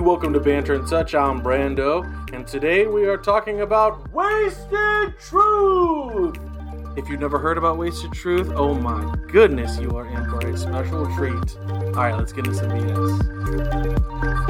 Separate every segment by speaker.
Speaker 1: welcome to Banter and Such. I'm Brando, and today we are talking about Wasted Truth. If you've never heard about Wasted Truth, oh my goodness, you are in for a special treat. All right, let's get into some BS.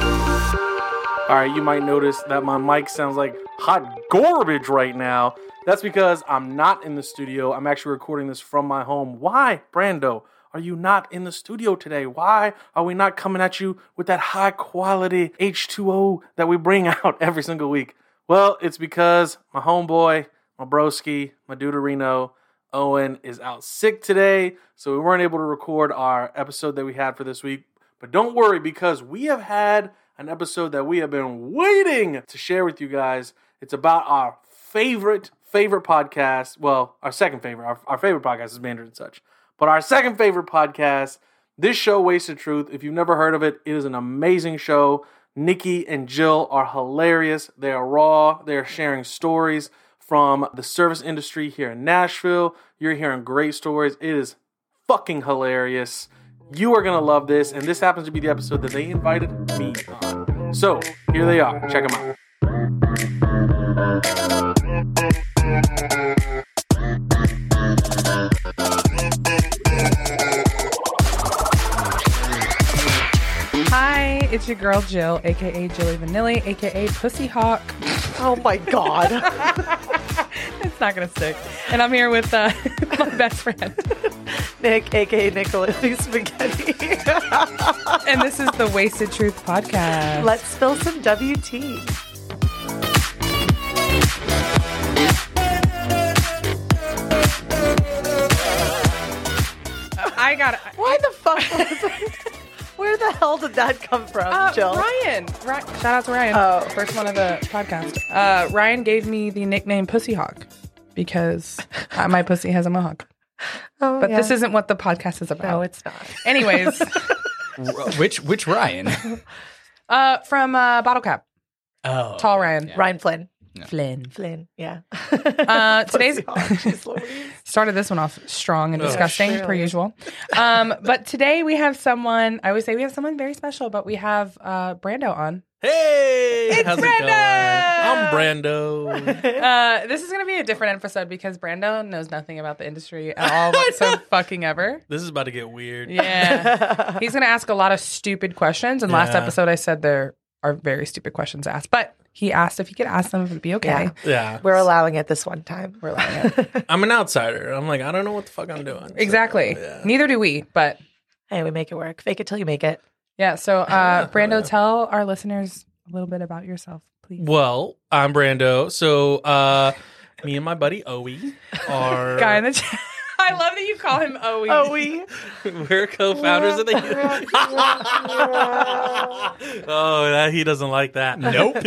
Speaker 1: All right, you might notice that my mic sounds like hot garbage right now. That's because I'm not in the studio. I'm actually recording this from my home. Why, Brando, are you not in the studio today? Why are we not coming at you with that high quality H2O that we bring out every single week? Well, it's because my homeboy, my broski, my deuterino, Owen is out sick today, so we weren't able to record our episode that we had for this week. But don't worry because we have had an episode that we have been waiting to share with you guys. It's about our favorite, favorite podcast. Well, our second favorite. Our, our favorite podcast is Mandarin and Such. But our second favorite podcast, this show, Wasted Truth, if you've never heard of it, it is an amazing show. Nikki and Jill are hilarious. They are raw. They are sharing stories from the service industry here in Nashville. You're hearing great stories. It is fucking hilarious. You are gonna love this, and this happens to be the episode that they invited me on. So here they are. Check them out.
Speaker 2: Hi, it's your girl Jill, aka Jilly Vanilli, aka Pussy Hawk.
Speaker 3: Oh my god.
Speaker 2: It's not gonna stick. And I'm here with uh, my best friend.
Speaker 3: Nick, aka Nicoletti Spaghetti.
Speaker 2: And this is the Wasted Truth Podcast.
Speaker 3: Let's spill some WT.
Speaker 2: I got
Speaker 3: Why the fuck was it? Where the hell did that come from,
Speaker 2: uh,
Speaker 3: Jill?
Speaker 2: Ryan. Ri- Shout out to Ryan.
Speaker 3: Oh.
Speaker 2: First one of the podcast. Uh, Ryan gave me the nickname Pussy Hawk because uh, my pussy has a mohawk.
Speaker 3: Oh,
Speaker 2: But
Speaker 3: yeah.
Speaker 2: this isn't what the podcast is about.
Speaker 3: No, it's not.
Speaker 2: Anyways,
Speaker 4: R- which which Ryan?
Speaker 2: uh, from uh, Bottle Cap,
Speaker 4: Oh,
Speaker 2: Tall Ryan.
Speaker 3: Ryan Flynn.
Speaker 2: Flynn.
Speaker 3: Flynn, yeah.
Speaker 2: Uh, today's.
Speaker 3: Pussy hog, jeez Louise.
Speaker 2: started this one off strong and
Speaker 4: Ugh.
Speaker 2: disgusting per
Speaker 3: Really.
Speaker 2: usual um, but today we have someone i always say we have someone very special but we have uh, brando on
Speaker 4: Hey,
Speaker 2: It's
Speaker 4: how's
Speaker 2: Brando!
Speaker 4: it going? I'm Brando.
Speaker 2: uh, this is going to be a different episode because brando knows nothing about the industry at all whatsoever fucking ever
Speaker 4: this is about to get weird.
Speaker 2: yeah he's going to ask a lot of stupid questions and last
Speaker 4: Yeah.
Speaker 2: episode i said there are very stupid questions asked but he asked if he could ask them if it'd be okay
Speaker 3: Yeah.
Speaker 4: Yeah,
Speaker 3: We're allowing it this one time.
Speaker 2: We're allowing it.
Speaker 4: I'm an outsider. I'm like, I don't know what the fuck I'm doing. So,
Speaker 2: exactly
Speaker 4: yeah.
Speaker 2: neither do we but
Speaker 3: Hey, we make it work. Fake it till you make it.
Speaker 2: yeah so uh,
Speaker 4: Yeah.
Speaker 2: brando tell our listeners a little bit about yourself please
Speaker 4: Well, I'm Brando. So, uh, me and my buddy Owie are
Speaker 2: guy in the chat. I love that you call him E. Oe.
Speaker 3: Oh, we.
Speaker 4: we're co-founders of the. oh, that, he doesn't like that. Nope.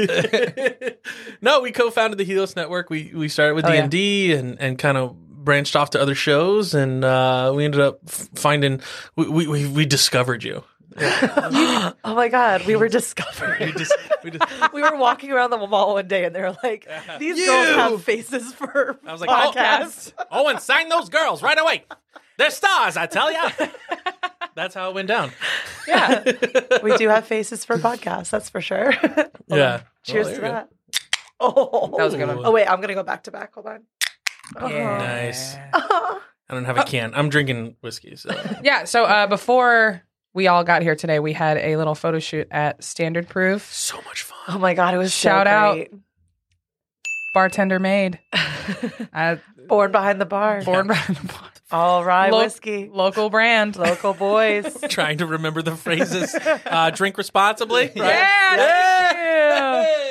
Speaker 4: no, we co-founded the Helios Network. We we started with
Speaker 2: Oh,
Speaker 4: D
Speaker 2: yeah.
Speaker 4: and D and and kind of branched off to other shows, and uh, we ended up f- finding we we we, we discovered you.
Speaker 3: Oh my god, we were discovered.
Speaker 4: We just, we just,
Speaker 3: we were walking around the mall one day and they were like, these
Speaker 4: You!
Speaker 3: girls have faces for
Speaker 4: I was like,
Speaker 3: podcasts.
Speaker 4: oh, and sign those girls right away. They're stars, I tell ya. That's how it went down.
Speaker 2: Yeah.
Speaker 3: we do have faces for podcasts, that's for sure.
Speaker 4: Yeah.
Speaker 3: Cheers
Speaker 4: Well,
Speaker 3: to
Speaker 4: there you
Speaker 3: that. Oh.
Speaker 2: That was a good one.
Speaker 3: Oh wait, I'm gonna go back to back. Hold on.
Speaker 2: Yeah.
Speaker 4: Nice.
Speaker 3: Oh.
Speaker 4: I don't have a can. I'm drinking whiskey. So
Speaker 2: Yeah. So uh, before we all got here today, we had a little photo shoot at Standard Proof.
Speaker 4: so much fun.
Speaker 3: Oh my god, it was
Speaker 2: Shout out.
Speaker 3: so
Speaker 2: Bartender made. Uh,
Speaker 3: out. Born behind the bar.
Speaker 2: born by the bar.
Speaker 3: All rye
Speaker 2: Lo-
Speaker 3: whiskey.
Speaker 2: Local brand.
Speaker 3: Local boys.
Speaker 4: Trying to remember the phrases. Uh, drink responsibly. Right?
Speaker 2: Yeah.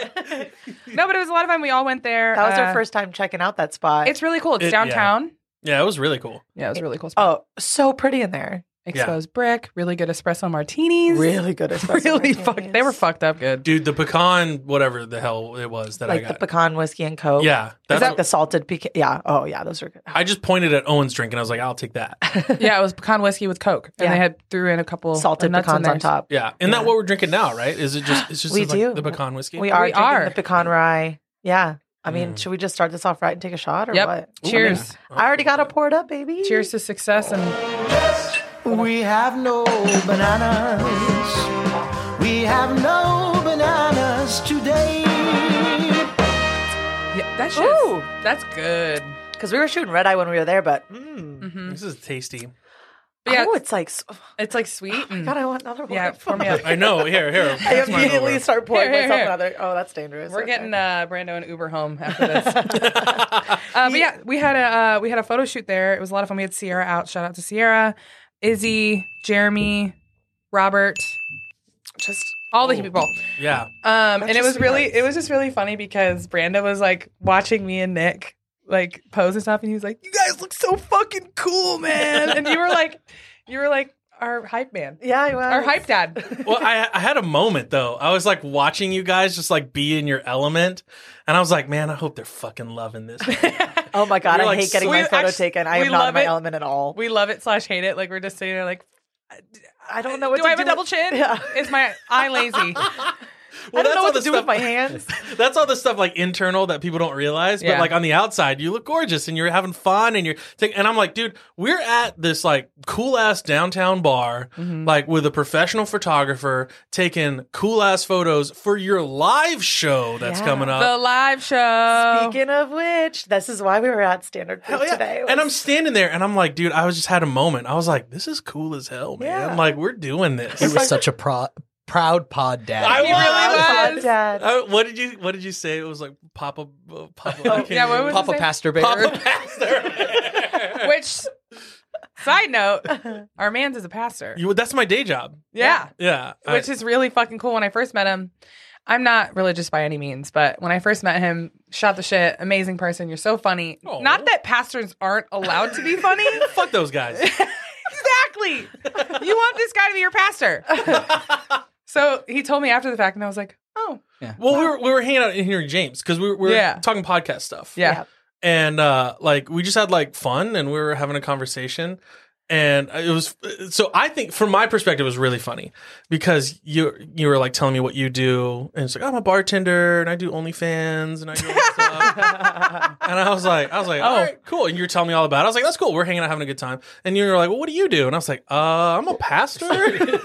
Speaker 2: thank
Speaker 4: Hey!
Speaker 2: you. No, but it was a lot of fun. We all went there.
Speaker 3: That was
Speaker 2: Uh,
Speaker 3: our first time checking out that spot.
Speaker 2: It's really cool. It's
Speaker 4: It- yeah.
Speaker 2: downtown.
Speaker 4: Yeah, it was really cool.
Speaker 2: Yeah. it was a really cool spot.
Speaker 3: oh so pretty in there.
Speaker 2: exposed brick, really good espresso martinis.
Speaker 3: Really good espresso.
Speaker 2: really
Speaker 5: martinis.
Speaker 2: fucked. They were fucked up good.
Speaker 1: Dude, the pecan, whatever the hell it was that I
Speaker 3: like the
Speaker 1: got.
Speaker 3: pecan whiskey and coke.
Speaker 1: uh, yeah. That's
Speaker 3: Is that
Speaker 1: what-
Speaker 3: the salted pecan? Yeah. Oh, yeah. Those are good.
Speaker 1: I just pointed at Owen's drink and I was like, I'll take that.
Speaker 2: yeah, it was pecan whiskey with Coke, and
Speaker 3: Yeah.
Speaker 2: they had threw in a couple
Speaker 3: salted
Speaker 2: of nuts in
Speaker 3: pecans
Speaker 2: there.
Speaker 3: on top.
Speaker 1: Yeah. And that
Speaker 3: Yeah.
Speaker 1: what we're drinking now, right? Is it just it's just
Speaker 3: We
Speaker 1: like
Speaker 3: do.
Speaker 1: the pecan whiskey?
Speaker 3: We are
Speaker 2: We
Speaker 3: drinking
Speaker 2: are.
Speaker 3: the pecan rye. Yeah. I mean,
Speaker 1: Mm.
Speaker 3: should we just start this off right and take a shot or
Speaker 2: Yep.
Speaker 3: what?
Speaker 1: Ooh,
Speaker 2: Cheers.
Speaker 1: I mean,
Speaker 3: I already got it poured up, baby.
Speaker 2: Cheers to success and
Speaker 4: We have no bananas. We have no bananas today.
Speaker 2: yeah, that's
Speaker 3: Ooh.
Speaker 2: that's good.
Speaker 3: Because we were shooting red eye when we were there, but mm.
Speaker 2: hmm
Speaker 1: This is tasty.
Speaker 2: Yeah.
Speaker 3: oh, it's like, s- oh,
Speaker 2: It's like sweet. and-
Speaker 3: God, I want another one.
Speaker 2: yeah, pour me up.
Speaker 1: I know. Here, here.
Speaker 3: I
Speaker 1: pass mine
Speaker 3: immediately
Speaker 1: over.
Speaker 3: start pouring
Speaker 2: Here, here,
Speaker 3: myself
Speaker 2: here.
Speaker 3: another. Oh, that's dangerous.
Speaker 2: We're
Speaker 3: Okay.
Speaker 2: getting uh, Brando and Uber home after this. uh, but yeah, we had a uh, we had a photo shoot there. It was a lot of fun. We had Sierra out. Shout out to Sierra, Izzy, Jeremy, Robert,
Speaker 3: just
Speaker 2: all the people.
Speaker 1: Yeah.
Speaker 2: Um, and it
Speaker 3: your
Speaker 2: was really,
Speaker 3: sweethearts.
Speaker 2: it was just really funny because Brando was like watching me and Nick like pose and stuff, and he was like, "You guys look so fucking cool, man!" and you were like, you were like our hype man,
Speaker 3: yeah. I
Speaker 2: our
Speaker 3: was.
Speaker 2: hype dad.
Speaker 1: Well, I, I had a moment though. I was like watching you guys just like be in your element, and I was like, man, I hope they're fucking loving this.
Speaker 3: Oh my god,
Speaker 1: You're
Speaker 3: I
Speaker 1: like,
Speaker 3: hate getting
Speaker 2: "Sweet,
Speaker 3: my photo
Speaker 2: actually,
Speaker 3: taken. I
Speaker 2: we
Speaker 3: am not
Speaker 2: love
Speaker 3: in my
Speaker 2: it."
Speaker 3: element at all.
Speaker 2: we love it slash hate it. Like we're just sitting there like,
Speaker 3: I don't know what
Speaker 2: do
Speaker 3: to
Speaker 2: I have
Speaker 3: do
Speaker 2: a double
Speaker 3: with-
Speaker 2: chin?
Speaker 3: Yeah.
Speaker 2: Is my eye lazy?
Speaker 3: I don't know what to
Speaker 1: the
Speaker 3: do with my hands.
Speaker 1: That's all the stuff like internal that people don't realize, but
Speaker 2: Yeah.
Speaker 1: like on the outside, you look gorgeous and you're having fun and you're. Think, and I'm like, dude, we're at this like cool ass downtown bar,
Speaker 2: Mm-hmm.
Speaker 1: like with a professional photographer taking cool ass photos for your live show that's
Speaker 3: Yeah.
Speaker 1: coming up.
Speaker 2: the live show.
Speaker 3: Speaking of which, this is why we were at Standard Food
Speaker 1: Hell yeah.
Speaker 3: today.
Speaker 1: And I'm standing there and I'm like, dude, I was just had a moment. I was like, this is cool as hell, man.
Speaker 3: Yeah.
Speaker 1: Like, we're doing this.
Speaker 4: He was such a pro- proud pod dad.
Speaker 1: I
Speaker 2: He really was.
Speaker 3: Dad.
Speaker 1: Uh, what did you what did you say? It was like Papa uh, Papa I can't
Speaker 2: yeah, what
Speaker 1: even-
Speaker 2: was
Speaker 4: Papa
Speaker 2: his name?
Speaker 4: Pastor Bear.
Speaker 1: Papa Pastor.
Speaker 2: Which side note, our man's is a pastor.
Speaker 1: You- that's my day job.
Speaker 2: yeah.
Speaker 1: Yeah. I-
Speaker 2: which is really fucking cool. When I first met him, I'm not religious by any means, but when I first met him, shot the shit, amazing person. You're so funny.
Speaker 1: Aw.
Speaker 2: Not that pastors aren't allowed to be funny.
Speaker 1: fuck those guys.
Speaker 2: exactly. You want this guy to be your pastor. so he told me after the fact, and I was like, oh,
Speaker 1: Well, we were we were hanging out in here in James because we were, we were
Speaker 2: Yeah.
Speaker 1: talking podcast stuff.
Speaker 2: yeah.
Speaker 3: Yeah.
Speaker 1: and uh like we just had like fun and we were having a conversation and it was so i think from my perspective it was really funny because you you were like telling me what you do and it's like i'm a bartender and i do onlyfans and i do all this stuff and i was like i was like oh cool and you're telling me all about it i was like that's cool we're hanging out having a good time and you were like well what do you do and i was like uh i'm a pastor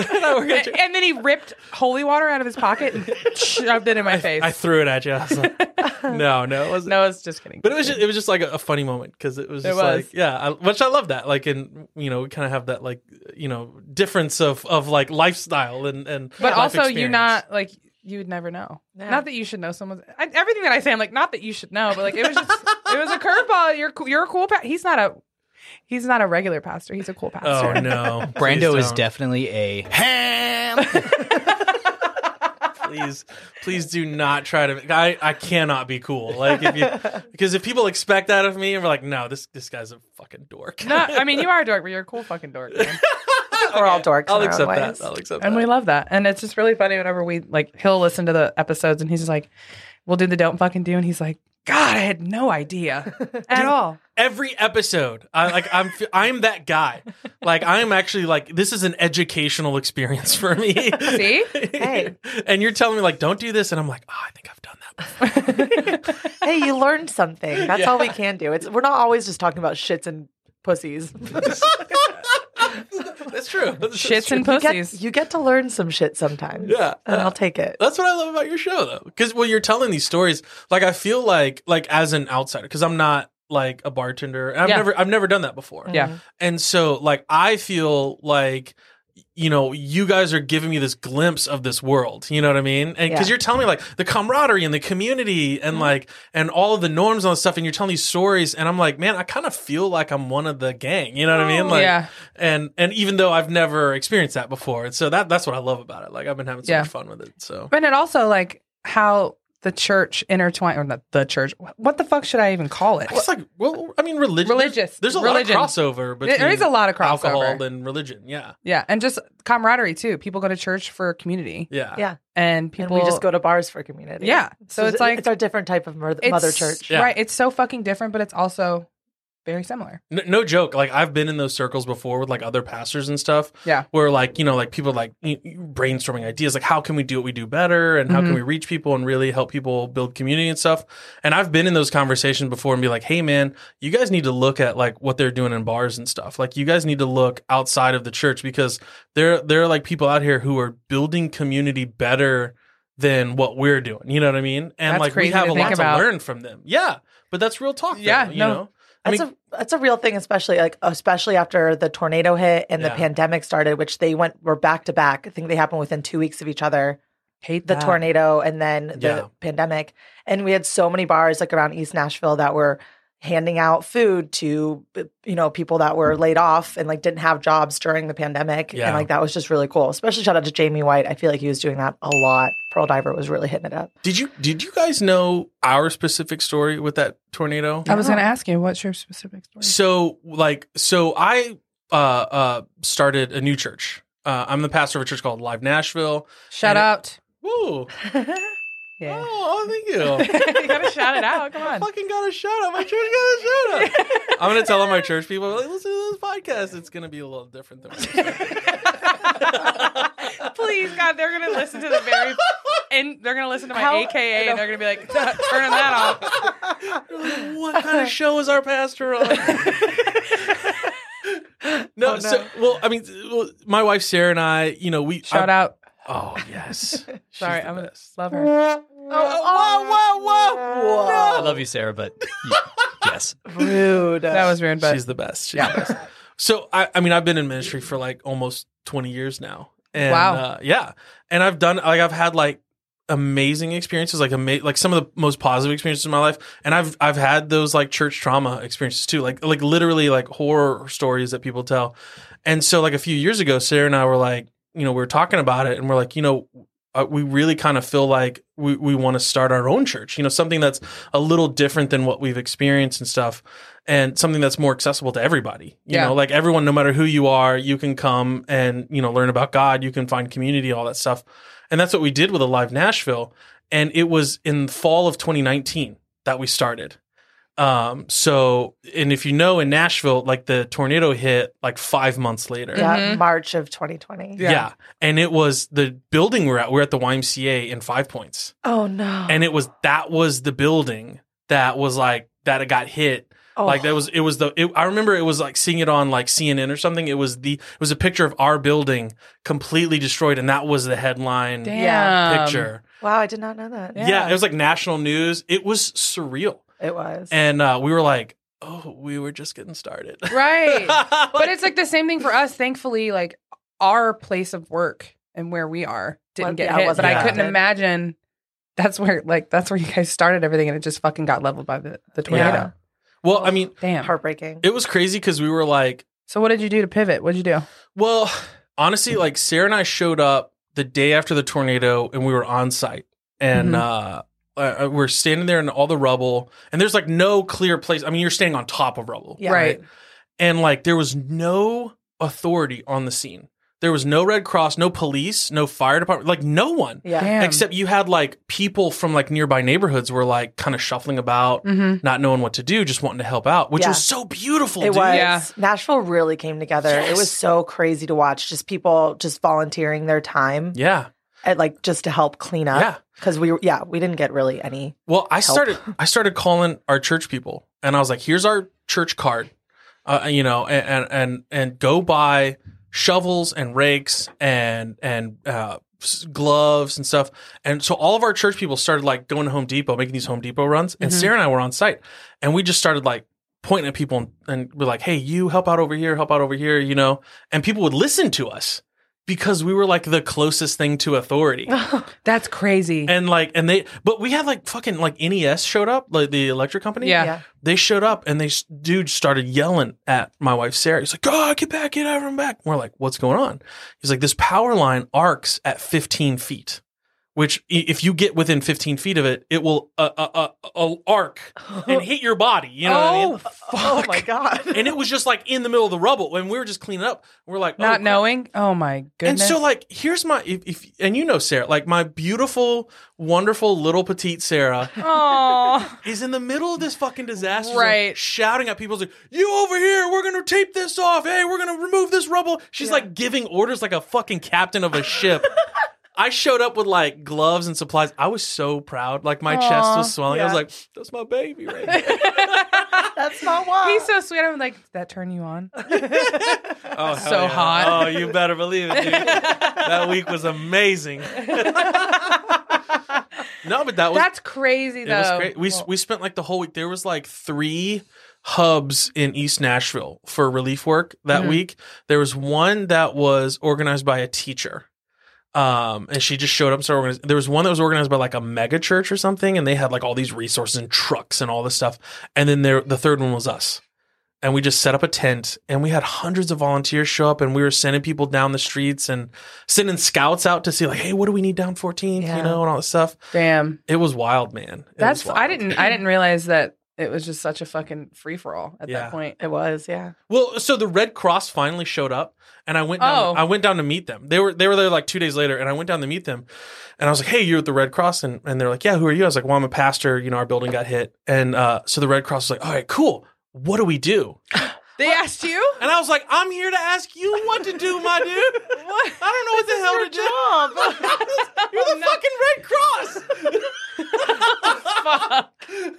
Speaker 1: And I work at
Speaker 2: And, and then he ripped holy water out of his pocket and shoved it in my face.
Speaker 1: I threw it at you. I was like, no, no, it wasn't.
Speaker 2: no, I was just kidding.
Speaker 1: But it was just, it was just like a, a funny moment because it was
Speaker 2: It
Speaker 1: just
Speaker 2: was.
Speaker 1: like yeah, I, which I love that. Like and you know, we kind of have that like you know difference of of like lifestyle and and
Speaker 2: but
Speaker 1: life
Speaker 2: also you're
Speaker 1: experience.
Speaker 2: not like you would never know
Speaker 3: Yeah.
Speaker 2: not that you should know someone's I, everything that i say i'm like not that you should know but like it was just it was a curveball you're cool you're a cool pa- he's not a he's not a regular pastor he's a cool pastor
Speaker 1: Oh no, Please
Speaker 4: Brando is
Speaker 1: don't.
Speaker 4: definitely a ham.
Speaker 1: Please, please do not try to. I I cannot be cool. Like if you because if people expect that of me, and we're like, no, this this guy's a fucking dork.
Speaker 2: no i mean you are a dork but you're a cool fucking dork man.
Speaker 3: We're all dorks.
Speaker 1: I'll
Speaker 3: in our
Speaker 1: accept
Speaker 3: own
Speaker 1: that.
Speaker 3: ways.
Speaker 1: I'll accept
Speaker 2: and
Speaker 1: that.
Speaker 2: we love that and it's just really funny whenever we like he'll listen to the episodes and he's just like we'll do the don't fucking do and he's like god i had no idea at all
Speaker 1: every episode i like i'm i'm that guy like i'm actually like this is an educational experience for me
Speaker 2: see
Speaker 3: Hey.
Speaker 1: and you're telling me like don't do this and i'm like oh, i think i've done that before.
Speaker 3: hey, you learned something. That's all we can do. It's we're not always just talking about shits and pussies.
Speaker 1: that's true That's
Speaker 2: shits
Speaker 1: true.
Speaker 2: and
Speaker 3: You
Speaker 2: pussies
Speaker 3: get, you get to learn some shit sometimes.
Speaker 1: Yeah.
Speaker 3: and I'll take it.
Speaker 1: that's what i love about your show though because when you're telling these stories like i feel like like as an outsider because i'm not like a bartender and i've
Speaker 2: Yeah.
Speaker 1: never i've never done that before
Speaker 2: yeah
Speaker 3: Mm.
Speaker 1: And so like I feel like you know, you guys are giving me this glimpse of this world. You know what I mean? And because
Speaker 3: Yeah.
Speaker 1: you're telling me like the camaraderie and the community
Speaker 2: Mm-hmm.
Speaker 1: and like and all of the norms and all this stuff, and you're telling these stories, and I'm like, man, I kind of feel like I'm one of the gang. You know what I mean? Like,
Speaker 2: Oh, yeah.
Speaker 1: And and even though I've never experienced that before, and so that that's what I love about it. Like I've been having so
Speaker 2: Yeah.
Speaker 1: much fun with it. So
Speaker 2: But it also like how the church intertwined, or not the church. What the fuck should I even call it?
Speaker 1: It's like, well, I mean, religion.
Speaker 2: Religious.
Speaker 1: There's a
Speaker 2: Religion.
Speaker 1: lot of crossover between
Speaker 2: There is a lot of crossover.
Speaker 1: alcohol and religion. Yeah,
Speaker 2: Yeah, and just camaraderie too. People go to church for community,
Speaker 1: yeah,
Speaker 3: Yeah.
Speaker 2: and
Speaker 3: And
Speaker 2: people
Speaker 3: we just go to bars for community.
Speaker 2: Yeah, so, it's
Speaker 3: th-
Speaker 2: like
Speaker 3: it's our different type of mother,
Speaker 2: it's-
Speaker 3: mother church.
Speaker 1: Yeah.
Speaker 2: right? It's so fucking different, but it's also very similar.
Speaker 1: N- no joke. Like I've been in those circles before with like other pastors and stuff.
Speaker 2: Yeah.
Speaker 1: where like you know, like people like y- y- brainstorming ideas, like how can we do what we do better, and
Speaker 2: Mm-hmm.
Speaker 1: how can we reach people and really help people build community and stuff. And I've been in those conversations before and be like, hey man, you guys need to look at like what they're doing in bars and stuff. Like you guys need to look outside of the church because there there are like people out here who are building community better than what we're doing. You know what I mean? And
Speaker 2: That's
Speaker 1: like we
Speaker 2: crazy
Speaker 1: have
Speaker 2: to
Speaker 1: a
Speaker 2: think
Speaker 1: lot
Speaker 2: about.
Speaker 1: to learn from them. Yeah, but that's real talk.
Speaker 2: Yeah,
Speaker 1: though, you
Speaker 2: no.
Speaker 1: know. I
Speaker 3: That's
Speaker 1: mean,
Speaker 3: a that's a real thing, especially like especially after the tornado hit and the
Speaker 1: Yeah.
Speaker 3: pandemic started, which they went were back to back. I think they happened within two weeks of each other.
Speaker 2: Hate
Speaker 3: The
Speaker 2: that.
Speaker 3: tornado and then the
Speaker 1: Yeah.
Speaker 3: pandemic, and we had so many bars like around East Nashville that were handing out food to you know people that were laid off and like didn't have jobs during the pandemic
Speaker 1: Yeah.
Speaker 3: and like that was just really cool especially shout out to jamie white i feel like he was doing that a lot pearl diver was really hitting it up
Speaker 1: Did you did you guys know our specific story with that tornado?
Speaker 2: I was going to ask you, what's your specific story?
Speaker 1: So like so I uh uh started a new church. Uh, I'm the pastor of a church called Live Nashville.
Speaker 2: Shout
Speaker 1: and-
Speaker 2: out.
Speaker 1: Woo!
Speaker 2: Yeah.
Speaker 1: Oh, thank you.
Speaker 2: you gotta shout it out. Come
Speaker 1: I
Speaker 2: on.
Speaker 1: fucking got a shout out. My church got a shout out. I'm gonna tell all my church people like listen to this podcast. It's gonna be a little different than. what
Speaker 2: Please, God, they're gonna listen to the very and they're gonna listen to my
Speaker 3: How-
Speaker 2: AKA and they're gonna be like, turning that off.
Speaker 1: what kind of show is our pastor on? Oh, no, so well, I mean, well, my wife Sarah and I, you know, we
Speaker 2: Shout
Speaker 1: I-
Speaker 2: out.
Speaker 1: Oh yes, She's
Speaker 2: Sorry,
Speaker 1: the
Speaker 2: I'm gonna
Speaker 1: best.
Speaker 2: love her.
Speaker 3: oh,
Speaker 1: Oh, whoa, whoa, whoa!
Speaker 4: I love you, Sarah, but you, yes.
Speaker 3: oh. rude
Speaker 2: That was rude, but
Speaker 1: She's the best. She's the best. So I, I mean, I've been in ministry for like almost twenty years now. And,
Speaker 2: Wow.
Speaker 1: Uh, yeah, and I've done like I've had like amazing experiences, like ama- like some of the most positive experiences in my life, and I've I've had those like church trauma experiences too, like like literally like horror stories that people tell. And so like a few years ago, Sarah and I were like, you know, we were talking about it, and we're like, you know. Uh, we really kind of feel like we, we want to start our own church, you know, something that's a little different than what we've experienced and stuff and something that's more accessible to everybody. You
Speaker 2: Yeah.
Speaker 1: know, like everyone, no matter who you are, you can come and, you know, learn about God, you can find community, all that stuff. And that's what we did with Alive Nashville. And it was in fall of 2019 that we started. Um, so, and if you know in Nashville, like the tornado hit like five months later.
Speaker 3: yeah
Speaker 2: Mhm.
Speaker 3: march of 2020
Speaker 1: Yeah. And it was the building we're at, we're at the YMCA in Five Points.
Speaker 3: oh no
Speaker 1: And it was, that was the building that was like, that it got hit
Speaker 3: oh.
Speaker 1: like that was it was the it, I remember it was like seeing it on like CNN or something. It was the it was a picture of our building completely destroyed, and that was the headline
Speaker 2: damn
Speaker 1: picture.
Speaker 3: wow i did not know that
Speaker 2: Yeah.
Speaker 1: Yeah. it was like national news. It was surreal,
Speaker 3: it was
Speaker 1: and uh, we were like, "Oh, we were just getting started."
Speaker 2: Right. but
Speaker 1: Like,
Speaker 2: it's like the same thing for us. Thankfully, like our place of work and where we are didn't
Speaker 3: Well,
Speaker 2: get
Speaker 3: yeah,
Speaker 2: hit. But
Speaker 3: wasn't
Speaker 2: I couldn't
Speaker 3: affected.
Speaker 2: imagine that's where like that's where you guys started everything and it just fucking got leveled by the, the tornado.
Speaker 1: well, I mean,
Speaker 2: Damn.
Speaker 3: heartbreaking
Speaker 1: it was crazy because we were like,
Speaker 2: So what did you do to pivot? What'd you do?
Speaker 1: Well, honestly, like Sarah and I showed up the day after the tornado and we were on site
Speaker 3: Mm-hmm.
Speaker 1: and
Speaker 2: Mhm.
Speaker 1: uh uh, we're standing there in all the rubble and there's like no clear place. I mean, you're standing on top of rubble.
Speaker 3: Yeah.
Speaker 2: Right.
Speaker 1: And like there was no authority on the scene. There was no Red Cross, no police, no fire department, like no one.
Speaker 3: yeah
Speaker 2: Damn.
Speaker 1: Except you had like people from like nearby neighborhoods were like kind of shuffling about,
Speaker 2: hmm
Speaker 1: not knowing what to do, just wanting to help out, which
Speaker 3: Mm. Yeah.
Speaker 1: was so beautiful.
Speaker 3: It
Speaker 1: dude.
Speaker 3: was.
Speaker 2: Yeah.
Speaker 3: Nashville really came together. It
Speaker 1: Yes.
Speaker 3: was so crazy to watch. Just people just volunteering their time
Speaker 1: Yeah.
Speaker 3: at like just to help clean up.
Speaker 1: Yeah.
Speaker 3: Cause we, were- yeah, we didn't get really any.
Speaker 1: Well, I
Speaker 3: help.
Speaker 1: started I started calling our church people, and I was like, "Here's our church card, uh, you know, and and and, and go buy shovels and rakes and and uh, s- gloves and stuff." And so all of our church people started like going to Home Depot, making these Home Depot runs, and
Speaker 2: Mhm.
Speaker 1: Sarah and I were on site, and we just started like pointing at people and, and we're like, "Hey, you help out over here, help out over here," you know, and people would listen to us because we were like the closest thing to authority.
Speaker 2: That's crazy.
Speaker 1: And like, and they, but we had like fucking like NES showed up, like the electric company.
Speaker 2: Yeah.
Speaker 1: They showed up and they, s- dude started yelling at my wife, Sarah. He's like, God, get back, get out of him back. And we're like, what's going on? He's like, this power line arcs at 15 feet. which i- if you get within 15 feet of it, it will uh, uh, uh, uh, arc and hit your body. You know what I mean?
Speaker 3: Oh my god.
Speaker 1: And it was just like in the middle of the rubble, and we were just cleaning up. We're like,
Speaker 2: Not
Speaker 1: oh, crap.
Speaker 2: knowing. Oh my goodness.
Speaker 1: And so, like, here's my if, if and you know Sarah, like my beautiful, wonderful little petite Sarah
Speaker 2: Aw.
Speaker 1: is in the middle of this fucking disaster, zone,
Speaker 2: Right.
Speaker 1: shouting at people, like, "You over here! We're gonna tape this off! Hey, we're gonna remove this rubble!" She's like giving orders like a fucking captain of a ship. I showed up with like gloves and supplies. I was so proud. Like my chest was swelling. I was
Speaker 3: Yeah.
Speaker 1: like, "That's my baby right there."
Speaker 3: That's not why.
Speaker 2: He's so sweet. I'm like, "Did that turn you on?
Speaker 1: oh, hell
Speaker 2: So hot.
Speaker 1: Oh, you better believe it, dude. that week was amazing. no, but that was
Speaker 2: That's crazy,
Speaker 1: It
Speaker 2: though.
Speaker 1: was great. We, s we spent like the whole week. There was like three hubs in East Nashville for relief work that
Speaker 2: Mm-hmm.
Speaker 1: week. There was one that was organized by a teacher. Um, and she just showed up. And started organizing. There was one that was organized by like a mega church or something, and they had like all these resources and trucks and all this stuff. And then there, the third one was us, and we just set up a tent, and we had hundreds of volunteers show up, and we were sending people down the streets and sending scouts out to see like, hey, what do we need down 14th,
Speaker 3: Yeah.
Speaker 1: you know, and all this stuff.
Speaker 2: Damn.
Speaker 1: It was wild, man. It
Speaker 2: That's.
Speaker 1: was
Speaker 2: I
Speaker 1: wild.
Speaker 2: didn't. I didn't realize that it was just such a fucking free for all at
Speaker 1: Yeah.
Speaker 2: that point.
Speaker 3: it was, yeah.
Speaker 1: Well, so the Red Cross finally showed up, and I went down.
Speaker 2: Oh.
Speaker 1: I went down to meet them. They were they were there like two days later, and I went down to meet them, and I was like, "Hey, you're at the Red Cross," and and they're like, "Yeah, who are you?" I was like, "Well, I'm a pastor. You know, our building got hit, and uh, so the Red Cross was like, "All right, cool. What do we do?"
Speaker 2: They asked you.
Speaker 1: And I was like, "I'm here to ask you what to do, my dude. I don't know what the hell to do. You're the fucking Red Cross."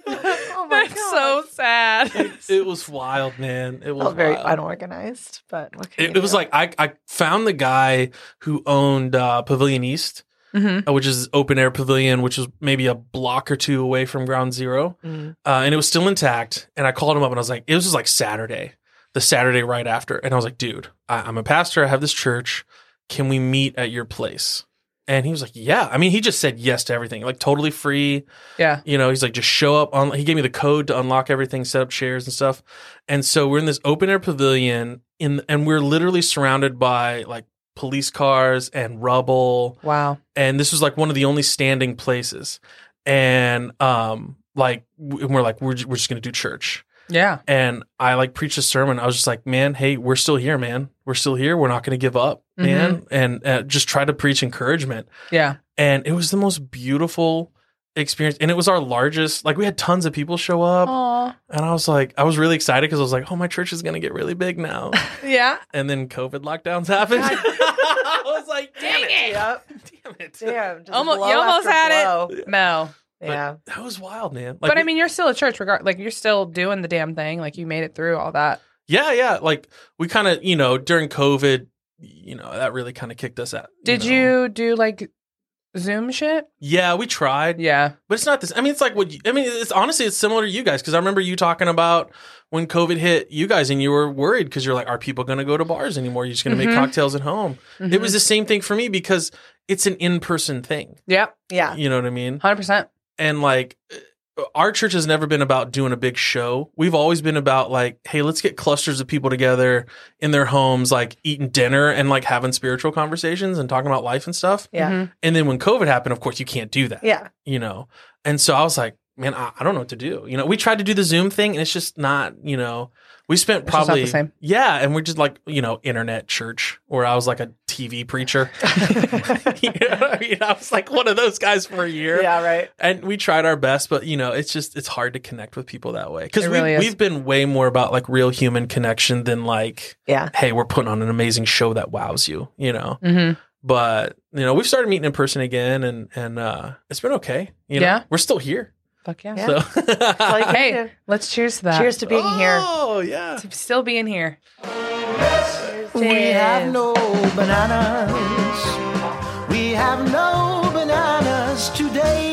Speaker 2: That's so sad.
Speaker 1: It was wild, man. It was
Speaker 3: Felt very
Speaker 1: wild.
Speaker 3: unorganized, but what can
Speaker 1: It,
Speaker 3: you
Speaker 1: it was
Speaker 3: do?
Speaker 1: like I, I found the guy who owned uh, Pavilion East,
Speaker 2: Mhm.
Speaker 1: uh, which is open air pavilion, which was maybe a block or two away from Ground Zero,
Speaker 3: Mm.
Speaker 1: uh, and it was still intact. And I called him up and I was like, it was just like Saturday, the Saturday right after, and I was like, dude, I, I'm a pastor, I have this church, can we meet at your place? And he was like, yeah. I mean, he just said yes to everything, like totally free.
Speaker 2: Yeah.
Speaker 1: You know, he's like, just show up. On, he gave me the code to unlock everything, set up chairs and stuff. And so we're in this open air pavilion, in and we're literally surrounded by like police cars and rubble.
Speaker 2: Wow.
Speaker 1: And this was like one of the only standing places. And um, like w- and we're like we're ju- we're just gonna do church.
Speaker 2: Yeah.
Speaker 1: And I like preached a sermon. I was just like, man, hey, we're still here, man. We're still here. We're not gonna give up,
Speaker 2: Mm-hmm.
Speaker 1: man. And uh, just try to preach encouragement
Speaker 2: Yeah.
Speaker 1: and it was the most beautiful experience and it was our largest like we had tons of people show up
Speaker 2: Aw.
Speaker 1: and i was like i was really excited because i was like oh my church is gonna get really big now
Speaker 2: Yeah.
Speaker 1: and then covid lockdowns happened i was like damn it
Speaker 3: Yep.
Speaker 1: damn it
Speaker 3: Damn. just
Speaker 2: Almost-
Speaker 3: blow
Speaker 2: you almost
Speaker 3: after
Speaker 2: had it.
Speaker 3: blow.
Speaker 2: No.
Speaker 3: Yeah.
Speaker 1: that was wild man like
Speaker 2: but I
Speaker 1: we-
Speaker 2: mean, you're still a church, regard. Like you're still doing the damn thing. Like you made it through all that.
Speaker 1: yeah yeah like we kind of you know during covid you know that really kind of kicked us out
Speaker 2: Did
Speaker 1: know.
Speaker 2: you do like Zoom shit?
Speaker 1: yeah we tried
Speaker 2: Yeah.
Speaker 1: But it's not this. I mean, it's like what you, I mean. It's honestly, it's similar to you guys because I remember you talking about when COVID hit you guys, and you were worried because you're like, "Are people going to go to bars anymore? You're just going to
Speaker 2: Mhm.
Speaker 1: make cocktails at home." It
Speaker 2: Mhm.
Speaker 1: was the same thing for me because it's an in-person thing.
Speaker 2: Yep.
Speaker 3: Yeah.
Speaker 1: You know what I mean?
Speaker 2: Hundred percent.
Speaker 1: And like, uh, our church has never been about doing a big show. We've always been about like, "Hey, let's get clusters of people together in their homes, like eating dinner and like having spiritual conversations and talking about life and stuff."
Speaker 3: Yeah.
Speaker 2: Mm-hmm.
Speaker 1: And then when COVID happened, of course, you can't do that
Speaker 3: Yeah.
Speaker 1: you know and so i was like man I, I don't know what to do you know we tried to do the zoom thing and it's just not you know we spent
Speaker 2: just not
Speaker 1: probably
Speaker 2: the same.
Speaker 1: yeah and we're just like you know internet church where i was like a tv preacher you know what i mean i was like one of those guys for a year
Speaker 3: Yeah, right.
Speaker 1: and we tried our best but you know it's just it's hard to connect with people that way because
Speaker 2: It really
Speaker 1: we,
Speaker 2: is.
Speaker 1: we've been way more about like real human connection than like
Speaker 3: Yeah.
Speaker 1: hey we're putting on an amazing show that wows you you know
Speaker 2: hmm
Speaker 1: but you know we've started meeting in person again and and uh it's been okay you know
Speaker 2: Yeah.
Speaker 1: we're still here
Speaker 2: Fuck yeah.
Speaker 3: Yeah.
Speaker 1: so
Speaker 3: Like,
Speaker 2: Hey,
Speaker 3: yeah.
Speaker 2: let's cheers to that.
Speaker 3: Cheers to being here.
Speaker 1: oh yeah
Speaker 2: To still being here.
Speaker 6: We have no bananas. We have no bananas today.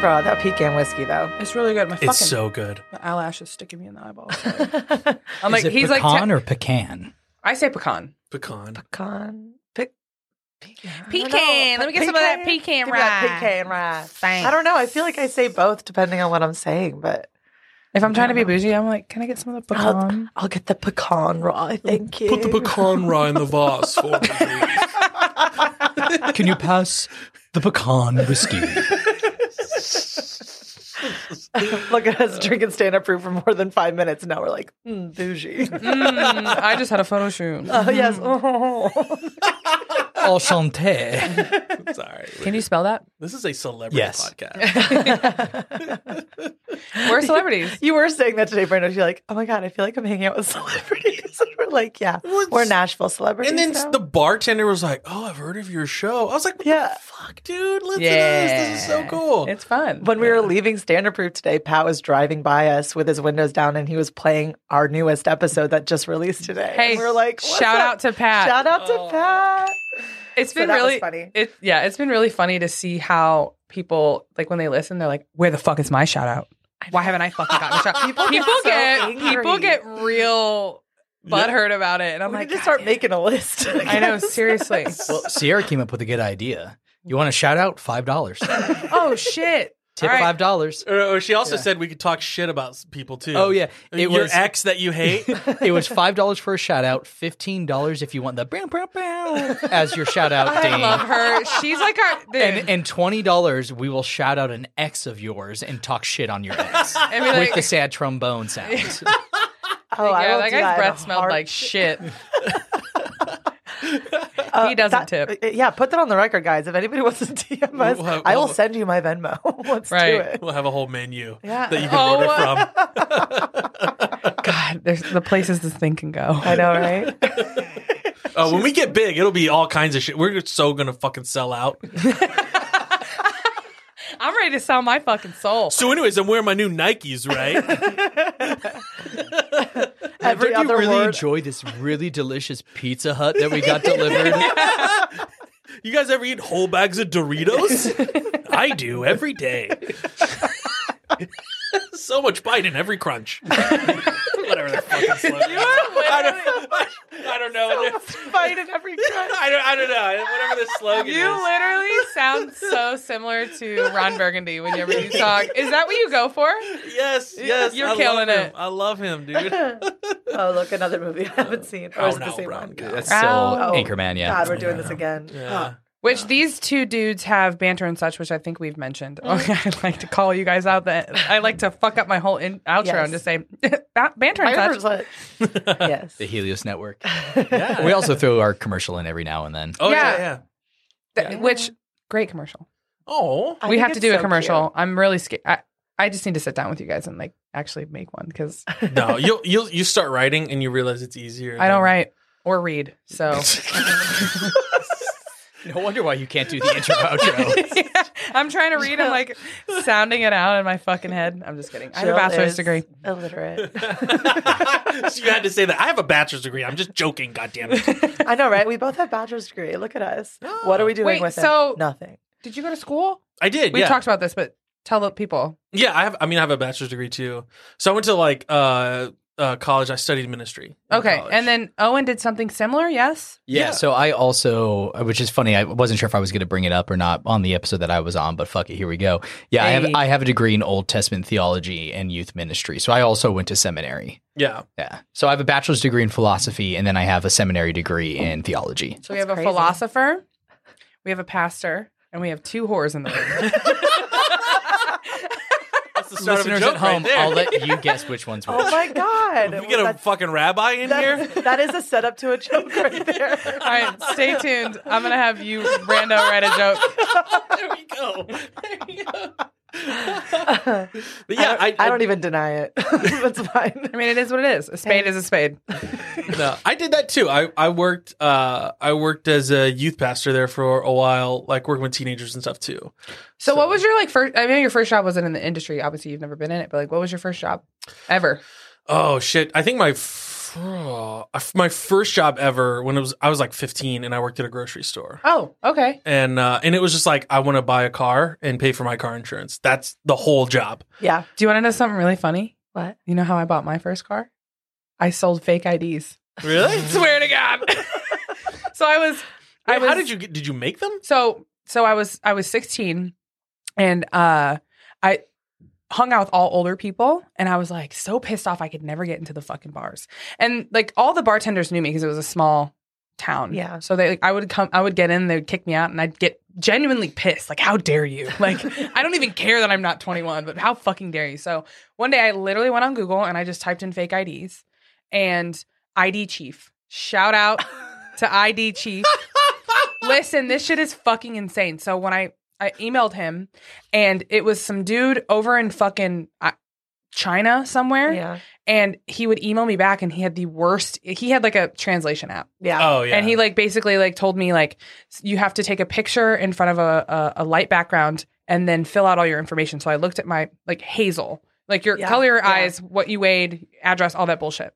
Speaker 3: Bro, that pecan whiskey though.
Speaker 2: It's really good. My
Speaker 1: it's
Speaker 2: fucking
Speaker 1: so good
Speaker 2: my eyelash is sticking me in the eyeball. I'm like,
Speaker 4: is it
Speaker 2: he's like,
Speaker 4: pecan
Speaker 2: te-
Speaker 4: or pecan?
Speaker 2: I say pecan.
Speaker 1: pecan
Speaker 3: Con pic pecan. I don't
Speaker 2: Pecan.
Speaker 3: know.
Speaker 2: Let me get some of that pecan
Speaker 3: Give me that
Speaker 2: rind.
Speaker 3: Pecan rye.
Speaker 2: Thanks.
Speaker 3: I don't know. I feel like I say both depending on what I'm saying, but
Speaker 2: If I'm trying to be bougie, I'm like, can I get some of the pecan?
Speaker 3: I'll get the pecan rye. Thank you.
Speaker 1: put the pecan rye in the vase for me please.
Speaker 4: Can you pass the pecan whiskey?
Speaker 3: Look at us drinking stand up fruit for more than five minutes. Now we're like, mm, bougie.
Speaker 2: Mm, I just had a photo shoot.
Speaker 3: Oh, yes. Oh.
Speaker 4: Enchanté.
Speaker 1: Sorry.
Speaker 2: Can you spell that?
Speaker 1: This is a celebrity
Speaker 4: Yes.
Speaker 1: podcast.
Speaker 2: We're celebrities.
Speaker 3: You were saying that today, Brando. You're like, oh my God, I feel like I'm hanging out with celebrities. And we're like, yeah, we're Nashville celebrities.
Speaker 1: and then
Speaker 3: now.
Speaker 1: the bartender was like, "Oh, I've heard of your show." I was like, "What
Speaker 3: Yeah.
Speaker 1: the fuck, dude? Listen
Speaker 2: yeah.
Speaker 1: to this. This is so cool."
Speaker 2: It's fun.
Speaker 3: When we were leaving Stand Up Proof today, Pat was driving by us with his windows down and he was playing our newest episode that just released today.
Speaker 2: Hey,
Speaker 3: and we were like, "What's
Speaker 2: shout
Speaker 3: up?
Speaker 2: out to Pat.
Speaker 3: Shout out to Pat.
Speaker 2: It's
Speaker 3: So
Speaker 2: been
Speaker 3: that was
Speaker 2: really
Speaker 3: funny.
Speaker 2: It yeah, it's been really funny to see how people like when they listen, they're like, "Where the fuck is my shout out? Why haven't I fucking gotten a shout?" people
Speaker 3: so
Speaker 2: get
Speaker 3: angry.
Speaker 2: people get real butthurt about it, and I'm
Speaker 3: We
Speaker 2: like,
Speaker 3: need to
Speaker 2: "God
Speaker 3: start
Speaker 2: damn it."
Speaker 3: making a list.
Speaker 2: I know, seriously.
Speaker 4: Well, Sierra came up with a good idea. You want a shout out? Five dollars. Tip
Speaker 2: oh shit! All right.
Speaker 4: five dollars.
Speaker 1: Or- or she also said we could talk shit about s- people too.
Speaker 4: Oh yeah,
Speaker 1: Your
Speaker 4: it was
Speaker 1: ex that you hate.
Speaker 4: it was five dollars for a shout out. Fifteen dollars if you want the brow, brow, brow as your shout out.
Speaker 2: I
Speaker 4: Dane.
Speaker 2: love her. She's like our. Dude.
Speaker 4: And, and twenty dollars, we will shout out an ex of yours and talk shit on your ex
Speaker 2: And we're
Speaker 4: with
Speaker 2: like,
Speaker 4: the sad trombone sound.
Speaker 3: Oh, I
Speaker 2: yeah,
Speaker 3: will
Speaker 2: that
Speaker 3: do
Speaker 2: guy's
Speaker 3: in a
Speaker 2: breath smelled like
Speaker 3: heartbeat.
Speaker 2: shit.
Speaker 3: Uh,
Speaker 2: he doesn't
Speaker 3: that-
Speaker 2: tip.
Speaker 3: uh, Yeah, put that on the record, guys. If anybody wants to DM us,
Speaker 1: We'll have-
Speaker 3: I will
Speaker 1: we'll-
Speaker 3: send you my Venmo. Let's do
Speaker 2: Right.
Speaker 3: it.
Speaker 1: we'll have a whole menu
Speaker 3: Yeah.
Speaker 1: that you can
Speaker 2: Oh.
Speaker 1: order from.
Speaker 2: God, there's the places this thing can go.
Speaker 3: I know, right?
Speaker 1: Uh, when we get big, it'll be all kinds of shit. We're so gonna fucking sell out.
Speaker 2: I'm ready to sell my fucking soul.
Speaker 1: So, anyways, I'm wearing my new Nikes, right?
Speaker 3: Every
Speaker 4: Don't you
Speaker 3: other
Speaker 4: really
Speaker 3: word.
Speaker 4: enjoy this really delicious Pizza Hut that we got delivered?
Speaker 1: you guys ever eat whole bags of Doritos? I do every day. so much bite in every crunch. Whatever that fucking slogan. is. I don't, I don't know.
Speaker 3: Fight in every crime.
Speaker 1: I don't, I don't know. Whatever the slogan
Speaker 2: You
Speaker 1: is.
Speaker 2: literally sound so similar to Ron Burgundy whenever you talk. Is that what you go for?
Speaker 1: Yes, yes.
Speaker 2: You're
Speaker 1: I love
Speaker 2: killing
Speaker 1: him.
Speaker 2: it.
Speaker 1: I love him, dude.
Speaker 3: Oh, look, another movie I haven't seen. Or is
Speaker 1: Oh,
Speaker 3: it the
Speaker 1: no,
Speaker 3: same
Speaker 1: brown
Speaker 3: one?
Speaker 1: cow.
Speaker 4: That's
Speaker 2: Wow.
Speaker 4: still Anchorman, yeah.
Speaker 3: God, we're doing this again.
Speaker 1: Yeah.
Speaker 2: Which these two dudes have banter and such, which I think we've mentioned. Okay, I like to call you guys out. That I like to fuck up my whole in- outro
Speaker 3: Yes.
Speaker 2: and just say "Ba- banter and
Speaker 3: Fight
Speaker 2: such.
Speaker 3: in every crime. yes.
Speaker 4: the Helios Network. We also throw our commercial in every now and then.
Speaker 1: Oh, yeah,
Speaker 2: Yeah.
Speaker 1: yeah.
Speaker 2: Th- Which great commercial.
Speaker 1: Oh.
Speaker 3: I
Speaker 2: we
Speaker 3: think
Speaker 2: have to
Speaker 3: it's
Speaker 2: do
Speaker 3: so
Speaker 2: a commercial. I'm really scared. I, I just need to sit down with you guys and like actually make one because
Speaker 1: No, you'll you'll you start writing and you realize it's easier.
Speaker 2: I don't
Speaker 1: than-
Speaker 2: write or read. So
Speaker 4: No wonder why you can't do the intro outro.
Speaker 2: I'm trying to read. I'm like sounding it out in my fucking head. I'm just kidding. I have a
Speaker 3: Jill
Speaker 2: bachelor's
Speaker 3: is
Speaker 2: degree.
Speaker 3: Illiterate.
Speaker 1: so you had to say that. I have a bachelor's degree. I'm just joking. God damn it.
Speaker 3: I know, right? We both have bachelor's degree. Look at us. What are we doing
Speaker 2: Wait,
Speaker 3: with
Speaker 2: so-
Speaker 3: it? Nothing.
Speaker 2: Did you go to school?
Speaker 1: I did.
Speaker 2: We
Speaker 1: yeah.
Speaker 2: talked about this, but tell the people.
Speaker 1: Yeah, I have. I mean, I have a bachelor's degree too. So I went to like uh, uh college. I studied ministry. in
Speaker 2: Okay,
Speaker 1: college.
Speaker 2: and then Owen did something similar. Yes.
Speaker 4: Yeah, So I also, which is funny, I wasn't sure if I was going to bring it up or not on the episode that I was on, but fuck it, here we go. Yeah, I
Speaker 2: Hey.
Speaker 4: have I have a degree in Old Testament theology and youth ministry. So I also went to seminary.
Speaker 1: yeah,
Speaker 4: Yeah. So I have a bachelor's degree in philosophy, and then I have a seminary degree in theology.
Speaker 2: So we have a
Speaker 3: crazy.
Speaker 2: philosopher, we have a pastor, and we have two whores in the room.
Speaker 1: that's the start
Speaker 4: Listeners
Speaker 1: of a joke
Speaker 4: at
Speaker 1: right
Speaker 4: home,
Speaker 1: there.
Speaker 4: I'll let you guess which one's which.
Speaker 3: Oh my God.
Speaker 1: we get a
Speaker 3: That's-
Speaker 1: fucking rabbi in here.
Speaker 3: that's- that is a setup to a joke right there.
Speaker 2: All right, stay tuned. I'm gonna have you, Rando, write a joke.
Speaker 1: there we go. There we go. but yeah, I,
Speaker 3: I, don't even deny it. That's fine.
Speaker 2: I mean, it is what it is. A spade is a spade.
Speaker 1: No, I did that too. I, I worked uh I worked as a youth pastor there for a while, like working with teenagers and stuff too.
Speaker 2: So, what was your like first? I mean, your first job wasn't in the industry. Obviously, you've never been in it, but like, what was your first job ever?
Speaker 1: Oh shit! I think my f- oh, my first job ever when it was I was like 15 and I worked at a grocery store.
Speaker 2: Oh, okay.
Speaker 1: And uh, and it was just like I want to buy a car and pay for my car insurance. That's the whole job.
Speaker 3: Yeah.
Speaker 2: Do you want to know something really funny?
Speaker 3: What?
Speaker 2: You know how I bought my first car? I sold fake IDs.
Speaker 1: Really?
Speaker 2: Swear to God. so I was, I was.
Speaker 1: How did you get? Did you make them?
Speaker 2: So so I was I was 16 and uh I hung out with all older people and I was like so pissed off I could never get into the fucking bars. And like all the bartenders knew me because it was a small town.
Speaker 3: Yeah.
Speaker 2: So they like I would come I would get in, they would kick me out and I'd get genuinely pissed. Like, how dare you? Like I don't even care that I'm not 21, but how fucking dare you? So one day I literally went on Google and I just typed in fake IDs and ID Chief. Shout out to ID Chief. Listen, this shit is fucking insane. So when I I emailed him and it was some dude over in fucking uh, China somewhere
Speaker 3: Yeah.
Speaker 2: and he would email me back and he had the worst he had like a translation app
Speaker 3: Yeah.
Speaker 1: Oh yeah.
Speaker 2: and he like basically like told me like s- you have to take a picture in front of a, a, a light background and then fill out all your information so i looked at my like hazel like your
Speaker 3: Yeah,
Speaker 2: color your
Speaker 3: yeah.
Speaker 2: eyes what you weighed address all that bullshit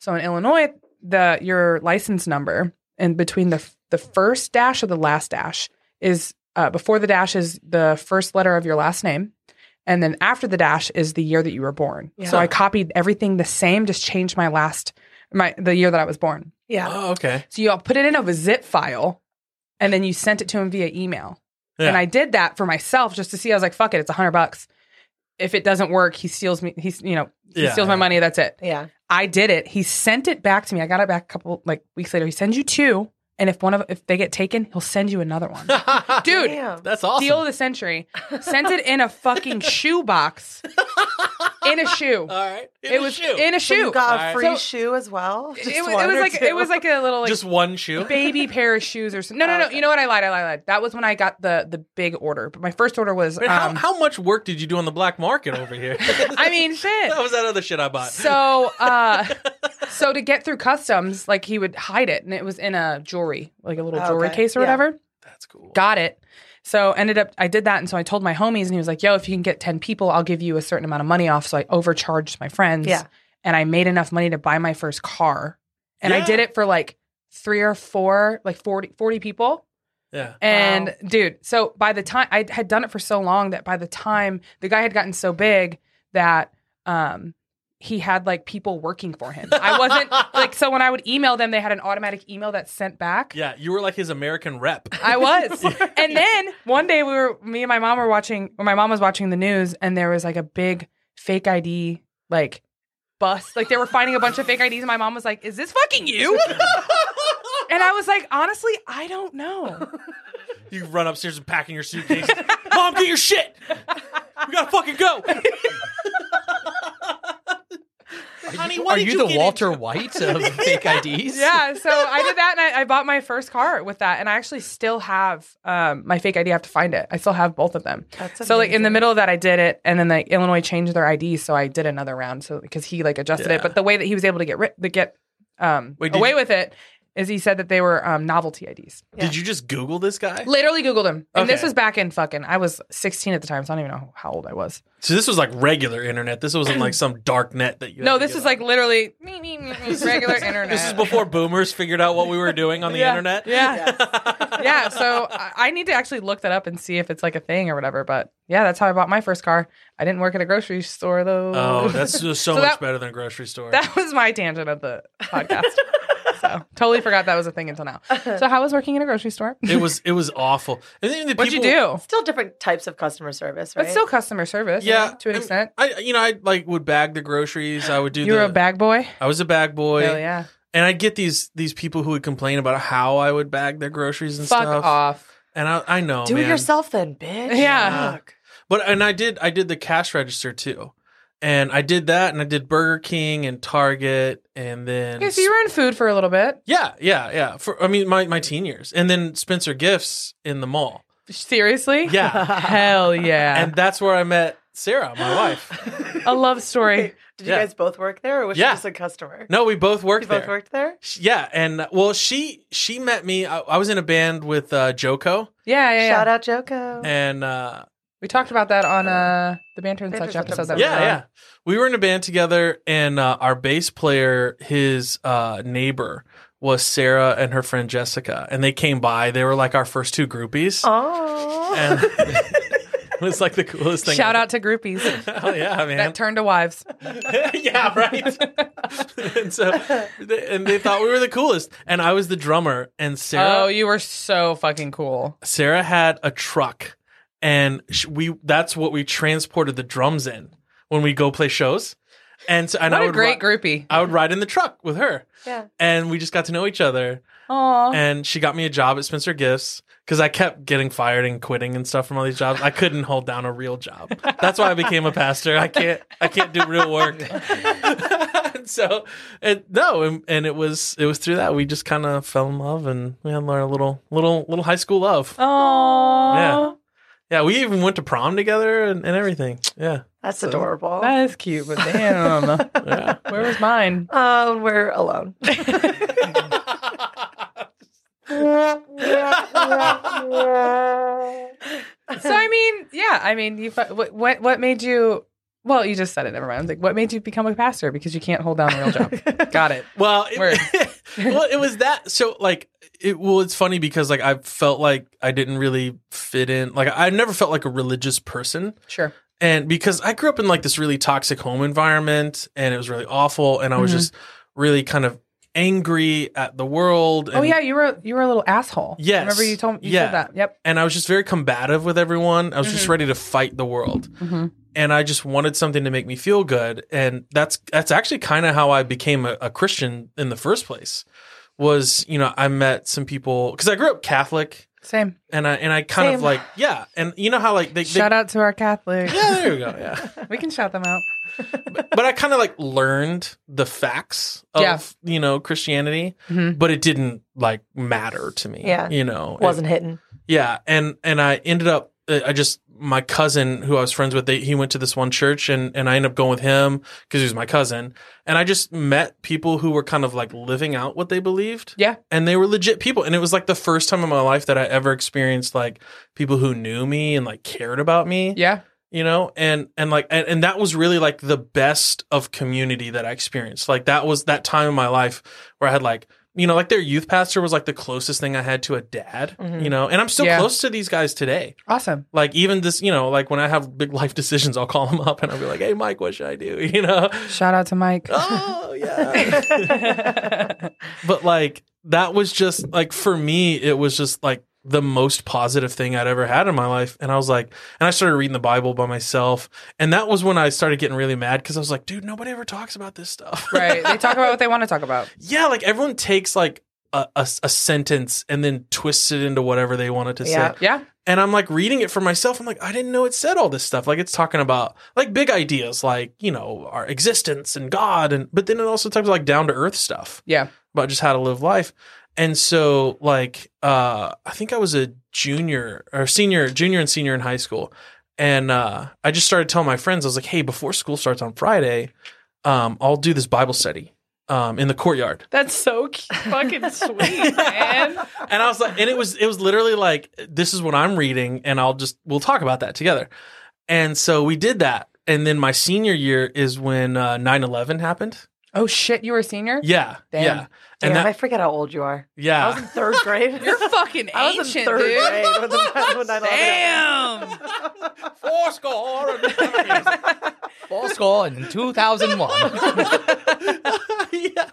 Speaker 2: so in illinois the your license number and between the f- the first dash or the last dash is uh, before the dash is the first letter of your last name and then after the dash is the year that you were born so
Speaker 3: Yeah.
Speaker 2: i copied everything the same just changed my last my the year that i was born
Speaker 3: Yeah.
Speaker 1: Oh okay.
Speaker 2: so you all put it in a zip file and then you sent it to him via email.
Speaker 1: Yeah.
Speaker 2: And I did that for myself just to see. I was like, fuck it, it's a hundred bucks. If it doesn't work, he steals me. He's, you know, he
Speaker 1: Yeah,
Speaker 2: steals my
Speaker 1: yeah.
Speaker 2: money. That's it.
Speaker 3: Yeah.
Speaker 2: I did it. He sent it back to me. I got it back a couple like weeks later. He sends you two. And if one of if they get taken, he'll send you another one. Dude,
Speaker 3: Damn.
Speaker 1: That's awesome.
Speaker 2: deal of the century. Sent it in a fucking shoe box. In a shoe.
Speaker 1: All right. In
Speaker 2: it
Speaker 1: a
Speaker 2: was
Speaker 1: shoe.
Speaker 2: in a shoe.
Speaker 3: So you got
Speaker 1: Alright.
Speaker 3: a free
Speaker 2: So-
Speaker 3: shoe as well.
Speaker 2: it,
Speaker 3: Just
Speaker 2: it was,
Speaker 3: one
Speaker 2: it was
Speaker 3: or
Speaker 2: like
Speaker 3: two?
Speaker 2: it was like a little like
Speaker 1: just one shoe.
Speaker 2: baby pair of shoes or something. No, no, no. You know what? I lied. I lied. I lied. That was when I got the the big order. But my first order was.
Speaker 1: Man, how,
Speaker 2: um,
Speaker 1: how much work did you do on the black market over here?
Speaker 2: I mean, shit.
Speaker 1: that was that other shit I bought.
Speaker 2: So, uh, so to get through customs, like he would hide it, and it was in a jewelry, like a little
Speaker 3: Oh,
Speaker 2: jewelry
Speaker 3: okay.
Speaker 2: case or
Speaker 3: Yeah.
Speaker 2: whatever.
Speaker 1: That's cool.
Speaker 2: Got it. So ended up, I did that, and so I told my homies, and he was like, "Yo, if you can get ten people, I'll give you a certain amount of money off." So I overcharged my friends,
Speaker 3: Yeah.
Speaker 2: and I made enough money to buy my first car, and I
Speaker 1: Yeah.
Speaker 2: did it for like three or four, like 40, 40 people.
Speaker 1: yeah.
Speaker 2: And
Speaker 3: Wow.
Speaker 2: dude, so by the time I had done it for so long that by the time the guy had gotten so big that um he had like people working for him. I wasn't like so when I would email them they had an automatic email that sent back.
Speaker 1: Yeah. You were like his American rep.
Speaker 2: I was. and then one day we were me and my mom were watching or my mom was watching the news and there was like a big fake ID like bust. Like they were finding a bunch of fake IDs and my mom was like, "Is this fucking you?" and I was like, "Honestly, I don't know."
Speaker 1: You run upstairs and pack in your suitcase. Mom, get your shit. We gotta fucking go. Honey, what
Speaker 4: Are
Speaker 1: did
Speaker 4: you,
Speaker 1: you
Speaker 4: the
Speaker 1: get
Speaker 4: Walter
Speaker 1: into?
Speaker 4: White of fake IDs?
Speaker 2: yeah so i did that and I, I bought my first car with that and i actually still have um, my fake id i have to find it i still have both of them
Speaker 3: That's
Speaker 2: so like in the
Speaker 3: amazing.
Speaker 2: middle of that i did it and then like illinois changed their id so i did another round so because he like adjusted
Speaker 1: Yeah.
Speaker 2: it but the way that he was able to get ri- to get um,
Speaker 1: Wait, did
Speaker 2: away
Speaker 1: you-
Speaker 2: with it is he said that they were um, novelty ids
Speaker 1: Did you just Google this guy?
Speaker 2: literally googled him and this
Speaker 1: Okay.
Speaker 2: was back in fucking i was 16 at the time so i don't even know how old i was
Speaker 1: So this was like regular internet. This wasn't like some dark net that you.
Speaker 2: no
Speaker 1: had to
Speaker 2: this
Speaker 1: get
Speaker 2: is
Speaker 1: on.
Speaker 2: like literally me, me, me, me, regular internet
Speaker 1: This is before boomers figured out what we were doing on the
Speaker 2: Yeah.
Speaker 1: internet.
Speaker 2: yeah yeah, so I I need to actually look that up and see if it's like a thing or whatever. But yeah, that's how I bought my first car. I didn't work at a grocery store though.
Speaker 1: Oh, that's just so,
Speaker 2: So
Speaker 1: much
Speaker 2: that-
Speaker 1: better than a grocery store.
Speaker 2: that was my tangent of the podcast. so totally forgot that was a thing until now. So how was working in a grocery store?
Speaker 1: it was it was awful. And then the
Speaker 2: What'd you
Speaker 1: people-
Speaker 2: do?
Speaker 3: still different types of customer service, right?
Speaker 2: It's still customer service.
Speaker 1: Yeah,
Speaker 2: to an
Speaker 1: and
Speaker 2: extent.
Speaker 1: I you know I like would bag the groceries. I would do.
Speaker 2: You were
Speaker 1: the,
Speaker 2: a bag boy.
Speaker 1: I was a bag boy.
Speaker 2: Hell yeah.
Speaker 1: And I'd get these these people who would complain about how I would bag their groceries and
Speaker 2: Fuck
Speaker 1: stuff.
Speaker 2: off.
Speaker 1: And I I know
Speaker 3: Do
Speaker 1: Oh, man.
Speaker 3: it yourself then, bitch.
Speaker 2: Yeah.
Speaker 3: Fuck.
Speaker 1: But and I did I did the cash register too. And I did that and I did Burger King and Target and then
Speaker 2: Okay, so you were in food for a little bit.
Speaker 1: Yeah, yeah, yeah. For I mean my, my teen years. And then Spencer Gifts in the mall.
Speaker 2: Seriously?
Speaker 1: Yeah.
Speaker 2: Hell yeah.
Speaker 1: and that's where I met Sarah, my wife.
Speaker 2: a love story.
Speaker 3: Did you
Speaker 1: Yeah.
Speaker 3: guys both work there, or was
Speaker 1: Yeah.
Speaker 3: she just a customer?
Speaker 1: No, we both worked
Speaker 3: you both
Speaker 1: there.
Speaker 3: worked there.
Speaker 1: Sh- Yeah, and uh, well, she she met me. I, I was in a band with uh, Joko,
Speaker 2: Yeah, yeah, yeah.
Speaker 3: Shout out Joko.
Speaker 1: and uh,
Speaker 2: We talked about that on uh the banter and
Speaker 3: Banter
Speaker 2: such
Speaker 3: and
Speaker 2: episode
Speaker 3: Such
Speaker 2: that we
Speaker 1: yeah,
Speaker 2: were on.
Speaker 1: yeah. We were in a band together, and uh, our bass player, his uh, neighbor, was Sarah and her friend Jessica, and they came by. They were like our first two groupies,
Speaker 3: Oh,
Speaker 1: and it was like the coolest thing.
Speaker 2: Shout out to groupies
Speaker 1: Oh yeah, man!
Speaker 2: that turn to wives.
Speaker 1: yeah, right. and so, they, and they thought we were the coolest, and I was the drummer, and Sarah.
Speaker 2: Oh, you were so fucking cool.
Speaker 1: Sarah had a truck, and sh- we that's what we transported the drums in when we go play shows. And so, and
Speaker 2: What
Speaker 1: I
Speaker 2: a
Speaker 1: would
Speaker 2: great
Speaker 1: ri-
Speaker 2: groupie.
Speaker 1: I would ride in the truck with her,
Speaker 3: yeah.
Speaker 1: and we just got to know each other.
Speaker 2: Aw.
Speaker 1: and she got me a job at Spencer Gifts because I kept getting fired and quitting and stuff from all these jobs. I couldn't hold down a real job. That's why I became a pastor. I can't I can't do real work. And so and no, and, and it was it was through that we just kind of fell in love and we had our little little little high school love.
Speaker 2: Aw.
Speaker 1: Yeah, we even went to prom together and, and everything. Yeah,
Speaker 3: That's adorable.
Speaker 2: That is cute, but damn.
Speaker 1: yeah.
Speaker 2: Where was mine?
Speaker 3: Uh, we're alone.
Speaker 2: So I mean, yeah, I mean, you. fu- What what what made you? Well, you just said it. Never mind. I was like, what made you become a pastor? Because you can't hold down a real job. Got it.
Speaker 1: Well,
Speaker 2: Word.
Speaker 1: it, well, it was that. So, like, it, well, it's funny because like I felt like I didn't really fit in. Like, I never felt like a religious person,
Speaker 2: Sure.
Speaker 1: and because I grew up in like this really toxic home environment, and it was really awful, and I was
Speaker 2: Mhm.
Speaker 1: just really kind of angry at the world. And,
Speaker 2: oh yeah, you were you were a little asshole.
Speaker 1: Yes.
Speaker 2: Remember you told you
Speaker 1: Yeah.
Speaker 2: said that. Yep.
Speaker 1: and I was just very combative with everyone. I was
Speaker 2: Mm-hmm.
Speaker 1: just ready to fight the world.
Speaker 2: Mhm.
Speaker 1: And I just wanted something to make me feel good, and that's that's actually kind of how I became a, a Christian in the first place. Was you know I met some people because I grew up Catholic,
Speaker 2: Same.
Speaker 1: and I and I kind of
Speaker 3: Same.
Speaker 1: like yeah, and you know how like they, they
Speaker 2: Shout out to our Catholics.
Speaker 1: yeah there you go yeah,
Speaker 2: We can shout them out.
Speaker 1: but I kind of like learned the facts of
Speaker 2: Yeah.
Speaker 1: you know Christianity,
Speaker 2: Mhm.
Speaker 1: but it didn't like matter to me
Speaker 3: Yeah.
Speaker 1: you know It-
Speaker 3: Wasn't hitting.
Speaker 1: Yeah, and and I ended up. uh, I just my cousin who I was friends with. They, he went to this one church, and and I ended up going with him because he was my cousin. And I just met people who were kind of like living out what they believed.
Speaker 2: Yeah.
Speaker 1: and they were legit people. And it was like the first time in my life that I ever experienced like people who knew me and like cared about me.
Speaker 2: Yeah.
Speaker 1: you know, and and like and, and that was really like the best of community that I experienced. Like that was that time in my life where I had like. You know, like their youth pastor was like the closest thing I had to a dad,
Speaker 3: Mhm.
Speaker 1: you know, and I'm still
Speaker 2: Yeah.
Speaker 1: close to these guys today.
Speaker 2: Awesome.
Speaker 1: Like even this, you know, like when I have big life decisions, I'll call them up and I'll be like, "Hey, Mike, what should I do?" You know?
Speaker 2: Shout out to Mike.
Speaker 1: oh yeah. but like that was just like for me, it was just like the most positive thing I'd ever had in my life, and I was like, and I started reading the Bible by myself, and that was when I started getting really mad because I was like, dude, nobody ever talks about this stuff,
Speaker 2: right. They talk about what they want to talk about.
Speaker 1: yeah, like everyone takes like. A, a, a sentence and then twists it into whatever they want it to
Speaker 3: Yeah.
Speaker 1: say
Speaker 2: Yeah.
Speaker 1: and I'm like reading it for myself. I'm like, I didn't know it said all this stuff. Like it's talking about like big ideas, like you know our existence and God, and but then it also talks like down to earth stuff
Speaker 2: Yeah.
Speaker 1: about just how to live life. And so like uh, I think I was a junior or senior, junior and senior in high school, and uh, I just started telling my friends, I was like, hey, before school starts on Friday, um, I'll do this Bible study um, in the courtyard.
Speaker 2: That's so fucking sweet, man.
Speaker 1: and I was like, and it was it was literally like, this is what I'm reading, and I'll just we'll talk about that together. And so we did that, and then my senior year is when uh, 9/11 happened.
Speaker 2: Oh shit, you were a senior?
Speaker 1: Yeah,
Speaker 2: Damn.
Speaker 1: yeah,
Speaker 3: Damn,
Speaker 1: and
Speaker 3: I
Speaker 1: that
Speaker 3: forget how old you are.
Speaker 1: yeah.
Speaker 3: I was in third grade.
Speaker 2: You're fucking
Speaker 3: I was in
Speaker 2: ancient,
Speaker 3: third
Speaker 2: dude.
Speaker 3: grade when the when 9/11
Speaker 2: Damn.
Speaker 1: four score. And
Speaker 4: Full school in 2001.
Speaker 1: yeah,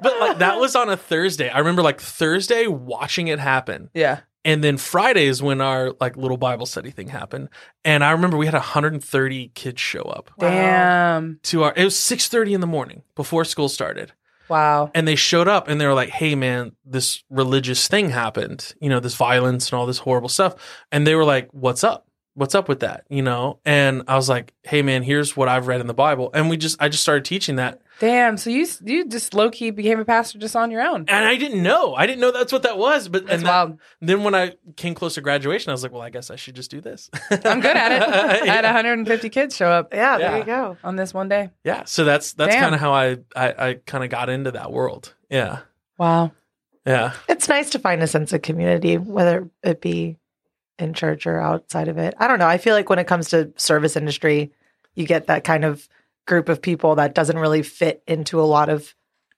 Speaker 1: but like that was on a Thursday. I remember like Thursday watching it happen.
Speaker 2: Yeah.
Speaker 1: and then Friday is when our like little Bible study thing happened. And I remember we had 130 kids show up
Speaker 2: Damn.
Speaker 1: to our. It was 6:30 in the morning before school started,
Speaker 2: Wow.
Speaker 1: and they showed up and they were like, "Hey, man, this religious thing happened. You know, this violence and all this horrible stuff." And they were like, "What's up?" What's up with that? You know? And I was like, hey man, here's what I've read in the Bible. And we just I just started teaching that.
Speaker 2: Damn. So you you just low key became a pastor just on your own.
Speaker 1: And I didn't know. I didn't know that's what that was. But
Speaker 2: That's
Speaker 1: and that-
Speaker 2: wild.
Speaker 1: then when I came close to graduation, I was like, well, I guess I should just do this.
Speaker 2: I'm good at it. I had 150 kids show up
Speaker 3: Yeah, there
Speaker 1: Yeah.
Speaker 3: you go.
Speaker 2: on this one day.
Speaker 1: Yeah, so that's that's
Speaker 2: Damn.
Speaker 1: kind of how I I, I kind of got into that world. Yeah,
Speaker 2: Wow.
Speaker 1: yeah,
Speaker 3: It's nice to find a sense of community, whether it be in church or outside of it. I don't know. I feel like when it comes to service industry, you get that kind of group of people that doesn't really fit into a lot of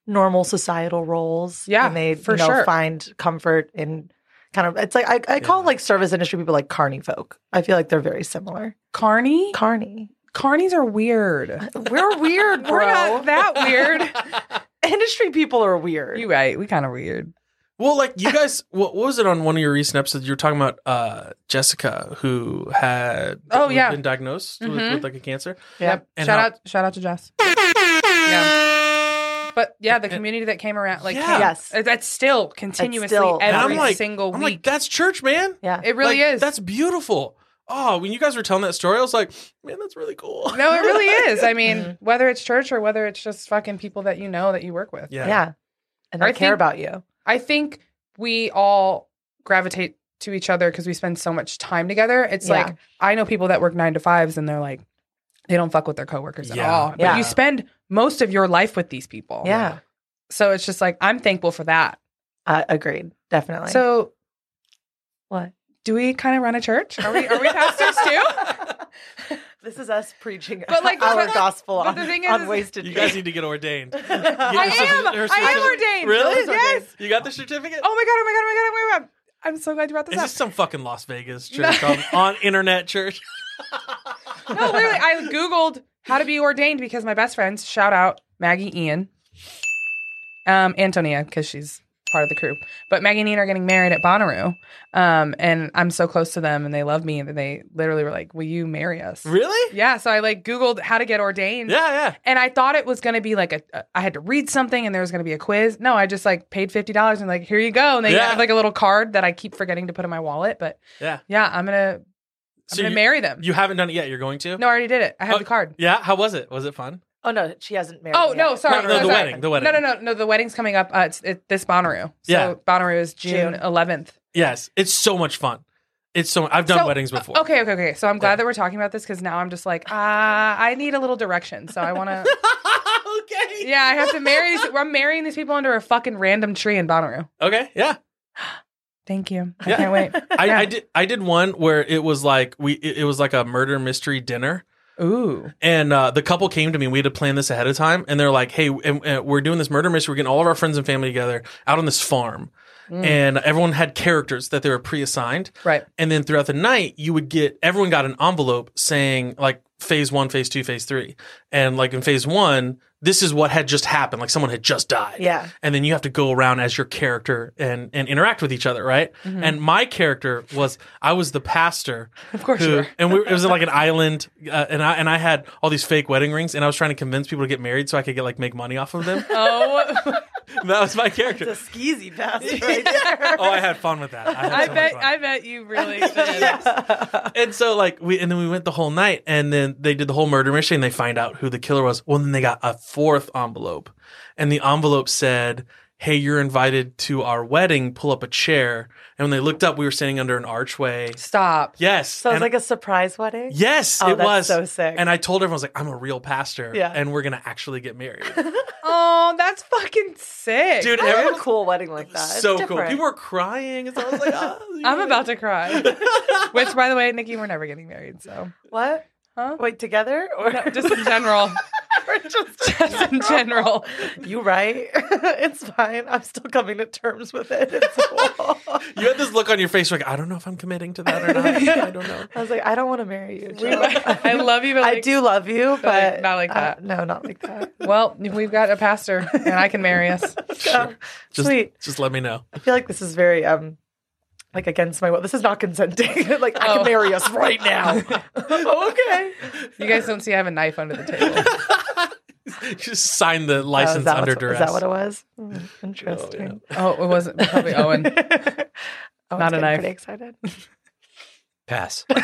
Speaker 3: normal societal roles.
Speaker 2: Yeah,
Speaker 3: and they
Speaker 2: for
Speaker 3: you know,
Speaker 2: sure.
Speaker 3: find comfort in kind of. It's like I, I call
Speaker 1: Yeah.
Speaker 3: like service industry people like carny folk. I feel like they're very similar.
Speaker 2: Carney?
Speaker 3: Carny,
Speaker 2: Carnies are weird.
Speaker 3: we're weird, bro.
Speaker 2: Uh, We're not that weird.
Speaker 3: industry people are weird.
Speaker 2: you right. We kind of weird.
Speaker 1: Well, like you guys, what, what was it on one of your recent episodes? You were talking about uh, Jessica who had
Speaker 2: Oh, yeah.
Speaker 1: been diagnosed with,
Speaker 2: Mhm.
Speaker 1: with like a cancer.
Speaker 3: Yep.
Speaker 1: And
Speaker 2: shout
Speaker 1: how-
Speaker 2: out shout out to Jess. Yeah. But yeah, the community that came around, like,
Speaker 1: Yeah.
Speaker 2: came-
Speaker 3: Yes.
Speaker 2: that's still continuously
Speaker 3: still-
Speaker 1: And
Speaker 2: every
Speaker 1: I'm like,
Speaker 2: single
Speaker 1: I'm like,
Speaker 2: week.
Speaker 1: that's church, man.
Speaker 3: Yeah.
Speaker 2: it really
Speaker 1: Like,
Speaker 2: is.
Speaker 1: That's beautiful. Oh, when you guys were telling that story, I was like, man, that's really cool.
Speaker 2: no, it really is. I mean,
Speaker 3: Mm-hmm.
Speaker 2: whether it's church or whether it's just fucking people that you know that you work with.
Speaker 1: Yeah.
Speaker 3: yeah. And they
Speaker 2: I
Speaker 3: care
Speaker 2: think-
Speaker 3: about you.
Speaker 2: I think we all gravitate to each other because we spend so much time together. It's
Speaker 3: Yeah.
Speaker 2: like I know people that work nine to fives and they're like they don't fuck with their coworkers at
Speaker 1: Yeah.
Speaker 2: all. But
Speaker 3: Yeah.
Speaker 2: you spend most of your life with these
Speaker 1: Oh,
Speaker 2: people.
Speaker 3: Yeah.
Speaker 2: So it's just like I'm thankful for that.
Speaker 3: Uh, agreed. Definitely.
Speaker 2: So
Speaker 3: What?
Speaker 2: Do we kind of run a church? Are we are we pastors too?
Speaker 3: this is us preaching
Speaker 2: But, like,
Speaker 3: our
Speaker 2: but-
Speaker 3: gospel
Speaker 2: but
Speaker 3: on,
Speaker 2: the thing is-
Speaker 3: on wasted
Speaker 1: You guys need to get ordained. You get
Speaker 2: I
Speaker 1: your certi-
Speaker 2: am.
Speaker 1: your
Speaker 2: I am
Speaker 1: certi-
Speaker 2: ordained.
Speaker 1: Really?
Speaker 2: Yes.
Speaker 1: You got the certificate?
Speaker 2: Oh my god! Oh my god! Oh my god! Oh my god! I'm so glad you brought this
Speaker 1: Is
Speaker 2: up.
Speaker 1: this some fucking Las Vegas church on, on internet church?
Speaker 2: No, literally, I googled how to be ordained because my best friends shout out Maggie Ian, um, Antonia because she's part of the crew. But Maggie and Ian are getting married at Bonnaroo, um, and I'm so close to them, and they love me, and they literally were like, "Will you marry us?"
Speaker 1: Really?
Speaker 2: Yeah, so I like googled how to get ordained.
Speaker 1: Yeah, yeah.
Speaker 2: And I thought it was going to be like a, a- I had to read something and there was going to be a quiz. No, I just like paid fifty dollars and like here you go. And they
Speaker 1: Yeah.
Speaker 2: have like a little card that I keep forgetting to put in my wallet. But
Speaker 1: Yeah.
Speaker 2: yeah, I'm gonna I'm
Speaker 1: So
Speaker 2: gonna
Speaker 1: you,
Speaker 2: marry them.
Speaker 1: you haven't done it yet. You're going to?
Speaker 2: no, I already did it. I had
Speaker 1: Oh,
Speaker 2: the card.
Speaker 1: Yeah. How was it? Was it fun?
Speaker 3: Oh no, she hasn't married.
Speaker 2: Oh
Speaker 3: me
Speaker 2: no,
Speaker 3: yet.
Speaker 2: sorry.
Speaker 1: No, no, the
Speaker 2: sorry.
Speaker 1: wedding, the wedding.
Speaker 2: No, no, no, no. The wedding's coming up. Uh, it's it, this Bonnaroo. So
Speaker 1: Yeah.
Speaker 2: Bonnaroo is June
Speaker 3: June.
Speaker 2: eleventh.
Speaker 1: Yes. It's so much fun. It's so. I've done
Speaker 2: So- uh,
Speaker 1: weddings before.
Speaker 2: Okay, okay, okay. So I'm glad that we're talking about this because now I'm just like, ah, I need a little direction. So I want to.
Speaker 1: okay.
Speaker 2: yeah, I have to marry. These, I'm marrying these people under a fucking random tree in Bonnaroo.
Speaker 1: Okay. Yeah.
Speaker 2: Thank you. I
Speaker 1: Yeah.
Speaker 2: can't wait.
Speaker 1: I,
Speaker 2: Yeah.
Speaker 1: I did. I did one where it was like we. It, it was like a murder mystery dinner.
Speaker 2: Ooh.
Speaker 1: And uh, the couple came to me. and We had to plan this ahead of time, and they're like, "Hey, and, and we're doing this murder mystery. We're getting all of our friends and family together out on this farm,
Speaker 2: Mm.
Speaker 1: and everyone had characters that they were pre-assigned.
Speaker 2: Right.
Speaker 1: And then throughout the night, you would get everyone got an envelope saying like phase one, phase two, phase three, and like in phase one, this is what had just happened. Like someone had just died.
Speaker 3: Yeah.
Speaker 1: And then you have to go around as your character and and interact with each other, right?
Speaker 2: Mm-hmm.
Speaker 1: And my character was I was the pastor, of
Speaker 2: course you were.
Speaker 1: and we, it was in like an island, uh, and I and I had all these fake wedding rings, and I was trying to convince people to get married so I could get like make money off of them.
Speaker 2: Oh,
Speaker 1: that was my character.
Speaker 3: It's a skeezy pass right there.
Speaker 1: Oh, I had fun with that. had so
Speaker 2: I
Speaker 1: much
Speaker 2: bet.
Speaker 1: fun.
Speaker 2: I bet you really did.
Speaker 1: and so like we and then we went the whole night and then they did the whole murder mystery and they find out who the killer was well then they got a fourth envelope and the envelope said hey you're invited to our wedding pull up a chair and when they looked up we were standing under an archway
Speaker 2: Stop.
Speaker 1: yes
Speaker 3: So it's
Speaker 1: and-
Speaker 3: like a surprise wedding.
Speaker 1: yes
Speaker 3: Oh,
Speaker 1: it
Speaker 3: that's
Speaker 1: was
Speaker 3: so sick.
Speaker 1: and i told everyone I was like i'm a real pastor
Speaker 3: Yeah.
Speaker 1: and we're gonna actually get married
Speaker 2: Oh, that's fucking sick,
Speaker 1: dude
Speaker 3: I love a
Speaker 1: everyone
Speaker 3: cool wedding like that. It's
Speaker 1: so cool
Speaker 3: different.
Speaker 1: people were crying and so i was like oh,
Speaker 2: I'm about to cry. Which, by the way, Nikki, we're never getting married. So,
Speaker 3: what?
Speaker 2: huh?
Speaker 3: Wait, together or
Speaker 2: Just in general. Just in general.
Speaker 3: you right? it's fine. I'm still coming to terms with it. It's cool.
Speaker 1: you had this look on your face like i don't know if i'm committing to that or not i don't know
Speaker 3: I was like, I don't want to marry you. Joe.
Speaker 2: I love you, but
Speaker 3: I
Speaker 2: like-
Speaker 3: do love you, but
Speaker 2: like, not like
Speaker 3: uh,
Speaker 2: that.
Speaker 3: no, not like that.
Speaker 2: Well, we've got a pastor, and I can marry us.
Speaker 1: just,
Speaker 3: Sweet.
Speaker 1: just let me know
Speaker 3: I feel like this is very um like against my will. This is not consenting. like I
Speaker 2: Oh.
Speaker 3: can marry us right now. okay.
Speaker 2: You guys don't see I have a knife under the table.
Speaker 1: just sign the
Speaker 3: Oh, is
Speaker 1: license
Speaker 3: that
Speaker 1: under
Speaker 3: what's-
Speaker 1: duress.
Speaker 3: Is that what it was? Mm, interesting.
Speaker 2: Oh, it wasn't probably Owen.
Speaker 3: Oh,
Speaker 2: Not a knife.
Speaker 3: Pretty excited.
Speaker 4: Pass.
Speaker 3: Um,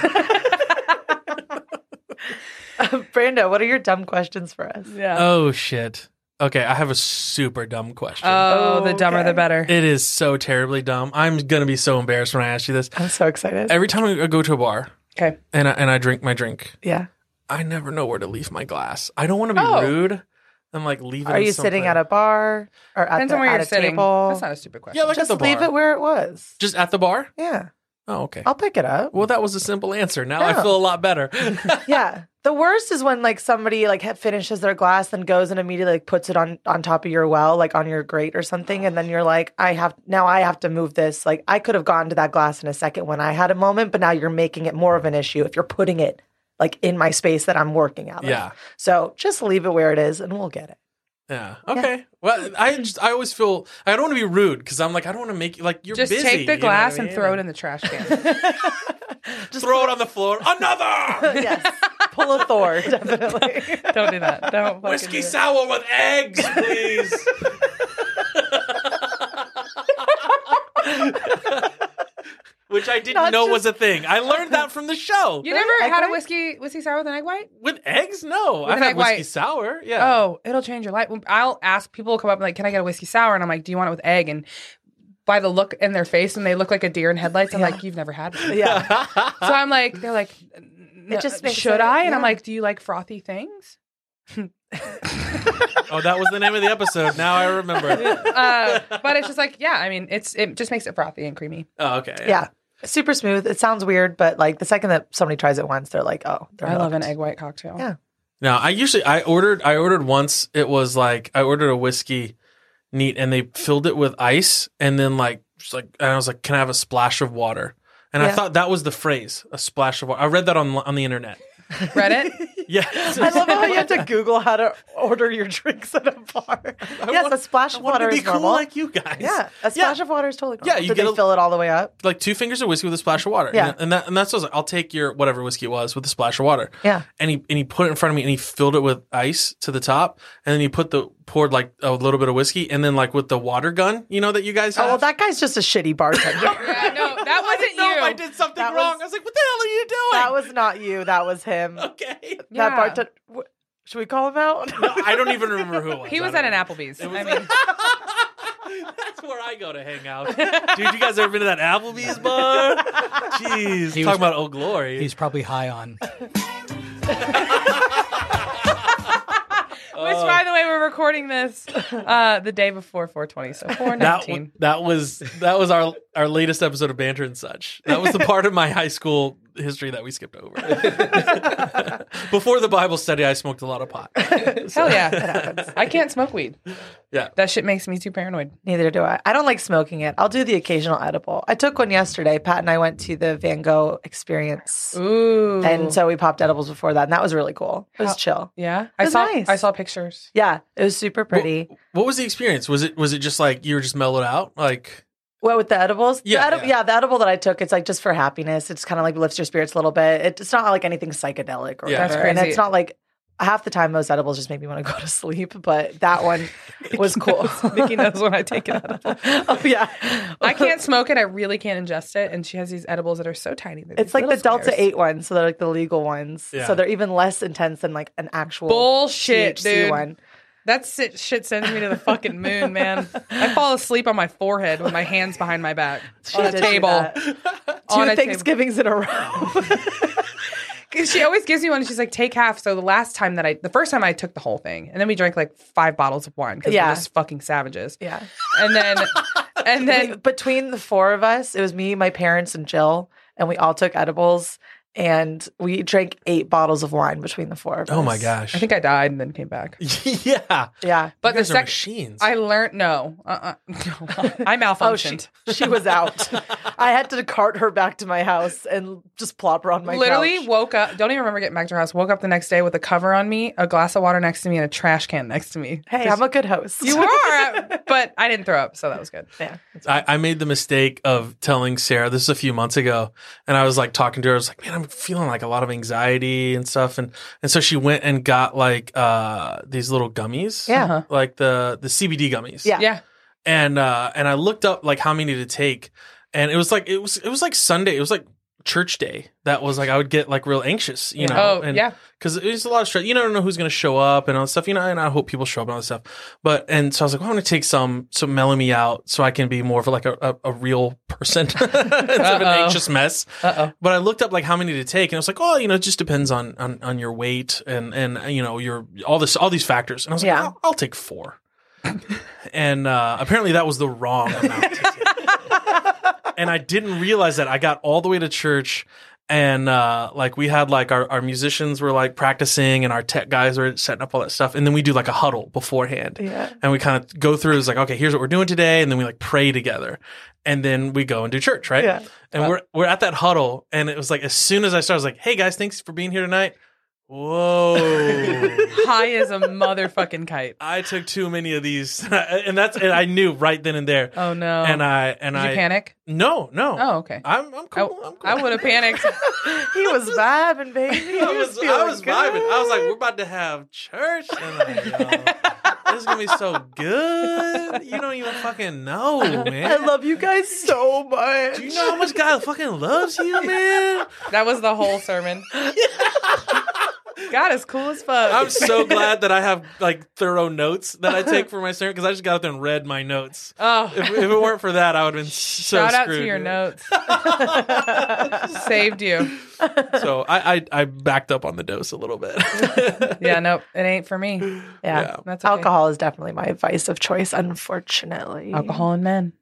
Speaker 3: Brando, what are your dumb questions for us?
Speaker 2: Yeah.
Speaker 1: Oh shit. Okay, I have a super dumb question.
Speaker 2: Oh, the dumber the
Speaker 3: Okay.
Speaker 2: better.
Speaker 1: it is so terribly dumb. I'm gonna be so embarrassed when I ask you this.
Speaker 3: I'm so excited.
Speaker 1: Every time I go to a bar,
Speaker 2: Okay.
Speaker 1: and I, and I drink my drink,
Speaker 3: yeah.
Speaker 1: I never know where to leave my glass. I don't want to be
Speaker 2: Oh.
Speaker 1: rude and like leave. It
Speaker 3: Are
Speaker 1: in
Speaker 3: you sitting
Speaker 1: something.
Speaker 3: at a bar or at,
Speaker 2: Depends
Speaker 3: the,
Speaker 2: on where
Speaker 3: at
Speaker 2: you're
Speaker 3: a
Speaker 2: sitting.
Speaker 3: table?
Speaker 2: That's not a stupid question.
Speaker 1: yeah, like
Speaker 3: Just
Speaker 1: at the
Speaker 3: leave
Speaker 1: bar.
Speaker 3: it where it was.
Speaker 1: Just at the bar.
Speaker 3: Yeah.
Speaker 1: Oh, okay.
Speaker 3: I'll pick it up.
Speaker 1: Well, that was a simple answer. Now I
Speaker 3: No.
Speaker 1: feel a lot better.
Speaker 3: yeah. The worst is when like somebody like ha- finishes their glass, then goes and immediately like puts it on on top of your well, like on your grate or something, and then you're like, I have now I have to move this. Like I could have gone to that glass in a second when I had a moment, but now you're making it more of an issue if you're putting it like in my space that I'm working out. of.
Speaker 1: yeah.
Speaker 3: So just leave it where it is, and we'll get it.
Speaker 1: Yeah. Okay. Well, I just I always feel I don't want to be rude because I'm like I don't want to make you like you're
Speaker 2: Just
Speaker 1: busy,
Speaker 2: take the
Speaker 1: you know what I
Speaker 2: glass and
Speaker 1: mean?
Speaker 2: throw it in the trash can.
Speaker 1: throw it on the floor. Another.
Speaker 3: yes. pull a Thor, definitely.
Speaker 2: Don't do that. Don't fucking do
Speaker 1: Whiskey
Speaker 2: that.
Speaker 1: sour with eggs, please. Which I didn't
Speaker 3: Not
Speaker 1: know
Speaker 3: just-
Speaker 1: was a thing. I learned that from the show.
Speaker 2: You never
Speaker 3: Egg
Speaker 2: had a
Speaker 3: white?
Speaker 2: whiskey whiskey sour with an egg white?
Speaker 1: With eggs? No.
Speaker 2: With
Speaker 1: I've
Speaker 2: an
Speaker 1: had
Speaker 2: egg
Speaker 1: whiskey
Speaker 2: white.
Speaker 1: sour. Yeah.
Speaker 2: Oh, it'll change your life. I'll ask people will come up and like, "Can I get a whiskey sour?" And I'm like, "Do you want it with egg?" And by the look in their face, and they look like a deer in headlights. I'm like, "You've never had one."
Speaker 3: yeah.
Speaker 2: So I'm like, they're like, "N-
Speaker 3: just makes
Speaker 2: should
Speaker 3: it-
Speaker 2: I? And I'm
Speaker 3: yeah.
Speaker 2: like, "Do you like frothy things?"
Speaker 1: Oh, that was the name of the episode. Now I remember.
Speaker 2: Uh, but it's just like, yeah. I mean, it's it just makes it frothy and creamy.
Speaker 1: Oh, okay.
Speaker 3: Yeah. Super smooth. It sounds weird, but like the second that somebody tries it once, they're like, oh, they're
Speaker 2: I love an
Speaker 3: hooked.
Speaker 2: egg white cocktail.
Speaker 3: Yeah.
Speaker 1: No, I usually I ordered I ordered once. It was like I ordered a whiskey neat, and they filled it with ice, and then like just like and I was like, can I have a splash of water? And I
Speaker 3: Yeah.
Speaker 1: thought that was the phrase, a splash of water. I read that on on the internet.
Speaker 2: Reddit.
Speaker 1: Yeah,
Speaker 3: I love how you have to Google how to order your drinks at a bar. yes,
Speaker 1: want-
Speaker 3: a splash
Speaker 1: I
Speaker 3: of
Speaker 1: wanted
Speaker 3: water
Speaker 1: to be
Speaker 3: is
Speaker 1: cool
Speaker 3: normal.
Speaker 1: like you guys.
Speaker 3: yeah, a splash of water is totally normal.
Speaker 1: Yeah, you
Speaker 3: Did
Speaker 1: get
Speaker 3: they
Speaker 1: a-
Speaker 3: fill it all the way up?
Speaker 1: like two fingers of whiskey with a splash of water.
Speaker 3: Yeah.
Speaker 1: and, and that and that's what I was like. I'll take your whatever whiskey it was with a splash of water.
Speaker 3: Yeah.
Speaker 1: and he and he put it in front of me and he filled it with ice to the top, and then he put the poured like a little bit of whiskey, and then like with the water gun, you know that you guys.
Speaker 3: Oh,
Speaker 1: Have.
Speaker 3: well, that guy's just a shitty bartender.
Speaker 2: Yeah, no, that
Speaker 1: "Oh, I
Speaker 2: wasn't
Speaker 1: didn't know
Speaker 2: you.
Speaker 1: if I did something
Speaker 3: That
Speaker 1: wrong.
Speaker 3: was-
Speaker 1: I was like, what the hell are you doing?
Speaker 3: that was not you. That was him.
Speaker 1: okay.
Speaker 2: Yeah.
Speaker 3: That bartender. wh- Should we call him out?
Speaker 1: No, I don't even remember who it was.
Speaker 2: He was
Speaker 1: I
Speaker 2: at
Speaker 1: don't
Speaker 2: an
Speaker 1: know.
Speaker 2: Applebee's.
Speaker 1: It was-
Speaker 2: I mean,
Speaker 1: That's where I go to hang out. Dude, you guys ever been to that Applebee's bar? Jeez.
Speaker 4: He
Speaker 1: talking
Speaker 4: was-
Speaker 1: about Old Glory.
Speaker 4: He's probably high on.
Speaker 2: which, by the way, we're recording this uh, the day before 420, so 419.
Speaker 1: that, that was that was our our latest episode of banter and such. That was the part of my high school history that we skipped over. Before the Bible study, I smoked a lot of pot.
Speaker 2: Hell yeah. I can't smoke weed.
Speaker 1: Yeah.
Speaker 2: That shit makes me too paranoid.
Speaker 3: Neither do I. I don't like smoking it. I'll do the occasional edible. I took one yesterday. Pat and I went to the Van Gogh experience.
Speaker 2: Ooh.
Speaker 3: And so we popped edibles before that, and that was really cool. It was
Speaker 2: How-
Speaker 3: chill.
Speaker 2: yeah, I
Speaker 3: was
Speaker 2: saw
Speaker 3: nice.
Speaker 2: I saw pictures.
Speaker 3: Yeah, it was super pretty.
Speaker 1: What was the experience? Was it was it just like you were just mellowed out? Like
Speaker 3: What with the edibles? The
Speaker 1: Yeah,
Speaker 3: edi-
Speaker 1: yeah.
Speaker 3: the edible that I took, it's like just for happiness. It's kind of like lifts your spirits a little bit. It, it's not like anything psychedelic or
Speaker 1: Yeah.
Speaker 3: whatever.
Speaker 1: That's
Speaker 3: And
Speaker 2: crazy.
Speaker 3: it's not like half the time most edibles just make me want to go to sleep, but that one was cool.
Speaker 2: Nikki knows when I take an edible.
Speaker 3: oh yeah,
Speaker 2: I can't smoke it. I really can't ingest it. And she has these edibles that are so tiny. they're
Speaker 3: It's
Speaker 2: these
Speaker 3: like the
Speaker 2: little
Speaker 3: Delta
Speaker 2: squares.
Speaker 3: Eight ones, so they're like the legal ones.
Speaker 1: Yeah.
Speaker 3: So they're even less intense than like an actual
Speaker 2: Bullshit,
Speaker 3: THC
Speaker 2: dude.
Speaker 3: one.
Speaker 2: That shit, shit sends me to the fucking moon, man. I fall asleep on my forehead with my hands behind my back on a
Speaker 3: did do
Speaker 2: table.
Speaker 3: that.
Speaker 2: On
Speaker 3: Two
Speaker 2: a table.
Speaker 3: Thanksgivings in a row.
Speaker 2: 'Cause she always gives me one. And she's like, take half. So the last time that I, the first time I took the whole thing, and then we drank like five bottles of wine because
Speaker 3: Yeah.
Speaker 2: we're just fucking savages.
Speaker 3: yeah.
Speaker 2: And then, and then
Speaker 3: between the four of us, it was me, my parents, and Jill, and we all took edibles and we drank eight bottles of wine between the four of us.
Speaker 1: oh my gosh.
Speaker 2: I think I died and then came back.
Speaker 1: yeah.
Speaker 3: Yeah.
Speaker 2: But the
Speaker 1: These are
Speaker 2: second,
Speaker 1: machines.
Speaker 2: I learned no, uh, uh no, I
Speaker 3: Oh, she,
Speaker 2: malfunctioned.
Speaker 3: she was out. I had to cart her back to my house and just plop her on my
Speaker 2: Literally
Speaker 3: couch.
Speaker 2: woke up. Don't even remember getting back to her house. Woke up the next day with a cover on me, a glass of water next to me, and a trash can next to me.
Speaker 3: Hey, I'm a good host.
Speaker 2: You are, but I didn't throw up, so that was good.
Speaker 3: Yeah.
Speaker 1: I, I made the mistake of telling Sarah this is a few months ago, and I was like talking to her. I was like, "Man, I'm feeling like a lot of anxiety and stuff," and and so she went and got like uh these little gummies,
Speaker 3: Yeah.
Speaker 2: Uh-huh.
Speaker 1: like the the CBD gummies,
Speaker 3: Yeah.
Speaker 2: Yeah,
Speaker 1: and uh and I looked up like how many to take, and it was like it was it was like Sunday, it was like church day. That was like I would get like real anxious, you
Speaker 2: Yeah.
Speaker 1: know,
Speaker 2: Oh,
Speaker 1: and
Speaker 2: yeah.
Speaker 1: because it was a lot of stress. You don't know who's going to show up and all that stuff. You know, and I hope people show up and all that stuff. But and so I was like, well, I'm going to take some some mellow me out so I can be more of like a, a, a real person instead of an
Speaker 2: Uh-oh.
Speaker 1: anxious mess.
Speaker 2: Uh-oh.
Speaker 1: But I looked up like how many to take, and I was like, oh, you know, it just depends on on, on your weight and and you know your all this all these factors. And I was like,
Speaker 3: Yeah.
Speaker 1: I'll, I'll take four. and uh, apparently that was the wrong amount. to take. and I didn't realize that I got all the way to church and uh, like we had like our, our musicians were like practicing and our tech guys were setting up all that stuff and then we do like a huddle beforehand
Speaker 3: Yeah.
Speaker 1: and we kind of go through it's like okay here's what we're doing today and then we like pray together and then we go and do church right
Speaker 3: Yeah.
Speaker 1: and we're we're at that huddle and it was like as soon as I started I was like hey guys thanks for being here tonight Whoa.
Speaker 2: High as a motherfucking kite.
Speaker 1: I took too many of these, and that's and I knew right then and there.
Speaker 2: Oh no.
Speaker 1: And I and
Speaker 2: Did
Speaker 1: I
Speaker 2: you panic?
Speaker 1: No, no.
Speaker 2: Oh, okay.
Speaker 1: I'm I'm
Speaker 2: I,
Speaker 1: cool. I, am cool.
Speaker 2: I would have panicked.
Speaker 3: He was vibing, baby. He
Speaker 1: I was, I was vibing. I was like, we're about to have church tonight. Yo. this is gonna be so good. You don't even fucking know, man.
Speaker 3: I love you guys so much.
Speaker 1: Do you know how much God fucking loves you, man?
Speaker 2: that was the whole sermon. God is cool as fuck.
Speaker 1: I'm so glad that I have like thorough notes that I take for my sermon because I just got up there and read my notes.
Speaker 2: oh,
Speaker 1: If, if it weren't for that, I would have been so
Speaker 2: shout out to
Speaker 1: screwed,
Speaker 2: your
Speaker 1: dude.
Speaker 2: notes. Saved you.
Speaker 1: So I, I I backed up on the dose a little bit.
Speaker 2: Yeah, nope, it ain't for me.
Speaker 3: Yeah.
Speaker 1: Yeah.
Speaker 2: That's okay.
Speaker 3: Alcohol is definitely my vice of choice, unfortunately.
Speaker 2: Alcohol and men.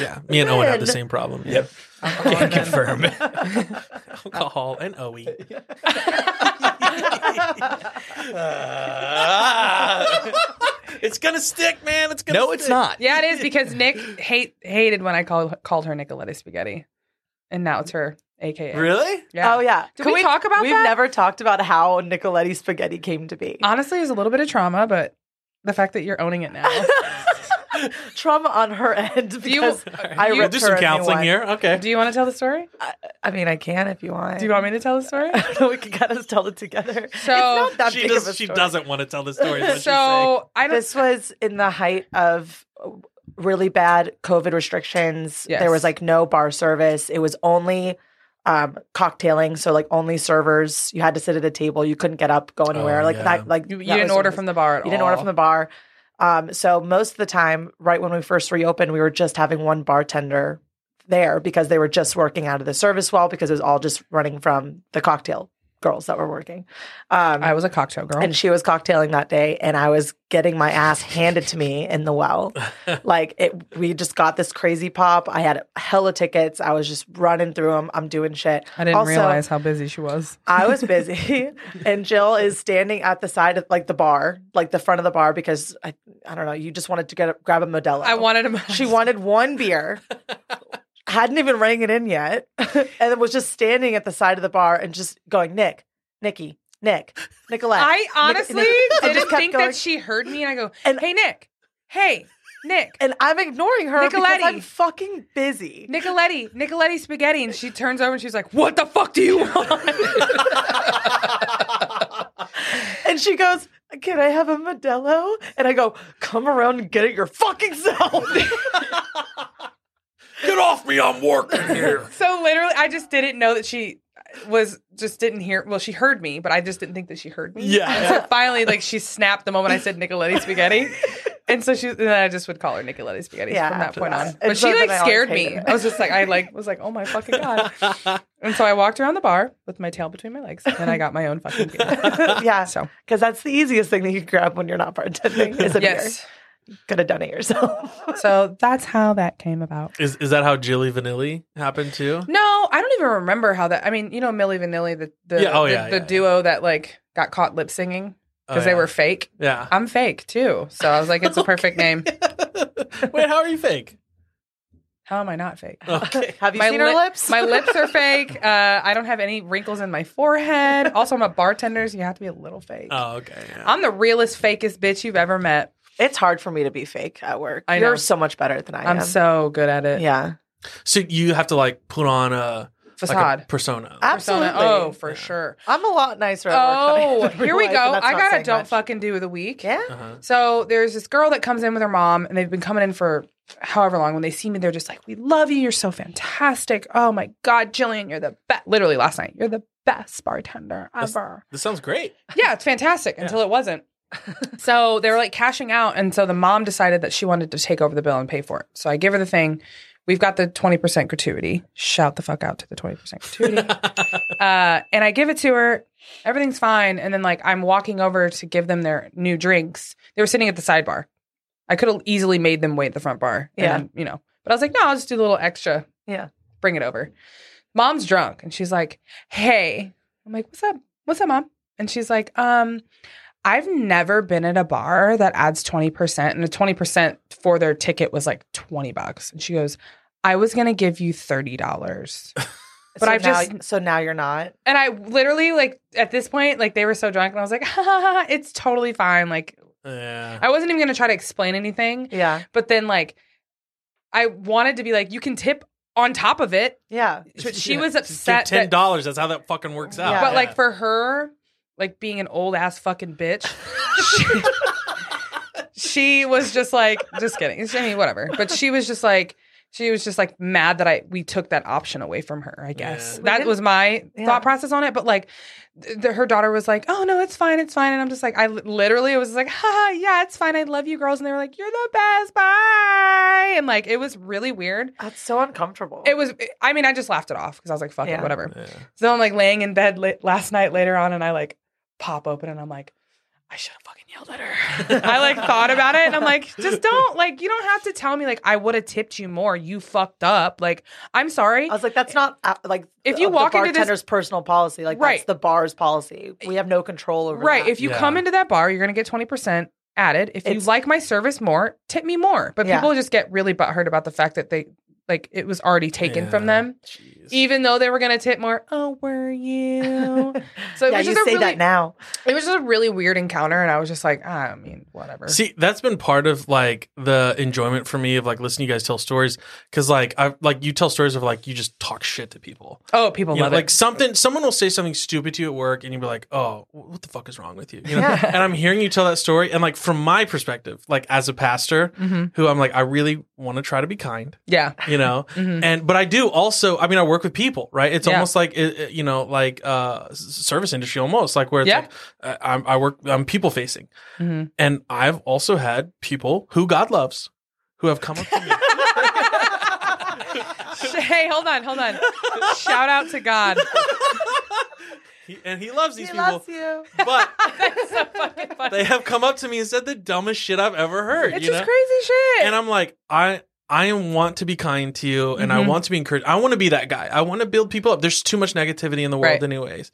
Speaker 1: yeah, me and Owen had the
Speaker 3: Man.
Speaker 1: same problem. Yep,
Speaker 4: Can confirm.
Speaker 1: alcohol and E. Owe. Uh, it's gonna stick, man. It's gonna
Speaker 4: no, it's
Speaker 1: stick.
Speaker 4: not.
Speaker 2: Yeah, it is because Nick hate hated when I called called her Nicoletta Spaghetti, and now it's her, aka.
Speaker 1: Really?
Speaker 2: Yeah.
Speaker 3: Oh yeah.
Speaker 2: Did
Speaker 3: Can
Speaker 2: we talk about
Speaker 3: we've
Speaker 2: that? Uh,
Speaker 3: never talked about how Nicoletti spaghetti came to be.
Speaker 2: Honestly, there's a little bit of trauma, but the fact that you're owning it now.
Speaker 3: Trauma on her end
Speaker 2: you-
Speaker 3: because I
Speaker 2: you-
Speaker 1: We'll
Speaker 3: ripped
Speaker 1: do
Speaker 3: her
Speaker 1: some
Speaker 3: a new
Speaker 1: counseling
Speaker 3: one.
Speaker 1: here. Okay.
Speaker 2: Do you want to tell the story?
Speaker 3: I mean, I can if you want.
Speaker 2: Do you want me to tell the story?
Speaker 3: we can kind of tell it together.
Speaker 2: So-
Speaker 3: it's not that
Speaker 1: She
Speaker 3: big
Speaker 1: does.
Speaker 3: of a
Speaker 1: She
Speaker 3: story.
Speaker 1: doesn't want to tell the story. is what she's saying.
Speaker 2: so I don't.
Speaker 3: This was in the height of really bad COVID restrictions.
Speaker 2: Yes.
Speaker 3: There was like no bar service. It was only um cocktailing, so like only servers. You had to sit at a table. You couldn't get up, go anywhere. like
Speaker 1: Oh, yeah.
Speaker 3: that. Like
Speaker 2: you, you
Speaker 3: that
Speaker 2: didn't
Speaker 3: was-
Speaker 2: order from the bar at
Speaker 3: You didn't order from the bar. Um, so most of the time, right when we first reopened, we were just having one bartender there because they were just working out of the service well because it was all just running from the cocktail girls that were working. Um,
Speaker 2: I was a cocktail girl.
Speaker 3: and she was cocktailing that day, and I was getting my ass handed to me in the well. like it, we just got this crazy pop. I had hella tickets. I was just running through them. I'm doing shit.
Speaker 2: I didn't
Speaker 3: Also-
Speaker 2: realize how busy she was.
Speaker 3: I was busy, and Jill is standing at the side of like the bar, like the front of the bar, because I, I don't know. You just wanted to get a, grab a Modelo.
Speaker 2: I wanted him.
Speaker 3: She wanted one beer. Hadn't even rang it in yet, and it was just standing at the side of the bar and just going, Nick, Nikki, Nick, Nicolette.
Speaker 2: I honestly
Speaker 3: Nick- I just
Speaker 2: didn't
Speaker 3: kept
Speaker 2: think
Speaker 3: going.
Speaker 2: that she heard me, and I go,
Speaker 3: And-
Speaker 2: "Hey, Nick. Hey, Nick.
Speaker 3: and I'm ignoring her because
Speaker 2: Nicoletti.
Speaker 3: I'm fucking busy.
Speaker 2: Nicoletti. Nicoletti spaghetti." And she turns over and she's like, "What the fuck do you want?"
Speaker 3: And she goes, Can I have a Modelo? And I go, Come around and get it your fucking self.
Speaker 1: Get off me! I'm working here.
Speaker 2: so literally, I just didn't know that she was just didn't hear. Well, she heard me, but I just didn't think that she heard me.
Speaker 1: Yeah.
Speaker 2: So finally, like she snapped the moment I said Nicoletti spaghetti. And so she, and then I just would call her Nicoletti spaghetti
Speaker 3: Yeah,
Speaker 2: from that
Speaker 3: after
Speaker 2: point
Speaker 3: that.
Speaker 2: on.
Speaker 3: And
Speaker 2: But
Speaker 3: so
Speaker 2: she
Speaker 3: then
Speaker 2: like
Speaker 3: I always
Speaker 2: scared me.
Speaker 3: hated it.
Speaker 2: I was just like, I like was like, oh my fucking god. and so I walked around the bar with my tail between my legs, and then I got my own fucking beer.
Speaker 3: yeah.
Speaker 2: So
Speaker 3: Because that's the easiest thing that you can grab when you're not bartending is a
Speaker 2: yes,
Speaker 3: beer. Could have done it yourself.
Speaker 2: so that's how that came about.
Speaker 1: Is is that how Jilly Vanilli happened too?
Speaker 2: No, I don't even remember how that. I mean, you know, Millie Vanilli, the the
Speaker 1: Yeah, oh,
Speaker 2: the,
Speaker 1: yeah,
Speaker 2: the
Speaker 1: yeah, Oh,
Speaker 2: duo that like got caught lip singing because they were fake.
Speaker 1: Yeah.
Speaker 2: I'm fake too, so I was like, it's a perfect name.
Speaker 1: Wait, how are you fake?
Speaker 2: How am I not fake?
Speaker 1: Okay.
Speaker 3: Have you
Speaker 2: My
Speaker 3: seen
Speaker 2: lip-
Speaker 3: her lips?
Speaker 2: My lips are fake. Uh, I don't have any wrinkles in my forehead. Also, I'm a bartender, so you have to be a little fake.
Speaker 1: Oh, okay. yeah.
Speaker 2: I'm the realest, fakest bitch you've ever met.
Speaker 3: it's hard for me to be fake at work.
Speaker 2: I know.
Speaker 3: You're so much better than I
Speaker 2: I'm
Speaker 3: am.
Speaker 2: so good at it.
Speaker 3: yeah.
Speaker 1: So you have to like put on a like a
Speaker 2: Facade.
Speaker 1: persona.
Speaker 3: Absolutely.
Speaker 2: Persona. Oh, for sure.
Speaker 3: I'm a lot nicer at work.
Speaker 2: Oh,
Speaker 3: than I am in
Speaker 2: here we
Speaker 3: real
Speaker 2: go.
Speaker 3: life, and that's
Speaker 2: I
Speaker 3: not
Speaker 2: got a
Speaker 3: saying
Speaker 2: don't
Speaker 3: much.
Speaker 2: fucking do of the week.
Speaker 3: Yeah.
Speaker 1: Uh-huh.
Speaker 2: So there's this girl that comes in with her mom, and they've been coming in for however long. When they see me, they're just like, "We love you. You're so fantastic. Oh my god, Jillian, you're the best." Literally last night, you're the best bartender
Speaker 1: That's-
Speaker 2: ever.
Speaker 1: This sounds great.
Speaker 2: Yeah, it's fantastic until it wasn't. so they were like cashing out. And so the mom decided that she wanted to take over the bill and pay for it. So I give her the thing. We've got the 20% gratuity. Shout the fuck out to the 20% gratuity. uh, and I give it to her. Everything's fine. And then, like, I'm walking over to give them their new drinks. They were sitting at the sidebar. I could have easily made them wait at the front bar. and
Speaker 3: Yeah.
Speaker 2: then, you know, but I was like, no, I'll just do a little extra.
Speaker 3: Yeah.
Speaker 2: Bring it over. Mom's drunk. And she's like, hey. I'm like, what's up? What's up, mom? And she's like, um, I've never been at a bar that adds 20%. And the 20% for their ticket was like 20 bucks. And she goes, I was going to give you $30. But
Speaker 3: so
Speaker 2: I've
Speaker 3: now,
Speaker 2: just
Speaker 3: so now you're not.
Speaker 2: and I literally like at this point like they were so drunk and I was like, ha, ha, ha, it's totally fine. Like
Speaker 1: Yeah.
Speaker 2: I wasn't even gonna try to explain anything,
Speaker 3: Yeah.
Speaker 2: but then like I wanted to be like, you can tip on top of it.
Speaker 3: Yeah.
Speaker 2: But she
Speaker 1: Yeah.
Speaker 2: was
Speaker 1: Just give
Speaker 2: upset
Speaker 1: Ten
Speaker 2: that-
Speaker 1: dollars. That's how that fucking works out.
Speaker 3: Yeah.
Speaker 2: But like for her, like being an old ass fucking bitch, she, she was just like, just kidding. I mean, whatever. But she was just like, she was just like mad that I we took that option away from her. I guess
Speaker 1: Yeah.
Speaker 2: that was my
Speaker 3: yeah.
Speaker 2: thought process on it. But like, th- th- her daughter was like, "Oh no, it's fine, it's fine," and I'm just like, I li- literally was like, "Ha, yeah, it's fine. I love you, girls," and they were like, "You're the best, bye," and like it was really weird.
Speaker 3: That's so uncomfortable.
Speaker 2: It was. I mean, I just laughed it off because I was like, "Fuck
Speaker 3: Yeah.
Speaker 2: it, whatever."
Speaker 1: Yeah.
Speaker 2: So I'm like laying in bed late, last night later on, and I like pop open and I'm like, I should have fucking yelled at her. I like thought about it and I'm like, just don't like you don't have to tell me like I would have tipped you more. You fucked up. Like I'm sorry.
Speaker 3: I was like, that's not uh, like
Speaker 2: If you
Speaker 3: of
Speaker 2: walk
Speaker 3: the
Speaker 2: into this-
Speaker 3: bartender's personal policy. Like
Speaker 2: Right.
Speaker 3: that's the bar's policy. We have no control over
Speaker 2: right.
Speaker 3: that.
Speaker 2: If you
Speaker 1: Yeah.
Speaker 2: come into that bar, you're gonna get twenty percent added. If you
Speaker 3: It's-
Speaker 2: like my service more, tip me more. But
Speaker 3: Yeah.
Speaker 2: people just get really butthurt about the fact that they like it was already taken from
Speaker 1: Yeah.
Speaker 2: them.
Speaker 1: Jeez.
Speaker 2: Even though they were gonna tip more, oh, were you? So it
Speaker 3: yeah,
Speaker 2: was
Speaker 3: you
Speaker 2: just a
Speaker 3: say
Speaker 2: really-
Speaker 3: that now.
Speaker 2: It was just a really weird encounter, and I was just like, "Ah, I mean, whatever.
Speaker 1: See, that's been part of like the enjoyment for me of like listening to you guys tell stories because like I like you tell stories of like you just talk shit to people.
Speaker 2: oh, people
Speaker 1: You know,
Speaker 2: love
Speaker 1: like
Speaker 2: it.
Speaker 1: something, someone will say something stupid to you at work, and you'll be like, "Oh, what the fuck is wrong with you?" you know?
Speaker 3: Yeah.
Speaker 1: And I'm hearing you tell that story, and like from my perspective, like as a pastor, who I'm like, I really want to try to be kind,
Speaker 2: Mm-hmm. Yeah,
Speaker 1: you know, and but I do also, I mean, I work with people, right? It's
Speaker 2: Mm-hmm. Yeah.
Speaker 1: almost like it, it- you know, like uh, s- service industry, almost like where it's
Speaker 2: Yeah.
Speaker 1: like uh, I'm, I work, I'm people facing,
Speaker 2: Mm-hmm.
Speaker 1: and I've also had people who God loves who have come up to me.
Speaker 2: hey, hold on, hold on. Shout out to God.
Speaker 1: He- and he loves these
Speaker 3: He
Speaker 1: people,
Speaker 3: loves you.
Speaker 1: but
Speaker 2: So fucking funny.
Speaker 1: they have come up to me and said the dumbest shit I've ever heard.
Speaker 2: It's
Speaker 1: you
Speaker 2: just
Speaker 1: know?
Speaker 2: crazy shit.
Speaker 1: And I'm like, I I want to be kind to you, and
Speaker 3: Mm-hmm.
Speaker 1: I want to be encouraged. I want to be that guy. I want to build people up. There's too much negativity in the world,
Speaker 2: Right.
Speaker 1: anyways.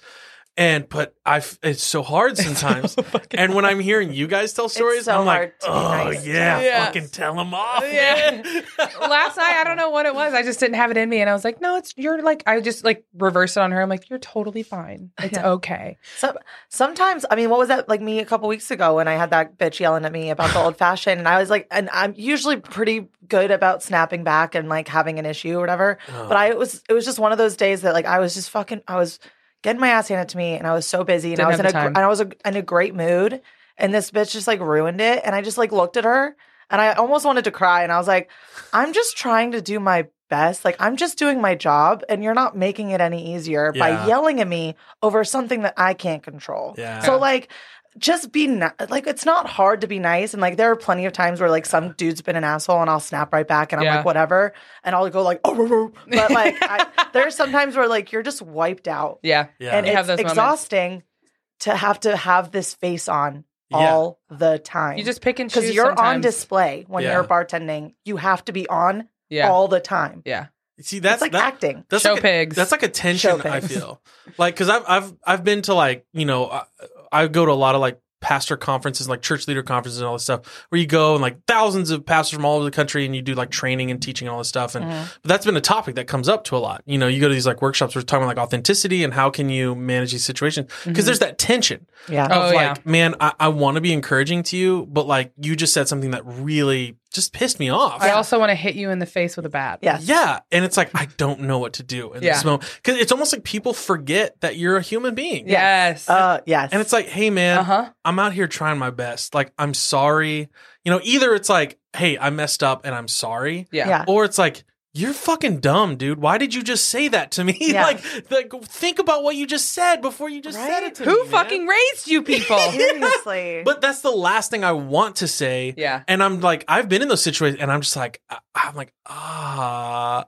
Speaker 1: And but I, f- it's so hard sometimes. and when I'm hearing you guys tell stories,
Speaker 3: so
Speaker 1: I'm like,
Speaker 3: hard to be
Speaker 1: oh
Speaker 3: nice."
Speaker 1: yeah,
Speaker 2: Yeah.
Speaker 1: fucking tell them off.
Speaker 2: Yeah.
Speaker 1: man."
Speaker 2: Last night, I don't know what it was. I just didn't have it in me, and I was like, "No, it's you're like." I just like reversed it on her. I'm like, "You're totally fine. It's okay."
Speaker 3: So, sometimes, I mean, what was that like me a couple weeks ago when I had that bitch yelling at me about the old fashioned? And I was like, and I'm usually pretty good about snapping back and like having an issue or whatever.
Speaker 1: Oh,
Speaker 3: But I was, it was just one of those days that like I was just fucking, I was getting my ass handed to me and I was so busy and
Speaker 2: Didn't
Speaker 3: I was
Speaker 2: have
Speaker 3: in
Speaker 2: the
Speaker 3: a, gr-
Speaker 2: time.
Speaker 3: and I was a, in a great mood. And this bitch just like ruined it. And I just like looked at her and I almost wanted to cry. And I was like, I'm just trying to do my best. Like, I'm just doing my job and you're not making it any easier
Speaker 1: Yeah.
Speaker 3: by yelling at me over something that I can't control.
Speaker 1: Yeah.
Speaker 3: So, like, just be ni- like it's not hard to be nice and like there are plenty of times where like some dude's been an asshole and I'll snap right back and I'm
Speaker 2: Yeah.
Speaker 3: like whatever and I'll go like oh roo, roo. but like I, there are some times where like you're just wiped out
Speaker 2: Yeah,
Speaker 1: Yeah.
Speaker 3: and
Speaker 2: You
Speaker 3: it's
Speaker 2: have those moments.
Speaker 3: exhausting to have to have this face on
Speaker 1: Yeah.
Speaker 3: all the time.
Speaker 2: you just pick and choose
Speaker 3: because you're on
Speaker 2: sometimes.
Speaker 3: display when
Speaker 1: Yeah.
Speaker 3: you're bartending, you have to be on
Speaker 2: Yeah,
Speaker 3: all the time.
Speaker 2: yeah.
Speaker 1: See, that's
Speaker 3: it's like
Speaker 1: that,
Speaker 3: acting.
Speaker 1: That's
Speaker 2: Show
Speaker 1: like a-
Speaker 2: pigs.
Speaker 1: that's like a tension
Speaker 3: Show
Speaker 1: I
Speaker 3: pigs.
Speaker 1: feel like because I've I've I've been to like you know I, I go to a lot of like pastor conferences like church leader conferences and all this stuff where you go and like thousands of pastors from all over the country and you do like training and teaching and all this stuff and but that's been a topic that comes up to a lot you know you go to these like workshops we're talking about like authenticity and how can you manage these situations because there's that tension
Speaker 3: Yeah.
Speaker 2: Oh
Speaker 1: of
Speaker 2: yeah.
Speaker 1: like, man, I, I want to be encouraging to you, but like you just said something that really just pissed me off.
Speaker 2: I also want to hit you in the face with a bat.
Speaker 3: Yeah.
Speaker 1: Yeah, and it's like I don't know what to do in
Speaker 2: Yeah.
Speaker 1: this moment because it's almost like people forget that you're a human being.
Speaker 2: Yes.
Speaker 3: Uh, yes.
Speaker 1: and it's like, hey man,
Speaker 2: Uh-huh.
Speaker 1: I'm out here trying my best. Like I'm sorry. You know, either it's like, hey, I messed up and I'm sorry,
Speaker 2: yeah.
Speaker 3: yeah.
Speaker 1: or it's like. You're fucking dumb, dude. Why did you just say that to me?
Speaker 3: Yeah.
Speaker 1: like, like, think about what you just said before you just said
Speaker 3: Right?
Speaker 1: it to me.
Speaker 2: Who
Speaker 1: man.
Speaker 2: fucking raised you people?
Speaker 3: Seriously.
Speaker 1: But that's the last thing I want to say.
Speaker 2: Yeah.
Speaker 1: And I'm like, I've been in those situations, and I'm just like, I- I'm like, ah,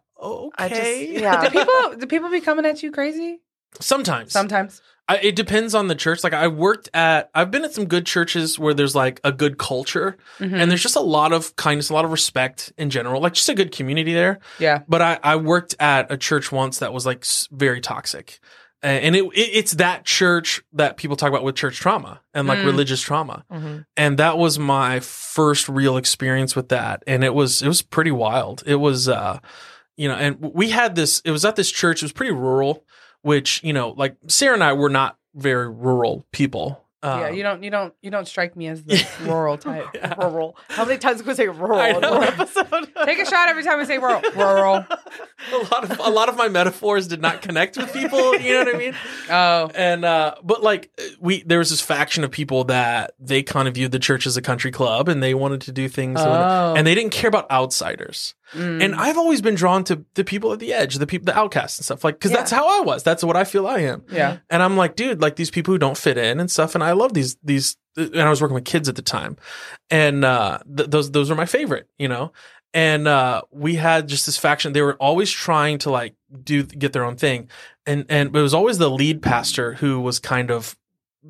Speaker 3: I just
Speaker 1: okay.
Speaker 3: yeah.
Speaker 2: people do people be coming at you crazy
Speaker 1: Sometimes,
Speaker 2: sometimes?
Speaker 1: I, it depends on the church. Like I worked at, I've been at some good churches where there's like a good culture,
Speaker 2: Mm-hmm. Hmm.
Speaker 1: and there's just a lot of kindness, a lot of respect in general, like just a good community there.
Speaker 2: Yeah.
Speaker 1: But I, I worked at a church once that was like s- very toxic, A- and it, it it's that church that people talk about with church trauma and like
Speaker 2: Mm.
Speaker 1: religious trauma,
Speaker 3: Mhm.
Speaker 1: and that was my first real experience with that, and it was it was pretty wild. It was. uh you know, and we had this. It was at this church. It was pretty rural, which you know, like Sarah and I were not very rural people. Um,
Speaker 2: yeah, you don't, you don't, you don't strike me as the rural type.
Speaker 3: Rural. How many times can we say rural
Speaker 1: I
Speaker 3: in
Speaker 1: know.
Speaker 3: one episode?
Speaker 2: Take a shot every time I say rural. Rural.
Speaker 1: a lot of a lot of my metaphors did not connect with people. You know what I mean?
Speaker 2: Oh,
Speaker 1: And uh, but like we, there was this faction of people that they kind of viewed the church as a country club, and they wanted to do things,
Speaker 2: Oh.
Speaker 1: and they didn't care about outsiders.
Speaker 2: Mm.
Speaker 1: And I've always been drawn to the people at the edge, the people, the outcasts and stuff, like because that's how I was. That's what I feel I am.
Speaker 2: yeah.
Speaker 1: And I'm like, dude, like these people who don't fit in and stuff. And I love these these. And I was working with kids at the time, and uh, th- those those are my favorite, you know. And uh, we had just this faction. They were always trying to like do get their own thing, and and but it was always the lead pastor who was kind of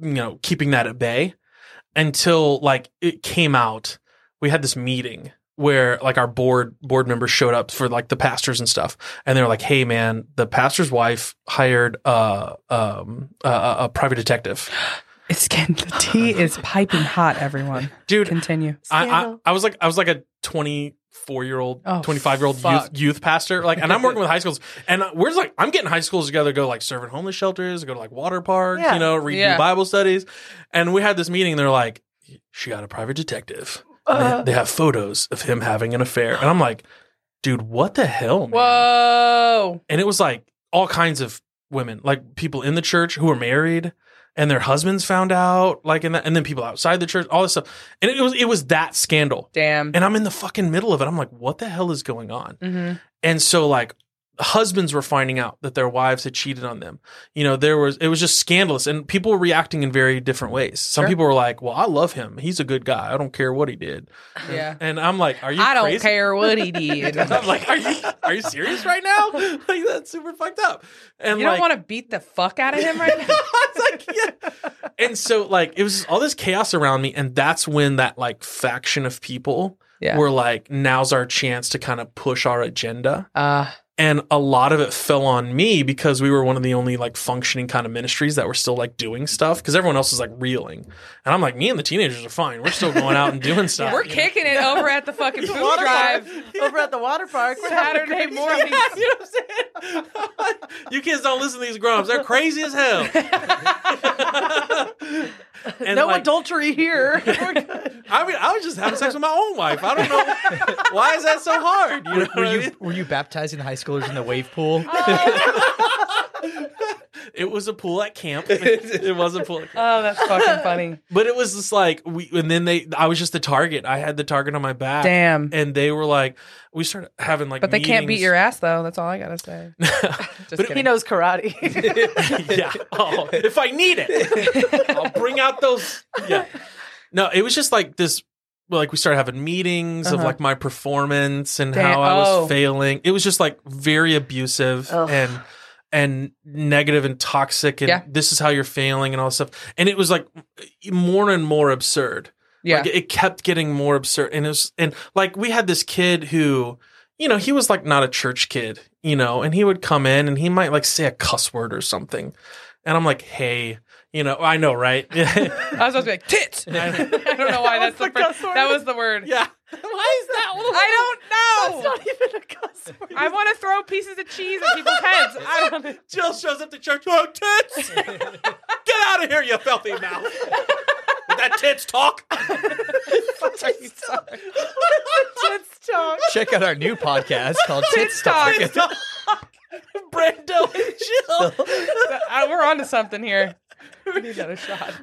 Speaker 1: you know keeping that at bay until like it came out. We had this meeting where like our board board members showed up for like the pastors and stuff and they were like, "Hey, man, the pastor's wife hired uh, um, a- a, a private detective."
Speaker 2: It's getting the tea is piping hot. Everyone,
Speaker 1: Dude,
Speaker 2: continue.
Speaker 1: I, I, I was like, I was like a twenty four year old,
Speaker 2: Oh,
Speaker 1: twenty five year old youth
Speaker 2: fuck.
Speaker 1: youth pastor, like, and I'm working with high schools, and we're just like, I'm getting high schools together, to go like serve in homeless shelters, go to like water parks,
Speaker 3: Yeah.
Speaker 1: you know, read
Speaker 2: Yeah.
Speaker 1: Bible studies, and we had this meeting. and They're like, "She got a private detective." And they-
Speaker 3: Uh.
Speaker 1: they have photos of him having an affair, and I'm like, "Dude, what the hell?" man?
Speaker 2: Whoa.
Speaker 1: and it was like all kinds of women, like people in the church who were married and their husbands found out, like in that, and then people outside the church, all this stuff. And it was it was that scandal.
Speaker 2: Damn.
Speaker 1: And I'm in the fucking middle of it. I'm like, what the hell is going on?
Speaker 2: Mm-hmm.
Speaker 1: And so like husbands were finding out that their wives had cheated on them. You know, there was it was just scandalous and people were reacting in very different ways. Some
Speaker 2: Sure.
Speaker 1: people were like, "Well, I love him. He's a good guy. I don't care what he did."
Speaker 2: Yeah.
Speaker 1: And I'm like, "Are you
Speaker 2: I don't
Speaker 1: crazy?
Speaker 2: care what he did. you
Speaker 1: I'm like, are you are you serious right now? Like that's super fucked up. And
Speaker 2: don't
Speaker 1: like,
Speaker 2: want to beat the fuck out of him right now.
Speaker 1: It's like, yeah. And so like it was all this chaos around me, and that's when that like faction of people
Speaker 2: Yeah.
Speaker 1: were like, now's our chance to kind of push our agenda.
Speaker 2: Uh,
Speaker 1: And a lot of it fell on me because we were one of the only like functioning kind of ministries that were still like doing stuff because everyone else was like reeling. And I'm like, me and the teenagers are fine. We're still going out and doing stuff.
Speaker 2: we're
Speaker 1: you know?
Speaker 2: kicking it over at the fucking food
Speaker 3: Water
Speaker 2: drive
Speaker 3: Over at the water park. We're having a
Speaker 2: Saturday
Speaker 3: great-
Speaker 2: morning.
Speaker 1: You know what I'm saying? you kids don't listen to these grown-ups. They're crazy as hell. And,
Speaker 3: No
Speaker 1: like,
Speaker 3: adultery here. We're good.
Speaker 1: I mean, I was just having sex with my own wife. I don't know why is that so hard. You know
Speaker 4: Were,
Speaker 1: what
Speaker 4: were
Speaker 1: I
Speaker 4: you
Speaker 1: mean?
Speaker 4: were you baptizing the high schoolers in the wave pool?
Speaker 1: It was a pool at camp. it was a pool, at camp.
Speaker 2: Oh, that's fucking funny.
Speaker 1: but it was just like we. And then they, I was just the target. I had the target on my back.
Speaker 2: Damn.
Speaker 1: And they were like, we started having like,
Speaker 2: But they can't beat
Speaker 1: meetings.
Speaker 2: your ass though. That's all I gotta say. Just
Speaker 3: he
Speaker 2: kidding.
Speaker 3: knows karate.
Speaker 1: yeah. Oh, if I need it, I'll bring out those. Yeah. No, it was just like this. well, Like we started having meetings of
Speaker 2: Uh-huh.
Speaker 1: like my performance and
Speaker 2: Damn.
Speaker 1: how I was
Speaker 2: Oh.
Speaker 1: failing. It was just like very abusive
Speaker 3: Ugh.
Speaker 1: and and negative and toxic and
Speaker 2: Yeah.
Speaker 1: this is how you're failing and all this stuff. And it was like more and more absurd.
Speaker 2: yeah.
Speaker 1: Like, it kept getting more absurd. And it was, and like we had this kid who, you know, he was like not a church kid, you know, and he would come in and he might like say a cuss word or something. And I'm like, hey, you know, I know, right?
Speaker 2: I was supposed to be like tits. I don't know why that's the, first, that was the word.
Speaker 1: yeah.
Speaker 2: Why is that? I don't know.
Speaker 3: even a cuss word.
Speaker 2: I want to throw pieces of cheese at people's heads. I don't.
Speaker 1: Jill shows up to church. Oh, tits! Get out of here, you filthy mouth! With that tits talk.
Speaker 3: Tits talk.
Speaker 4: Check out our new podcast called Tits Talk.
Speaker 2: Talk.
Speaker 1: Brando and Jill.
Speaker 2: I- we're onto something here. We need another shot.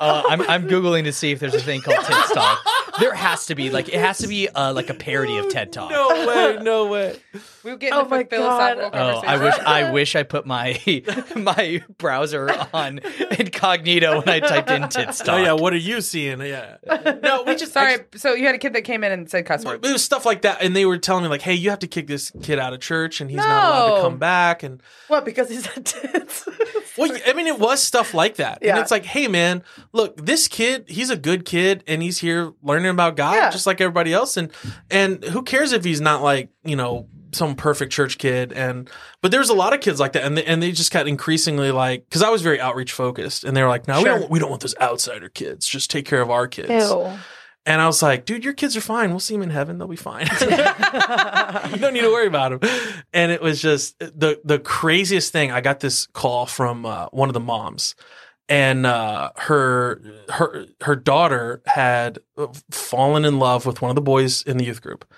Speaker 4: Uh, I'm I'm googling to see if there's a thing called Tits Talk. There has to be like it has to be uh, like a parody of TED Talk.
Speaker 1: No way, no way.
Speaker 2: We get
Speaker 3: Oh
Speaker 2: into
Speaker 3: my
Speaker 2: a philosophical
Speaker 3: God.
Speaker 4: Oh,
Speaker 2: conversation.
Speaker 4: I wish I wish I put my my browser on incognito when I typed in tits
Speaker 1: Oh
Speaker 4: talk.
Speaker 1: yeah, what are you seeing? Yeah. No, we just
Speaker 2: Sorry. So you had a kid that came in and said cuss
Speaker 1: But
Speaker 2: words.
Speaker 1: it was stuff like that, and they were telling me like, "Hey, you have to kick this kid out of church, and he's not allowed to
Speaker 2: No.
Speaker 1: come back." And
Speaker 3: What? Because he said tits.
Speaker 1: well, I mean, it was stuff like that. And
Speaker 3: Yeah.
Speaker 1: it's like, "Hey, man, look, this kid, he's a good kid, and he's here learning about God,
Speaker 3: Yeah.
Speaker 1: just like everybody else. And and who cares if he's not like you know some perfect church kid? And but there's a lot of kids like that, and they, and they just got increasingly like because I was
Speaker 3: Oh,
Speaker 1: very outreach focused, and they were like, "No, we don't we don't want those outsider kids. Just take care of our kids." And I was like, dude, your kids are fine. We'll see them in heaven. They'll be fine. you don't need to worry about them. And it was just the the craziest thing. I got this call from uh, one of the moms, and uh, her her her daughter had uh, fallen in love with one of the boys in the youth group,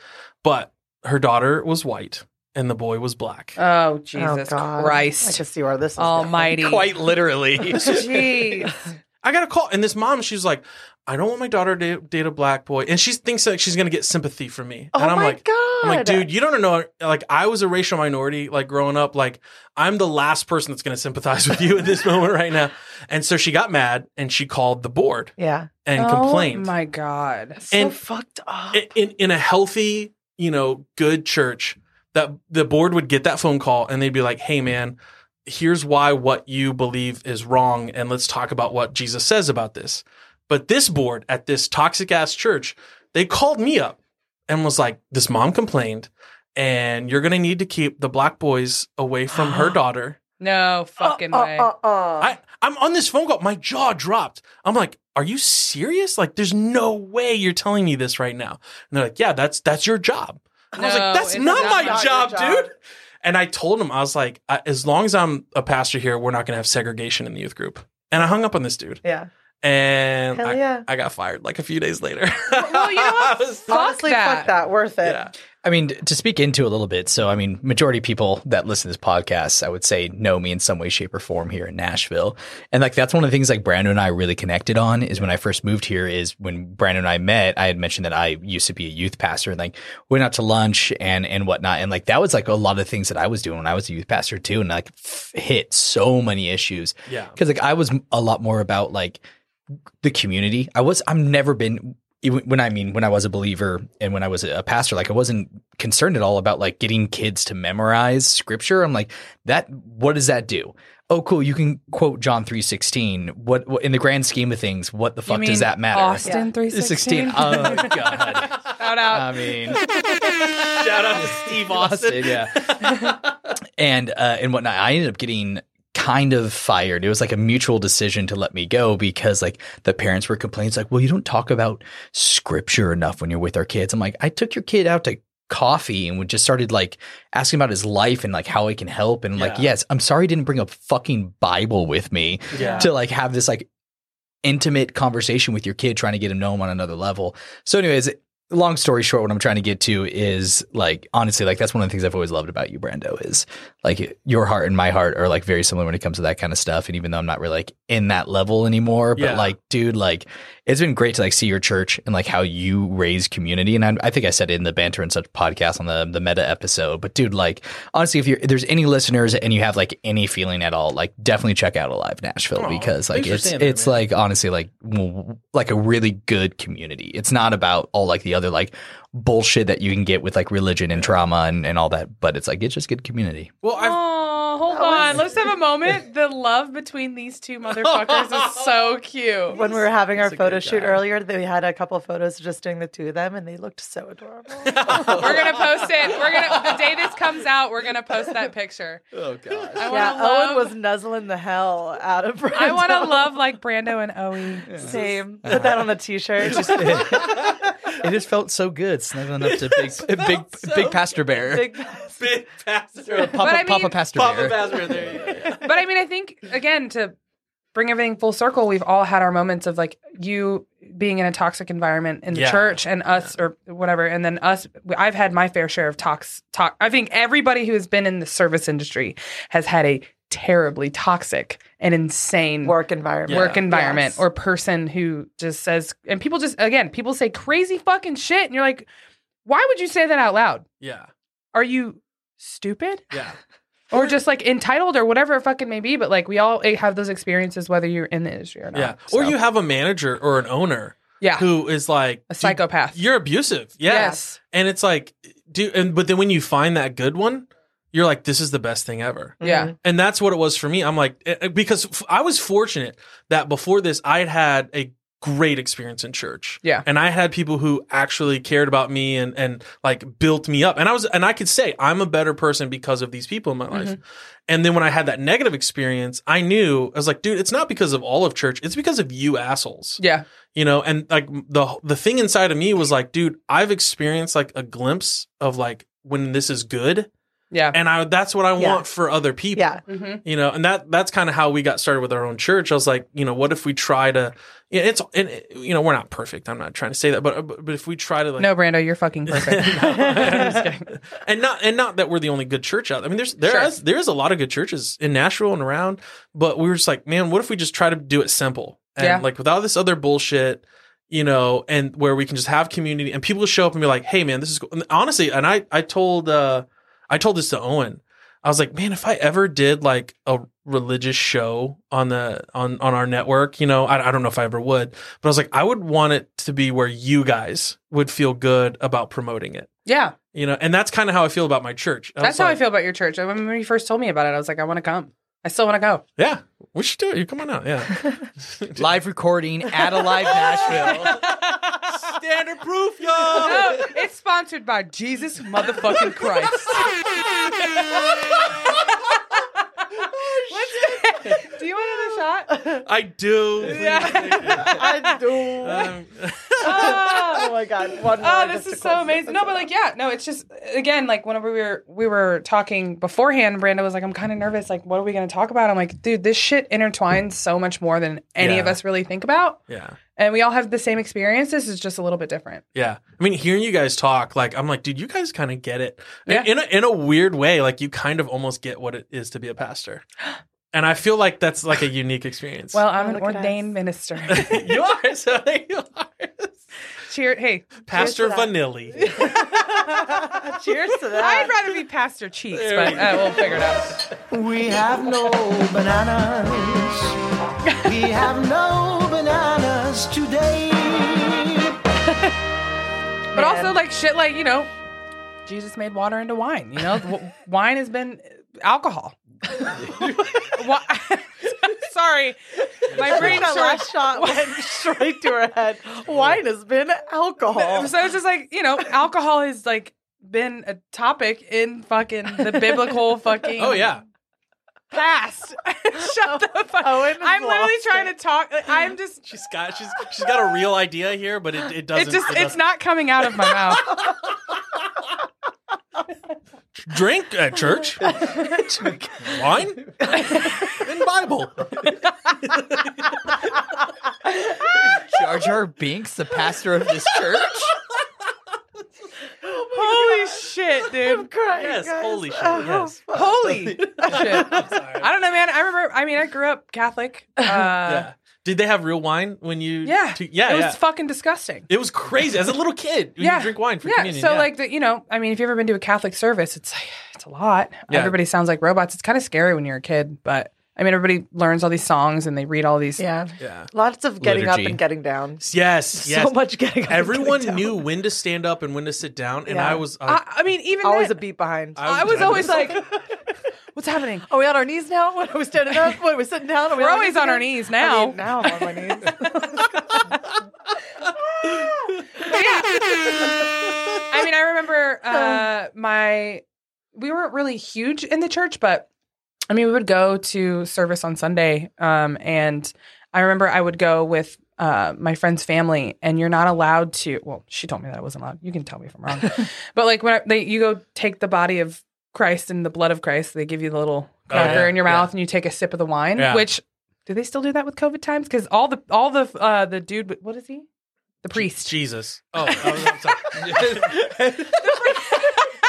Speaker 1: but her daughter was white and the boy was black.
Speaker 2: Oh
Speaker 3: Oh,
Speaker 2: Jesus
Speaker 3: God. I
Speaker 2: Christ!
Speaker 3: can see where this is. going.
Speaker 2: Almighty.
Speaker 4: Quite literally.
Speaker 2: Jeez.
Speaker 1: I got a call, and this mom, she's like, I don't want my daughter to date a black boy, and she thinks that she's gonna get sympathy from me.
Speaker 3: Oh
Speaker 1: and I'm
Speaker 3: my
Speaker 1: like,
Speaker 3: god!
Speaker 1: I'm like, dude, you don't know. Like, I was a racial minority, like growing up. Like, I'm the last person that's going to sympathize with you at this moment right now. And so she got mad and she called the board
Speaker 3: Yeah.
Speaker 1: and
Speaker 2: oh
Speaker 1: complained.
Speaker 2: my God.
Speaker 3: So
Speaker 1: And-
Speaker 3: fucked up.
Speaker 1: In, in in a healthy, you know, good church, that the board would get that phone call and they'd be like, "Hey, man, here's why what you believe is wrong, and let's talk about what Jesus says about this." But this board at this toxic ass church, they called me up and was like, "This mom complained." And you're gonna need to keep the black boys away from her daughter.
Speaker 2: No fucking way.
Speaker 3: Uh, uh, uh.
Speaker 1: I, I'm on this phone call. My jaw dropped. I'm like, are you serious? Like, there's no way you're telling me this right now. And they're like, yeah, that's that's your job. And I was
Speaker 2: No,
Speaker 1: like, that's
Speaker 2: it's
Speaker 1: not,
Speaker 2: not
Speaker 1: my
Speaker 2: your
Speaker 1: job,
Speaker 3: job.
Speaker 1: dude. And I told him, I was like, I- as long as I'm a pastor here, we're not going to have segregation in the youth group. And I hung up on this dude.
Speaker 3: yeah.
Speaker 1: And
Speaker 3: Hell
Speaker 1: I,
Speaker 3: yeah.
Speaker 1: I got fired like a few days later.
Speaker 2: well, you know
Speaker 1: I
Speaker 2: what?
Speaker 1: was-
Speaker 2: Fuck
Speaker 3: Honestly,
Speaker 2: that.
Speaker 3: fuck that. Worth it.
Speaker 1: yeah.
Speaker 4: I mean, to speak into a little bit, so I mean, majority of people that listen to this podcast, I would say know me in some way, shape, or form here in Nashville. And like that's one of the things like Brandon and I really connected on is when I first moved here is when Brandon and I met, I had mentioned that I used to be a youth pastor and like went out to lunch and and whatnot. And like that was like a lot of the things that I was doing when I was a youth pastor too, and like f- hit so many issues.
Speaker 1: Yeah.
Speaker 4: Because like I was a lot more about like the community. I was I've never been even when I mean when I was a believer and when I was a pastor, like I wasn't concerned at all about like getting kids to memorize scripture. I'm like, that what does that do? Oh, cool, you can quote John three sixteen. What, what in the grand scheme of things, what the
Speaker 2: You
Speaker 4: fuck
Speaker 2: mean
Speaker 4: does that matter?
Speaker 2: Austin
Speaker 3: Yeah.
Speaker 2: 316.
Speaker 4: Oh god.
Speaker 2: Shout out.
Speaker 4: I mean
Speaker 1: Shout out to Steve Austin.
Speaker 4: Austin, yeah, and uh, and whatnot. I ended up getting kind of fired. It was like a mutual decision to let me go because like the parents were complaining, it's like, well, you don't talk about scripture enough when you're with our kids. I'm like, I took your kid out to coffee and we just started like asking about his life and like how he can help and like
Speaker 1: Yeah.
Speaker 4: yes i'm sorry i didn't bring a fucking bible with me
Speaker 1: Yeah.
Speaker 4: to like have this like intimate conversation with your kid trying to get him know him on another level so anyways long story short what i'm trying to get to is like honestly like that's one of the things i've always loved about you brando is like your heart and my heart are like very similar when it comes to that kind of stuff and even though i'm not really like in that level anymore but
Speaker 1: Yeah.
Speaker 4: like dude like it's been great to like see your church and like how you raise community and I, I think i said it in the banter and such podcast on the the meta episode but dude like honestly if you're if there's any listeners and you have like any feeling at all like definitely check out alive nashville
Speaker 1: Aw,
Speaker 4: because like
Speaker 1: thanks for
Speaker 4: it's
Speaker 1: saying that,
Speaker 4: it's
Speaker 1: man.
Speaker 4: like honestly like w- w- like a really good community it's not about all like the other like bullshit that you can get with like religion and trauma and, and all that but it's like it's just good community
Speaker 1: Well, I've,
Speaker 2: Oh, hold
Speaker 3: That was-
Speaker 2: on. Let's have a moment. The love between these two motherfuckers is so cute.
Speaker 3: When we were having our
Speaker 1: a
Speaker 3: photo
Speaker 1: good
Speaker 3: shoot
Speaker 1: guy.
Speaker 3: earlier, they had a couple photos of just doing the two of them, and they looked so adorable.
Speaker 2: We're gonna post it. We're gonna the day this comes out, we're gonna post that picture.
Speaker 4: oh god
Speaker 2: I wanna
Speaker 3: yeah,
Speaker 2: love,
Speaker 3: Owen was nuzzling the hell out of. Brando.
Speaker 2: I wanna love like Brando and Owie.
Speaker 3: Same. Put that on a T-shirt.
Speaker 4: it just felt so good snuggling up to big big big pastor bear
Speaker 3: Big-
Speaker 1: big pastor.
Speaker 4: papa,
Speaker 2: But I mean-
Speaker 4: papa pastor
Speaker 1: Papa
Speaker 4: bear
Speaker 1: Pastor. There you go. Yeah.
Speaker 2: but I mean, I think again to bring everything full circle, we've all had our moments of like you being in a toxic environment in the
Speaker 1: Yeah.
Speaker 2: church and us or whatever, and then us. I've had my fair share of tox. Talk. I think everybody who has been in the service industry has had a terribly toxic and insane
Speaker 3: work environment.
Speaker 2: work
Speaker 1: Yeah.
Speaker 2: environment
Speaker 3: Yes.
Speaker 2: or person who just says and people just again people say crazy fucking shit and you're like why would you say that out loud
Speaker 1: Yeah.
Speaker 2: are you stupid
Speaker 1: Yeah.
Speaker 2: or just like entitled or whatever it fucking may be. But like we all eh, have those experiences whether you're in the industry or not.
Speaker 1: Yeah.
Speaker 2: So-
Speaker 1: Or you have a manager or an owner
Speaker 2: yeah,
Speaker 1: who is like
Speaker 2: a psychopath.
Speaker 1: You're abusive. Yeah. And it's like, do and but then when you find that good one, you're like, this is the best thing ever.
Speaker 2: Yeah.
Speaker 1: And that's what it was for me. I'm like, eh, eh, because f- I was fortunate that before this, I had had a great experience in church.
Speaker 2: Yeah.
Speaker 1: And I had people who actually cared about me and and like built me up. And I was and I could say I'm a better person because of these people in my life.
Speaker 2: Mm-hmm.
Speaker 1: And then when I had that negative experience, I knew I was like, dude, it's not because of all of church. It's because of you assholes
Speaker 2: Yeah.
Speaker 1: you know and like the the thing inside of me was like dude i've experienced like a glimpse of like when this is good
Speaker 2: Yeah.
Speaker 1: and i that's what i
Speaker 3: Yeah.
Speaker 1: want for other people
Speaker 3: Yeah.
Speaker 2: hmm
Speaker 1: you know and that that's kind of how we got started with our own church i was like you know what if we try to yeah, it's and, it- you know we're not perfect i'm not trying to say that but but but if we try to like
Speaker 2: No, Brando, you're fucking perfect. I'm just kidding.
Speaker 1: and not and not that we're the only good church out. I mean, there's there
Speaker 2: Sure.
Speaker 1: is- there is a lot of good churches in Nashville and around, but we were just like, man, what if we just try to do it simple and
Speaker 2: Yeah.
Speaker 1: like without this other bullshit, you know, and where we can just have community and people show up and be like, hey, man, this is cool. And honestly, and I I told uh I told this to Owen. I was like, man, if I ever did like a religious show on the on on our network, you know, I, I don't know if I ever would, but I was like, I would want it to be where you guys would feel good about promoting it
Speaker 2: Yeah.
Speaker 1: you know and that's kind of how i feel about my church I
Speaker 2: That's
Speaker 1: was
Speaker 2: how I
Speaker 1: like,
Speaker 2: feel about your church. When you first told me about it, I was like, I want to come. I still want to go.
Speaker 1: yeah we should do it you come on out yeah
Speaker 4: Live recording at a live Nashville.
Speaker 1: standard proof y'all
Speaker 2: No, it's sponsored by Jesus motherfucking Christ. What's- Do you want another shot?
Speaker 1: i do
Speaker 2: Yeah.
Speaker 5: I do.
Speaker 1: um,
Speaker 2: Oh.
Speaker 5: oh my god! One
Speaker 2: Oh,
Speaker 5: more just
Speaker 2: this
Speaker 5: to
Speaker 2: is so
Speaker 5: close
Speaker 2: amazing. No, but like, yeah, no, it's just again, like whenever we were we were talking beforehand, Brando was like, I'm kinda nervous, like, what are we gonna talk about? I'm like, dude, this shit intertwines so much more than any of
Speaker 1: Yeah.
Speaker 2: us really think about.
Speaker 1: yeah
Speaker 2: And we all have the same experience. This is just a little bit different.
Speaker 1: yeah i mean hearing you guys talk like i'm like dude you guys kind of get it
Speaker 2: Yeah.
Speaker 1: in, in, a, in a weird way like you kind of almost get what it is to be a pastor and i feel like that's like a unique experience
Speaker 2: Well,
Speaker 5: oh,
Speaker 2: I'm an
Speaker 3: look at us.
Speaker 2: ordained minister.
Speaker 1: you are so there you are
Speaker 2: Cheer hey,
Speaker 1: pastor
Speaker 3: Here's to that.
Speaker 1: vanilli
Speaker 5: it. Cheers to
Speaker 2: I'd
Speaker 5: that.
Speaker 2: rather be Pastor Cheeks, but uh, we'll figure it out.
Speaker 6: We have no bananas. We have no bananas today.
Speaker 2: But also, like shit, like you know, Jesus made water into wine. You know, W- wine has been alcohol. Wa- Sorry, my brain
Speaker 5: that
Speaker 2: short.
Speaker 5: last shot went straight to her head. Wine has been alcohol.
Speaker 2: So it's just like you know, alcohol has like been a topic in fucking the biblical fucking
Speaker 1: oh yeah
Speaker 2: past. Shut the fuck.
Speaker 5: Owen has
Speaker 2: I'm literally
Speaker 5: lost
Speaker 2: trying
Speaker 5: it.
Speaker 2: to talk. like, I'm just.
Speaker 1: she's got she's she's got a real idea here but it, it doesn't
Speaker 2: It just
Speaker 1: it
Speaker 2: it's
Speaker 1: doesn't-
Speaker 2: not coming out of my mouth.
Speaker 1: drink at church, wine, and Bible.
Speaker 4: Jar Jar Binks, the pastor of this church.
Speaker 2: Holy shit, dude.
Speaker 1: Yes, holy shit.
Speaker 3: Oh,
Speaker 1: Yes.
Speaker 2: Holy shit. I
Speaker 1: Sorry.
Speaker 2: don't know, man. I remember I mean I grew up Catholic. Uh
Speaker 1: yeah. Did they have real wine when you?
Speaker 2: Yeah.
Speaker 1: to- yeah.
Speaker 2: It was
Speaker 1: yeah.
Speaker 2: fucking disgusting.
Speaker 1: it was crazy. As a little kid, when
Speaker 2: yeah.
Speaker 1: you drink wine for
Speaker 2: yeah.
Speaker 1: communion.
Speaker 2: So like the, you know, I mean if you've ever been to a Catholic service, it's like it's a lot.
Speaker 1: Yeah.
Speaker 2: Everybody sounds like robots. It's kind of scary when you're a kid, but I mean everybody learns all these songs and they read all these
Speaker 3: Yeah.
Speaker 1: yeah.
Speaker 3: Lots of getting up
Speaker 4: Liturgy.
Speaker 3: and getting down.
Speaker 1: Yes. Yes.
Speaker 3: So much getting up. and
Speaker 1: Everyone
Speaker 3: getting down.
Speaker 1: knew when to stand up and when to sit down, and
Speaker 3: Yeah.
Speaker 1: I was. uh,
Speaker 2: I,
Speaker 1: I,
Speaker 2: I mean even
Speaker 3: Always a
Speaker 2: then,
Speaker 3: beat behind.
Speaker 2: I was always like what's happening?
Speaker 3: Are we on our knees now? What are we standing up? What are we sitting down? Are we
Speaker 2: We're
Speaker 3: on
Speaker 2: always on our
Speaker 3: again?
Speaker 2: knees
Speaker 3: I
Speaker 2: now.
Speaker 3: mean, now I'm on my knees.
Speaker 2: But yeah. I mean, I remember uh, my we weren't really huge in the church, but I mean, we would go to service on Sunday, um, and I remember I would go with. Uh, my friend's family, and you're not allowed to. Well, she told me that I wasn't allowed. You can tell me if I'm wrong, but like when I, they, you go take the body of Christ and the blood of Christ, they give you the little
Speaker 1: Oh, yeah.
Speaker 2: cracker in your
Speaker 1: Yeah.
Speaker 2: mouth, and you take a sip of the wine.
Speaker 1: Yeah.
Speaker 2: Which do they still do that with COVID times? Because all the all the uh, the dude, what is he? The priest.
Speaker 1: Jesus. Oh, I was, I'm sorry.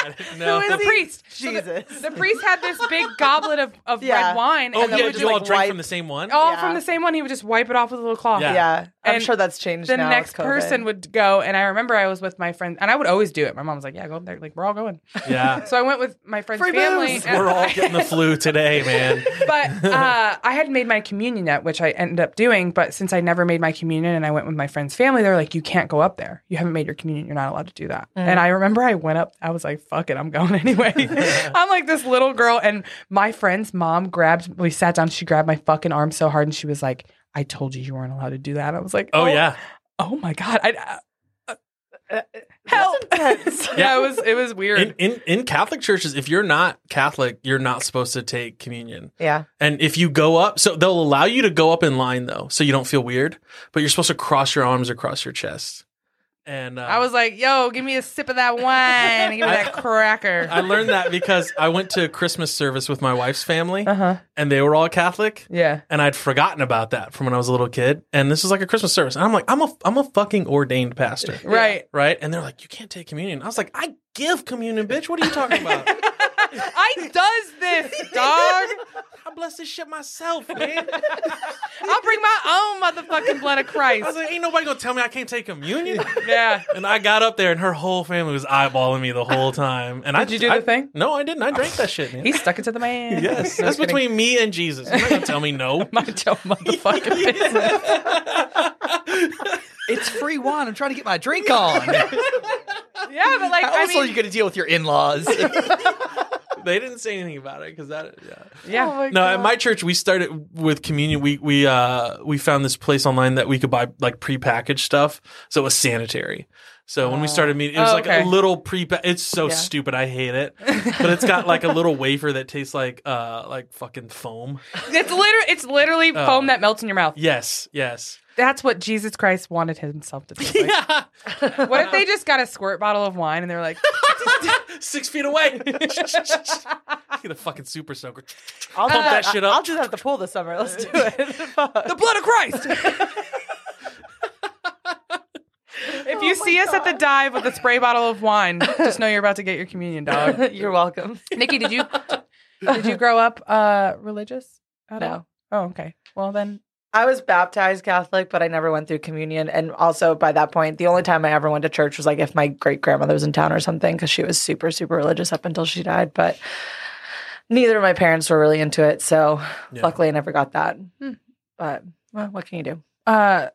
Speaker 1: I didn't know.
Speaker 2: the priest. So the-
Speaker 3: Jesus.
Speaker 2: the, priest had this big goblet of, of
Speaker 3: Yeah.
Speaker 2: red wine,
Speaker 1: Oh
Speaker 2: and then
Speaker 1: yeah,
Speaker 2: would
Speaker 1: did
Speaker 2: just, Oh.
Speaker 1: you all
Speaker 3: like,
Speaker 1: drink
Speaker 3: wipe-
Speaker 1: from the same one?
Speaker 2: all
Speaker 3: Yeah.
Speaker 2: from the same one. He would just wipe it off with a little cloth.
Speaker 1: Yeah.
Speaker 3: Yeah, I'm
Speaker 2: And
Speaker 3: sure that's changed.
Speaker 2: The
Speaker 3: now with
Speaker 2: next person
Speaker 3: COVID.
Speaker 2: would go, and I remember I was with my friend, and I would always do it. My mom was like, "Yeah, go there. Like we're all going."
Speaker 1: Yeah.
Speaker 2: So I went with my friend's
Speaker 3: Free
Speaker 2: family.
Speaker 3: booze.
Speaker 2: and-
Speaker 1: We're all getting the flu today, man.
Speaker 2: but uh, I had made my communion yet, which I ended up doing. But since I never made my communion and I went with my friend's family, they were like, "You can't go up there. You haven't made your communion. You're not allowed to do that."
Speaker 1: Mm.
Speaker 2: And I remember I went up. I was like, "Fuck it, I'm going anyway." I'm like this little girl, and my friend's mom grabbed. We sat down. She grabbed my fucking arm so hard, and she was like. I told you you weren't allowed to do that. I was like,
Speaker 1: Oh, yeah.
Speaker 2: oh my god, I uh, uh, uh, help. yeah.
Speaker 1: Yeah.
Speaker 2: it was it was weird.
Speaker 1: In, in in Catholic churches, if you're not Catholic, you're not supposed to take communion.
Speaker 3: Yeah.
Speaker 1: And if you go up, so they'll allow you to go up in line though, so you don't feel weird. But you're supposed to cross your arms across your chest. And uh,
Speaker 2: I was like, yo, give me a sip of that wine. Give me that cracker.
Speaker 1: I learned that because I went to a Christmas service with my wife's family,
Speaker 2: Uh huh.
Speaker 1: and they were all Catholic.
Speaker 2: Yeah.
Speaker 1: and I'd forgotten about that from when I was a little kid. And this was like a Christmas service, and I'm like, I'm a I'm a fucking ordained pastor,
Speaker 2: Right.
Speaker 1: right? And they're like, you can't take communion. I was like, I give communion, bitch. What are you talking about?
Speaker 2: I does this, dog.
Speaker 1: I bless this shit myself, man.
Speaker 2: I'll bring my own motherfucking blood of
Speaker 1: I was
Speaker 2: Christ.
Speaker 1: like, ain't nobody gonna tell me I can't take communion.
Speaker 2: Yeah.
Speaker 1: And I got up there, and her whole family was eyeballing me the whole time. And I
Speaker 2: Did you do
Speaker 1: I-
Speaker 2: the thing?
Speaker 1: No, I didn't. I drank that shit, man.
Speaker 2: He stuck it to the man.
Speaker 1: yes,
Speaker 2: No
Speaker 1: that's
Speaker 2: kidding.
Speaker 1: between me and Jesus. You're not gonna tell me no.
Speaker 2: my toe motherfucking business.
Speaker 4: It's free wine. I'm trying to get my drink on. How
Speaker 2: Yeah, but like I
Speaker 4: else are
Speaker 2: mean,
Speaker 4: you going to deal with your in laws?
Speaker 1: They didn't say anything about it because that. Yeah.
Speaker 2: yeah.
Speaker 3: Oh
Speaker 1: no, at my church we started with communion. We we uh we found this place online that we could buy like prepackaged stuff, so it was sanitary. So when we started meeting, it was
Speaker 2: Oh,
Speaker 1: like
Speaker 2: okay.
Speaker 1: a little pre. It's so stupid. I hate it, but it's got like a little wafer that tastes like uh like fucking foam.
Speaker 2: It's literally it's literally foam that melts in your mouth.
Speaker 1: Yes, yes.
Speaker 2: That's what Jesus Christ wanted himself to taste like.
Speaker 1: Yeah,
Speaker 2: What if they just got a squirt bottle of wine and they were like,
Speaker 1: six feet away. Get a fucking super soaker.
Speaker 3: I'll
Speaker 1: Pump that shit up.
Speaker 3: I'll do that at the pool this summer. Let's do it.
Speaker 2: the blood of Christ? If
Speaker 4: Oh
Speaker 3: Oh
Speaker 2: you see us at the dive with a spray bottle of wine, just know you're about to get your communion, dog.
Speaker 3: You're welcome.
Speaker 2: Nikki, did you did you grow up uh, religious at
Speaker 3: No.
Speaker 2: all? Oh, okay. Well then,
Speaker 3: I was baptized Catholic, but I never went through communion. And also by that point, the only time I ever went to church was like if my great grandmother was in town or something, because she was super, super religious up until she died. But neither of my parents were really into it. So
Speaker 1: Yeah.
Speaker 3: luckily I never got that.
Speaker 2: Hmm.
Speaker 3: But well, what can you do?
Speaker 2: uh,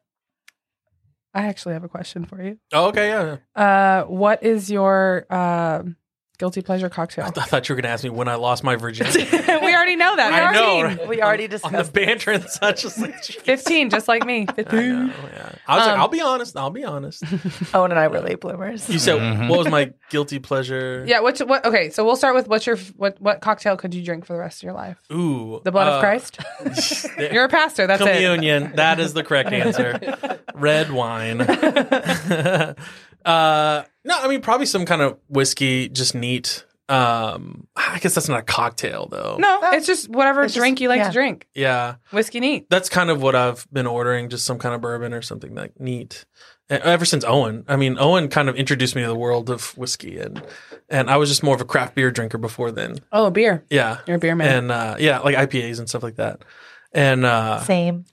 Speaker 2: I actually have a question for you.
Speaker 1: Oh, okay, yeah.
Speaker 2: Uh, what is your um guilty pleasure cocktail?
Speaker 1: I thought you were gonna ask me when I lost my virginity.
Speaker 2: we already know that.
Speaker 1: I know.
Speaker 2: 15.
Speaker 1: right?
Speaker 3: We already
Speaker 1: on the
Speaker 3: discussed
Speaker 1: banter and such. Just like,
Speaker 2: Fifteen, just like me.
Speaker 1: I know.
Speaker 2: Fifteen.
Speaker 1: Yeah. I was like,
Speaker 2: Um,
Speaker 1: I'll be honest. I'll be honest.
Speaker 3: Owen and I were late bloomers.
Speaker 1: You said,
Speaker 4: Mhm.
Speaker 1: what was my guilty pleasure?
Speaker 2: Yeah. What's what? Okay, so we'll start with what's your what what cocktail could you drink for the rest of your life?
Speaker 1: Ooh.
Speaker 2: The blood
Speaker 1: uh,
Speaker 2: of Christ.
Speaker 1: there-
Speaker 2: You're a pastor. That's it.
Speaker 1: communion. That is the correct answer. Red wine. uh, no, I mean, probably some kind of whiskey, just neat. Um, I guess that's not a cocktail, though.
Speaker 2: No, it's just whatever
Speaker 3: It's just-
Speaker 2: drink you like
Speaker 3: yeah.
Speaker 2: to drink.
Speaker 1: Yeah.
Speaker 2: Whiskey neat.
Speaker 1: That's kind of what I've been ordering, just some kind of bourbon or something like neat. E- Ever since Owen, I mean, Owen kind of introduced me to the world of whiskey, and and I was just more of a craft beer drinker before then.
Speaker 2: Oh, beer.
Speaker 1: Yeah,
Speaker 2: You're a beer man.
Speaker 1: and uh, yeah, like IPAs and stuff like that. And uh,
Speaker 3: Same.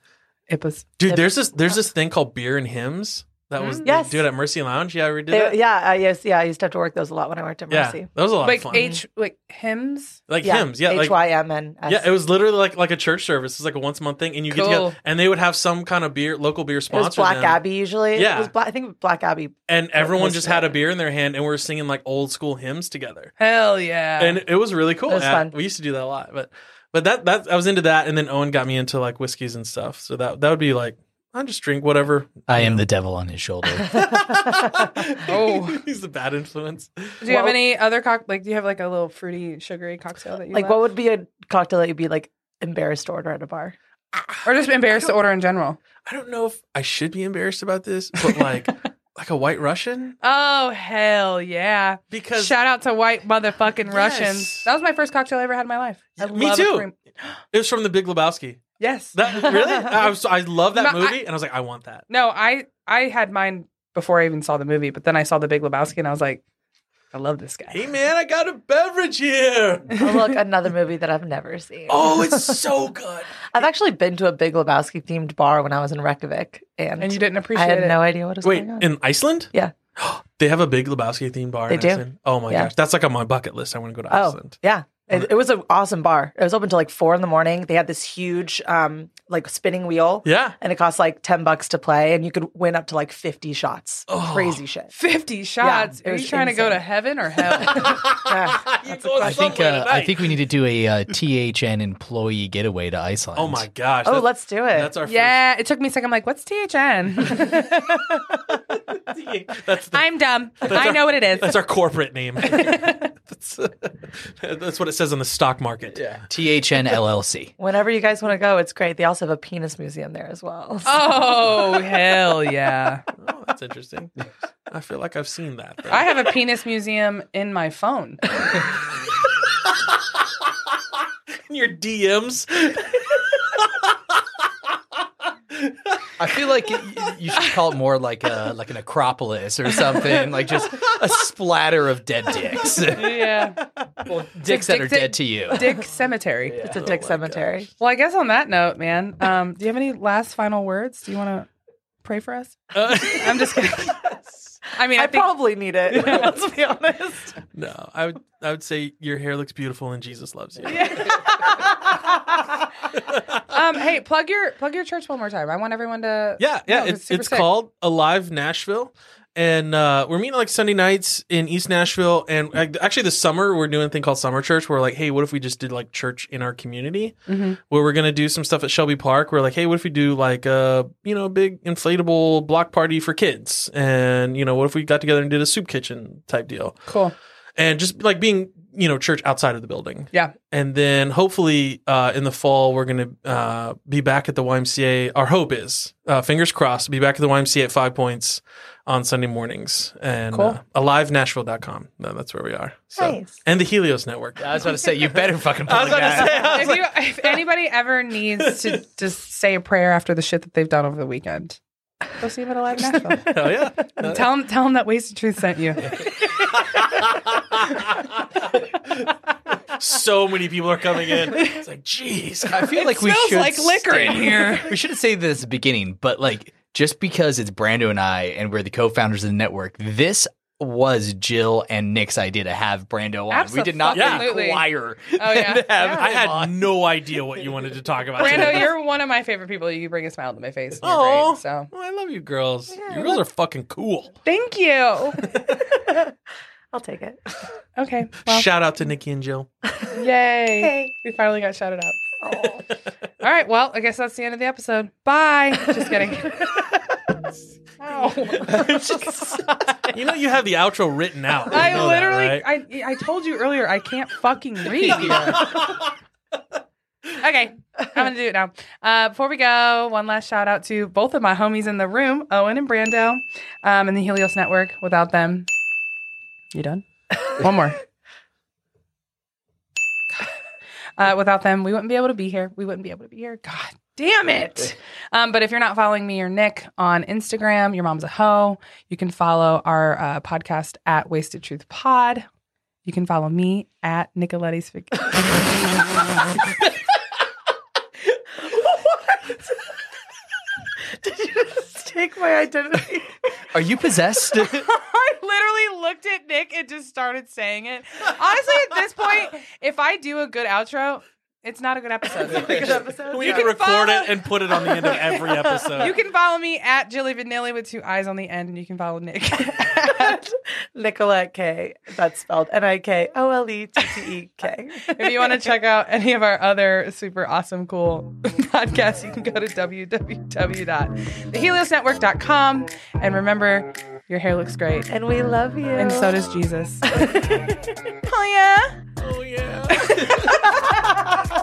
Speaker 2: it was.
Speaker 1: dude, there's this there's this thing called beer and hymns that was
Speaker 3: Mm. Yes.
Speaker 1: dude at Mercy Lounge. Yeah, we did
Speaker 3: They-
Speaker 1: that.
Speaker 3: yeah, I yes, yeah. I used to have to work those a lot when I worked at
Speaker 1: Yeah,
Speaker 3: Mercy.
Speaker 1: that was a lot
Speaker 2: like
Speaker 1: of fun.
Speaker 2: H like hymns.
Speaker 1: like hymns, yeah,
Speaker 3: H
Speaker 1: like
Speaker 3: Y M N S.
Speaker 1: yeah, it was literally like like a church service. It's like a once a month thing, and you get
Speaker 2: Cool.
Speaker 1: together, and they would have some kind of beer, local beer
Speaker 3: It was
Speaker 1: sponsor.
Speaker 3: Black
Speaker 1: them.
Speaker 3: Abbey usually.
Speaker 1: Yeah.
Speaker 3: It was Black, I think Black Abbey.
Speaker 1: and everyone
Speaker 3: was
Speaker 1: just had a
Speaker 3: good.
Speaker 1: beer in their hand, and we were singing like old school hymns together.
Speaker 2: Hell yeah.
Speaker 1: and it was really cool.
Speaker 3: It was
Speaker 1: Yeah,
Speaker 3: fun.
Speaker 1: We used to do that a lot, but but that that I was into that, and then Owen got me into like whiskeys and stuff. So that that would be like I just drink whatever.
Speaker 4: I am the devil on his shoulder.
Speaker 1: oh, he's the bad influence.
Speaker 2: do you have any other cock? Like, do you have like a little fruity, sugary cocktail that you
Speaker 3: Like, what would be a cocktail that you'd be like embarrassed to order at a bar?
Speaker 2: or just embarrassed to order in general?
Speaker 1: I don't know if I should be embarrassed about this, but like like a White Russian
Speaker 2: Oh hell yeah!
Speaker 1: because
Speaker 2: Shout out to white motherfucking
Speaker 1: Yes.
Speaker 2: Russians. That was my first cocktail I ever had in my life. I
Speaker 1: Me
Speaker 2: love a
Speaker 1: too.
Speaker 2: cream-
Speaker 1: it was from The Big Lebowski.
Speaker 2: Yes.
Speaker 1: That really, I was I love that
Speaker 2: No, I-
Speaker 1: movie, and I was like, I want that.
Speaker 2: no, I I had mine before I even saw the movie, but then I saw The Big Lebowski and I was like, I love this guy.
Speaker 1: Hey man, I got a beverage here.
Speaker 3: Oh, look, another movie that I've never seen.
Speaker 1: Oh, it's so good.
Speaker 3: I've actually been to a Big Lebowski themed bar when I was in Reykjavik, and,
Speaker 2: And you didn't
Speaker 3: I
Speaker 2: appreciate
Speaker 3: had
Speaker 2: it.
Speaker 3: no idea what was
Speaker 1: Wait,
Speaker 3: going on.
Speaker 1: in Iceland?
Speaker 3: Yeah.
Speaker 1: They have a big Lebowski themed bar.
Speaker 3: They
Speaker 1: in
Speaker 3: do.
Speaker 1: Iceland. Oh my
Speaker 3: Yeah.
Speaker 1: gosh, that's like on my bucket list. I want to go to
Speaker 3: oh,
Speaker 1: Iceland.
Speaker 3: yeah, It, it was an awesome bar. It was open till like four in the morning. They had this huge, um, like spinning wheel.
Speaker 1: Yeah.
Speaker 3: And it cost like 10 bucks to play, and you could win up to like 50 shots.
Speaker 1: Oh,
Speaker 3: Crazy shit.
Speaker 2: 50 shots.
Speaker 3: it
Speaker 2: Are you
Speaker 3: was
Speaker 2: trying to go to
Speaker 3: insane.
Speaker 2: heaven or hell?
Speaker 4: I think uh, I think we need to do a uh, THN employee getaway to Iceland.
Speaker 1: Oh my gosh.
Speaker 3: Oh,
Speaker 1: that-
Speaker 3: let's do it.
Speaker 1: That's our
Speaker 2: yeah, it took me a second. I'm like, what's THN?
Speaker 1: first. That's the,
Speaker 2: I'm dumb. I know what it is.
Speaker 1: that's our corporate name. that's, that's what it says on the stock market. Yeah.
Speaker 4: THN LLC.
Speaker 3: Whenever you guys want to go, it's great. They also have a penis museum there as well.
Speaker 2: Oh, hell yeah.
Speaker 1: Oh, that's interesting. I feel like I've seen that. though.
Speaker 2: I have a penis museum in my phone.
Speaker 1: in your DMs.
Speaker 4: I feel like y- y- you should call it more like a like an acropolis or something, like just a splatter of dead dicks,
Speaker 2: Yeah.
Speaker 4: dicks that are dead to you.
Speaker 2: Dick Cemetery.
Speaker 3: It's a
Speaker 1: oh
Speaker 3: dick cemetery.
Speaker 2: Well, I guess on that note, man, um, do you have any last final words? Do you want to pray for us?
Speaker 1: Uh,
Speaker 2: I'm just kidding. I mean, I,
Speaker 3: I
Speaker 2: think
Speaker 3: probably need it. Let's be honest.
Speaker 1: no, I would I would say your hair looks beautiful and Jesus loves you.
Speaker 2: Um, hey, plug your plug your church one more time. I want everyone to.
Speaker 1: Yeah, yeah.
Speaker 2: No,
Speaker 1: it's
Speaker 2: super
Speaker 1: it's
Speaker 2: sick.
Speaker 1: called Alive Nashville. And uh, we're meeting like Sunday nights in East Nashville. And uh, actually, this summer, we're doing a thing called Summer Church. Where we're like, hey, what if we just did like church in our community?
Speaker 2: Mm-hmm.
Speaker 1: Where we're going to do some stuff at Shelby Park. We're like, hey, what if we do like a, you know, big inflatable block party for kids? And, you know, what if we got together and did a soup kitchen type deal?
Speaker 2: Cool.
Speaker 1: And just like being, you know, church outside of the building.
Speaker 2: Yeah.
Speaker 1: And then hopefully uh, in the fall, we're going to uh, be back at the YMCA. Our hope is, uh, fingers crossed, be back at the YMCA at Five Points on Sunday mornings and
Speaker 2: Cool.
Speaker 1: uh, alivenashville.com. No, that's where we are. So.
Speaker 3: Nice.
Speaker 1: And the Helios Network.
Speaker 4: I was about to say you better fucking. Plug that.
Speaker 2: If, you, if anybody ever needs to just say a prayer after the shit that they've done over the weekend, go see them at Alive Nashville.
Speaker 1: Hell yeah.
Speaker 2: tell them, tell them that Wasted Truth sent you.
Speaker 1: so many people are coming in. It's like, jeez.
Speaker 4: I feel like we
Speaker 2: smells
Speaker 4: should
Speaker 2: like liquor in
Speaker 4: state-
Speaker 2: here.
Speaker 4: We should have said this at the beginning, but like just because it's Brando and I and we're the co-founders of the network, this was Jill and Nick's idea to have Brando on. We did not
Speaker 2: Absolutely.
Speaker 4: inquire.
Speaker 2: Oh, yeah.
Speaker 4: and have
Speaker 2: Yeah.
Speaker 4: him
Speaker 1: I had
Speaker 4: on.
Speaker 1: no idea what you wanted to talk about.
Speaker 2: Brando,
Speaker 1: today.
Speaker 2: you're one of my favorite people. You bring a smile to my face. and You're
Speaker 1: Oh,
Speaker 2: great. So
Speaker 1: well, I love you girls. you girls are fucking cool.
Speaker 2: thank you.
Speaker 3: I'll take it.
Speaker 2: Okay. Well,
Speaker 1: Shout out to Nikki and Jill.
Speaker 2: yay. We finally got shouted out. All right. Well, I guess that's the end of the episode. Bye. Just kidding.
Speaker 1: You know you have the outro written out. You
Speaker 2: I
Speaker 1: know that,
Speaker 2: literally,
Speaker 1: right?
Speaker 2: I, I told you earlier, I can't fucking read here. okay, I'm gonna do it now. Uh, before we go, one last shout out to both of my homies in the room, Owen and Brando, um, and the Helios Network. Without them, you done? One more. Uh, without them, we wouldn't be able to be here. We wouldn't be able to be here. God damn it. Um, but if you're not following me or Nick on Instagram, your mom's a hoe. You can follow our uh, podcast at Wasted Truth Pod. You can follow me at Nicoletti's. Fig-
Speaker 3: Did you just take my identity?
Speaker 4: Are you possessed?
Speaker 2: I literally looked at Nick and just started saying it. Honestly, at this point, if I do a good outro, it's not a good episode.
Speaker 1: We
Speaker 2: You
Speaker 1: need to
Speaker 2: can
Speaker 1: record
Speaker 2: follow-
Speaker 1: it and put it on the end of every episode.
Speaker 2: you can follow me at Jilly Vanilli with two eyes on the end, and you can follow Nick.
Speaker 3: Nicolette K. That's spelled N I K O L E T T E K.
Speaker 2: if you want to check out any of our other super awesome, cool podcasts, you can go to www.theheliosnetwork.com. And remember, your hair looks great.
Speaker 3: And we love you.
Speaker 2: And so does Jesus. oh, yeah.
Speaker 1: oh yeah.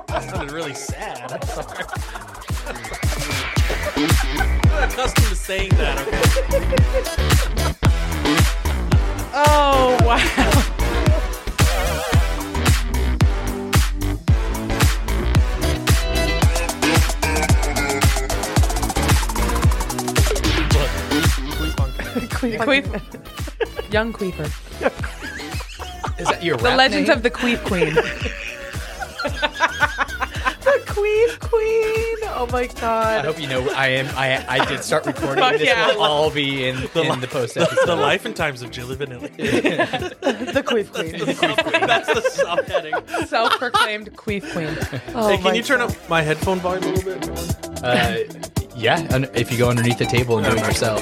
Speaker 1: that sounded really sad. I'm sorry. I'm not accustomed to saying that. Okay.
Speaker 2: Oh, wow. Queef. Young Queefer.
Speaker 4: Is that your
Speaker 2: The
Speaker 4: rap
Speaker 2: Legends
Speaker 4: name?
Speaker 2: of the Queef Queen.
Speaker 3: the Queen Queen. Oh.
Speaker 5: Oh my
Speaker 4: I
Speaker 5: god.
Speaker 4: hope you know I am. I I did start recording. this
Speaker 2: yeah.
Speaker 4: will all be in the, in the post episode.
Speaker 1: the life and times of Julie Vanilli.
Speaker 3: the queef queen.
Speaker 1: That's the subheading.
Speaker 2: Self-proclaimed queef queen.
Speaker 3: Oh
Speaker 1: hey, can you turn up my headphone volume a little bit?
Speaker 4: Uh, yeah, and if you go underneath the table and do it yourself.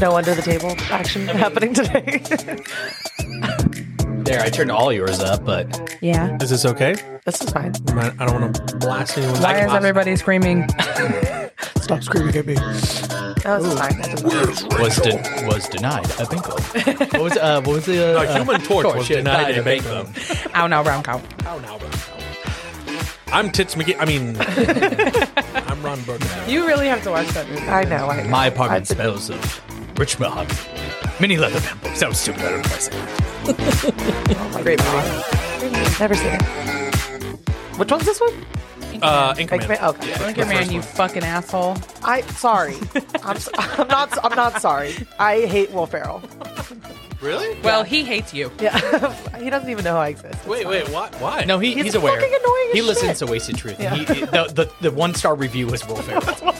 Speaker 3: no under the table action happening today.
Speaker 4: there, I turned all yours up, but
Speaker 3: yeah,
Speaker 1: Is this okay?
Speaker 3: this is fine.
Speaker 1: Am I I don't want to blast anyone.
Speaker 2: Why is everybody screaming?
Speaker 3: Stop screaming at me. That was fine. That doesn't matter.
Speaker 4: was de- was denied a bingo. What was uh, what was the uh,
Speaker 1: No, Human Torch
Speaker 4: Torch,
Speaker 1: was
Speaker 4: yeah,
Speaker 1: denied
Speaker 4: died
Speaker 1: a
Speaker 4: a
Speaker 1: bingo.
Speaker 2: Ow, now round count.
Speaker 1: I'm Tits McGee. I mean, I'm Ron Burgundy.
Speaker 2: You really have to watch that movie.
Speaker 3: I know. I,
Speaker 4: My apartment
Speaker 3: I've been-
Speaker 4: smells of rich mahogany, mini leather bamboo. Sounds stupid. I don't know what I said.
Speaker 3: Great movie. Never seen it. Which one's this one?
Speaker 1: Uh, Anchorman.
Speaker 3: Anchorman? Okay.
Speaker 2: Anchor man, you fucking asshole.
Speaker 3: I sorry. I'm, so, I'm not. I'm not sorry. I hate Will Ferrell.
Speaker 1: Really?
Speaker 2: Well, he hates you.
Speaker 3: Yeah, he doesn't even know I exist. It's
Speaker 1: Wait,
Speaker 3: fine.
Speaker 1: wait, what? Why?
Speaker 4: No, he, he's,
Speaker 3: He's
Speaker 4: aware.
Speaker 3: fucking annoying as
Speaker 4: he
Speaker 3: shit.
Speaker 4: listens to Wasted Truth.
Speaker 3: Yeah.
Speaker 4: He, the the, the one star review was Will Ferrell.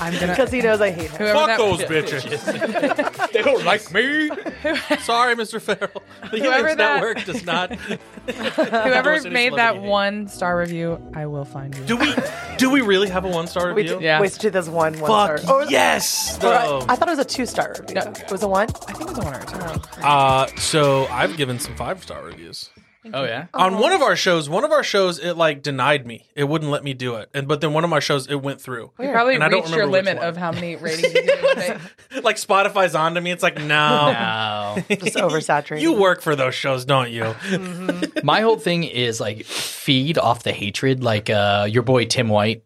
Speaker 2: I'm gonna.
Speaker 3: Because he knows I hate him.
Speaker 2: Whoever
Speaker 1: Fuck
Speaker 2: that,
Speaker 1: those bitches.
Speaker 4: they don't like me.
Speaker 1: Sorry, Mr. Farrell. The
Speaker 2: Whoever
Speaker 1: Humans
Speaker 2: that-
Speaker 1: Network does not. endorse
Speaker 2: whoever
Speaker 1: any
Speaker 2: made
Speaker 1: celebrity
Speaker 2: that
Speaker 1: hate.
Speaker 2: one star review, I will find you.
Speaker 1: Do we? Do we really have a one-star
Speaker 3: We
Speaker 1: review?
Speaker 3: did
Speaker 2: Yeah.
Speaker 3: waste two. There's one. one
Speaker 1: Fuck
Speaker 3: star. Or-
Speaker 1: yes.
Speaker 3: or I,
Speaker 1: though.
Speaker 3: I thought it was a two star review.
Speaker 2: No.
Speaker 3: It was a one.
Speaker 2: I think it was one or two.
Speaker 1: Uh, so I've given some five-star reviews.
Speaker 4: Oh yeah.
Speaker 1: on one
Speaker 2: Uh-huh.
Speaker 1: of our shows one of our shows it like denied me it wouldn't let me do it and but then one of my shows it went through
Speaker 2: You probably
Speaker 1: And I don't
Speaker 2: reached your
Speaker 1: remember which
Speaker 2: limit
Speaker 1: one.
Speaker 2: of how many ratings you can give.
Speaker 1: like spotify's on to me it's like no
Speaker 4: Wow.
Speaker 3: Just oversaturated.
Speaker 1: you work for those shows don't you
Speaker 2: Hmm.
Speaker 4: My whole thing is like feed off the hatred. Like uh, your boy Tim White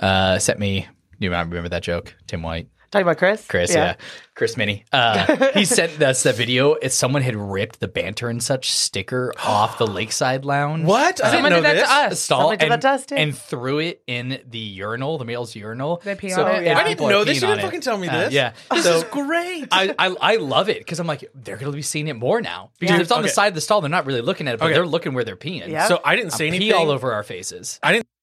Speaker 4: uh, sent me. You might remember that joke, Tim White,
Speaker 3: talking about Chris.
Speaker 4: Chris? Yeah, Chris Minnie. Uh, he sent us the video. It's someone had ripped the banter and such sticker off the Lakeside Lounge.
Speaker 1: what i
Speaker 2: Someone
Speaker 1: didn't know
Speaker 2: did
Speaker 1: this
Speaker 2: that to us.
Speaker 4: Stall
Speaker 3: Somebody did
Speaker 4: and,
Speaker 3: that to us, too.
Speaker 4: and threw it in the urinal, the male's urinal.
Speaker 2: They pee
Speaker 4: So-
Speaker 2: on it.
Speaker 4: and
Speaker 2: I
Speaker 1: i
Speaker 4: people
Speaker 1: didn't
Speaker 4: are
Speaker 1: know this
Speaker 4: peeing
Speaker 1: you
Speaker 4: on
Speaker 1: didn't
Speaker 4: it.
Speaker 1: fucking tell me
Speaker 4: Uh,
Speaker 1: this
Speaker 4: yeah.
Speaker 1: this
Speaker 4: So-
Speaker 1: is great
Speaker 4: I, I, I love it because I'm like they're gonna be seeing it more now because
Speaker 1: Dude,
Speaker 4: if it's on
Speaker 1: okay.
Speaker 4: the side of the stall they're not really looking at it but
Speaker 1: Okay.
Speaker 4: they're looking where they're peeing
Speaker 3: Yeah.
Speaker 1: so i didn't say
Speaker 4: pee
Speaker 1: anything
Speaker 4: all over our faces
Speaker 1: i didn't